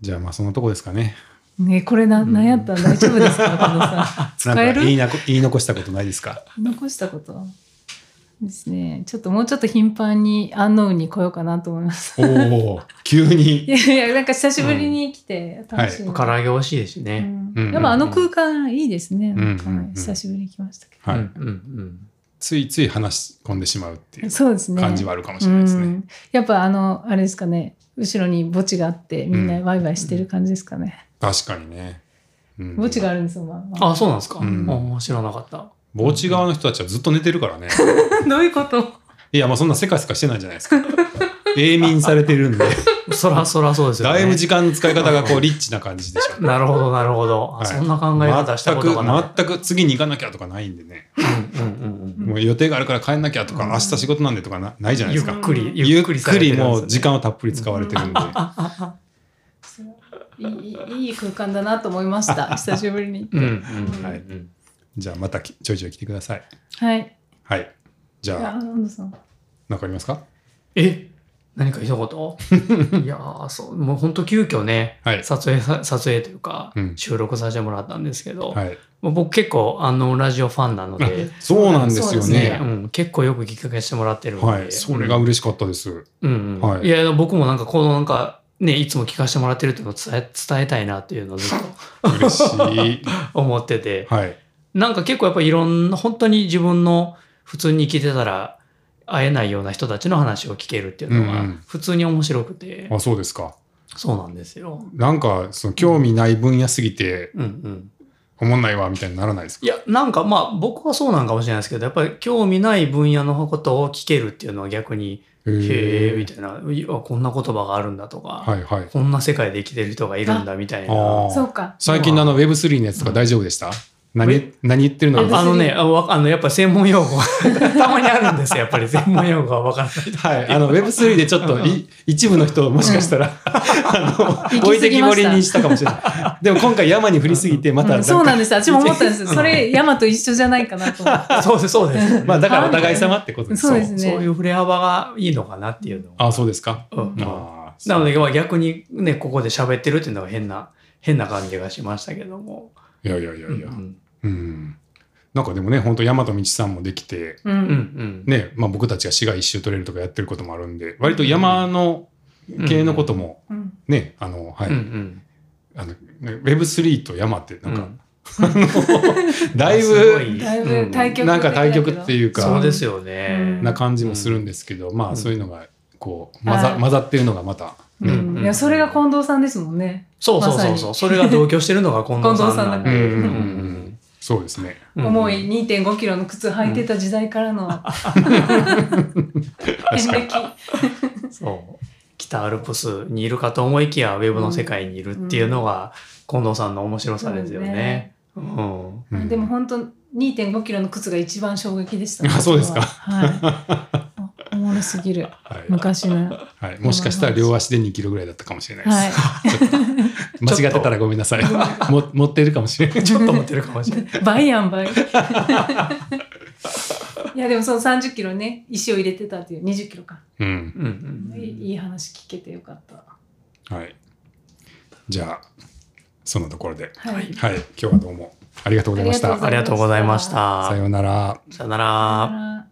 Speaker 1: じゃあまあそのとこですかね。
Speaker 3: うんねこれな、何やったん大丈夫ですか、このさん。
Speaker 1: なん
Speaker 3: 使え
Speaker 1: か言
Speaker 3: る
Speaker 1: いなこ 言い残したことないですか
Speaker 3: 残したことですね。ちょっともうちょっと頻繁にアンノウンに来ようかなと思います。
Speaker 1: おお急
Speaker 3: い
Speaker 1: に。
Speaker 3: やいや、なんか久しぶりに来て楽しいな。
Speaker 2: 唐揚げ美味しいですし
Speaker 3: う
Speaker 2: ね。
Speaker 3: ん
Speaker 1: うん
Speaker 3: でもあの空間いいですね。
Speaker 1: ん
Speaker 3: なんか
Speaker 1: うんうんうん
Speaker 3: 久しぶりに来ましたけ
Speaker 1: はい。
Speaker 2: うんうんうん
Speaker 1: ついつい話し込んでしまうってい
Speaker 3: ど。
Speaker 1: う
Speaker 3: そうですね。
Speaker 1: 感じはあるかもしれないです
Speaker 3: う
Speaker 1: ね。
Speaker 3: んやっぱあの、あれですかね。後ろに墓地があって、みんなワイワイしてる感じですかね。
Speaker 1: 確かにね。うん
Speaker 3: 墓地があるんですよ、まあまあ
Speaker 2: あ、そうなんですか。
Speaker 1: うん
Speaker 2: あ知らなかった。
Speaker 1: 墓地側の人たちはずっと寝てるからね。
Speaker 3: どういうこと
Speaker 1: いや、まあそんなせかせかしてないじゃないですか。 永眠されてるんで、
Speaker 2: そらそらそうですよね。
Speaker 1: だいぶ時間の使い方がこうリッチな感じでしょ。
Speaker 2: なるほど、なるほど。
Speaker 1: は
Speaker 2: あ
Speaker 1: い
Speaker 2: そんな考え方したことがない。
Speaker 1: 全く、全く次に行かなきゃとかないんでね。
Speaker 2: うんうんうんうん
Speaker 1: もう予定があるから帰んなきゃとか、
Speaker 2: うん
Speaker 1: 明日仕事なんでとかなないじゃない
Speaker 2: ゆ
Speaker 1: で
Speaker 2: っ
Speaker 1: すか。
Speaker 2: くり、
Speaker 1: ゆっ
Speaker 2: され
Speaker 1: く
Speaker 2: てる
Speaker 1: り
Speaker 2: んですね
Speaker 1: もう時間をたっぷり使われて るんで。
Speaker 3: いいいい空間だなと思い ました。久しぶりに。
Speaker 2: うんうん
Speaker 1: はい
Speaker 2: うん
Speaker 1: じゃあまたきちょいちょい来てください。
Speaker 3: はい。
Speaker 1: はい。じ
Speaker 3: いや、
Speaker 1: ゃあ、
Speaker 3: 安藤さん。
Speaker 1: なんかありますか
Speaker 2: え何 か一言いやーそう、もう本当急遽ね、
Speaker 1: はい
Speaker 2: 撮影さ、撮影というか、
Speaker 1: うん
Speaker 2: 収録させてもらったんですけど、
Speaker 1: はい。
Speaker 2: もう僕結構あのラジオファンなので、
Speaker 1: そうなんですよ
Speaker 3: そう
Speaker 1: ね
Speaker 3: で
Speaker 2: ね。うん、結構よく聞かしてもらってるので、
Speaker 1: はい。それが嬉しかったです。
Speaker 2: うん、うん
Speaker 1: はい
Speaker 2: い、や僕もなんかこのなんかねいつも聞かしてもらってるっていうのを伝え伝えたいなっていうのをずっ
Speaker 1: 嬉し い。
Speaker 2: と思ってて
Speaker 1: はい。
Speaker 2: なんか結構やっぱいろんな本当に自分の普通に生きてたら会えないような人たちの話を聞けるっていうの
Speaker 1: う
Speaker 2: が
Speaker 1: んうん
Speaker 2: 普通に面白くて、
Speaker 1: あ、そうですか。
Speaker 2: そうなんですよ。
Speaker 1: なんか、その興味ない分野すぎて、
Speaker 2: うんうん、
Speaker 1: 思んないわ、みたいにならないですか
Speaker 2: いやなんかまあ僕はそうなんかもしれないですけどやっぱり興味ない分野のことを聞けるっていうのは逆に
Speaker 1: へ
Speaker 2: 「へえ」み
Speaker 1: た
Speaker 2: たいなうわ「こんな言葉があるんだ」とか、
Speaker 1: はいはい。
Speaker 2: こんな世界で生きてる人がいるんだみたいな。
Speaker 1: あ
Speaker 2: あ
Speaker 1: ー
Speaker 3: そうか。
Speaker 1: 最近のあの Web3 のやつとか大丈夫でした、何
Speaker 2: え、
Speaker 1: 何言ってるの
Speaker 3: あ
Speaker 1: は
Speaker 2: あのね、あわあの、やっぱ専門用語 がたまにあるんですよ。やっぱり専門用語は分からない。
Speaker 1: い。あの Web3 でちょっとい一部の人をもしかしたら、あの
Speaker 3: 行き過ぎました
Speaker 1: 置いてきぼりにしたかもしれない。でも今回山に降りすぎてまた、
Speaker 3: うんそうなん
Speaker 1: で
Speaker 3: です。私も思ったんです。それ、山と一緒じゃないか なと思って。
Speaker 2: そうです、そうです。
Speaker 1: まあだからお互い様ってことです
Speaker 3: そうですね
Speaker 2: そういう触れ幅がいいのかなっていうのを。
Speaker 1: あ、そうですか。
Speaker 2: うんうん
Speaker 1: あー
Speaker 2: なので、まあ逆にね、ここで喋ってるっていうのが変な、変な感じがしましたけども。
Speaker 1: いやいやいや
Speaker 2: うん
Speaker 1: いうや。
Speaker 2: ん
Speaker 1: うん。なんかでもね、本当山と道さんもできて、
Speaker 3: う。
Speaker 2: うんうんん。
Speaker 1: ね、まあ僕たちが市街一周取れるとかやってることもあるんで、割と山の系のことも
Speaker 3: うん。
Speaker 1: ね、あの、はい、
Speaker 2: うんうん
Speaker 1: あの、Web3 と山って
Speaker 2: う
Speaker 1: なん
Speaker 2: ん
Speaker 1: か、だいぶ、
Speaker 3: だいぶ対局
Speaker 1: なんか対局っていう
Speaker 2: そう
Speaker 1: か、
Speaker 2: ですよね。
Speaker 1: な感じもするんですけど、まあそういうのが、こう、混ざ、
Speaker 3: はい
Speaker 1: 混ざってるのがまた、
Speaker 3: う
Speaker 1: ね
Speaker 3: んいや、それが近藤さんですもんね。
Speaker 2: そうそうそうそう。それが同居してるのが近藤さんなん
Speaker 1: 藤さんだ
Speaker 2: で。
Speaker 3: 近
Speaker 2: うんうんう
Speaker 1: うん
Speaker 2: ん
Speaker 1: そうですね。
Speaker 2: うん
Speaker 3: 重い2 5キロの靴履いてた時代からの
Speaker 1: 確
Speaker 3: 遍
Speaker 1: かに。
Speaker 3: 歴、
Speaker 1: そう。
Speaker 2: 北アルプスにいるかと思いきやウェブの世界にいるっていうのが近藤さんの面白さですよね。うん
Speaker 1: うん
Speaker 3: でも本当2 5キロの靴が一番衝撃でしたね
Speaker 1: あそうですか
Speaker 3: はいおもろすぎる
Speaker 1: はい、
Speaker 3: 昔の
Speaker 1: はい、もしかしたら両足で2キロぐらいだったかもしれないです。
Speaker 3: はい
Speaker 1: 間違ってたらごめんなさ い。も持ってるかもしれない。
Speaker 2: ちょっと持ってるかもしれない。
Speaker 3: 倍やん倍いやでもその3 0キロね石を入れてたっていう2 0キロか
Speaker 1: うん。
Speaker 2: うんう
Speaker 3: い い
Speaker 2: ん
Speaker 3: いい話聞けてよかった
Speaker 1: はい。じゃあ、そんなところで。
Speaker 3: はい
Speaker 1: はい。今日はどうもありがとうございまし
Speaker 3: ありがとうございま
Speaker 1: た。
Speaker 2: ありがとうございまし
Speaker 1: さ
Speaker 2: た。
Speaker 1: ようなら。
Speaker 2: さよなら。
Speaker 3: あ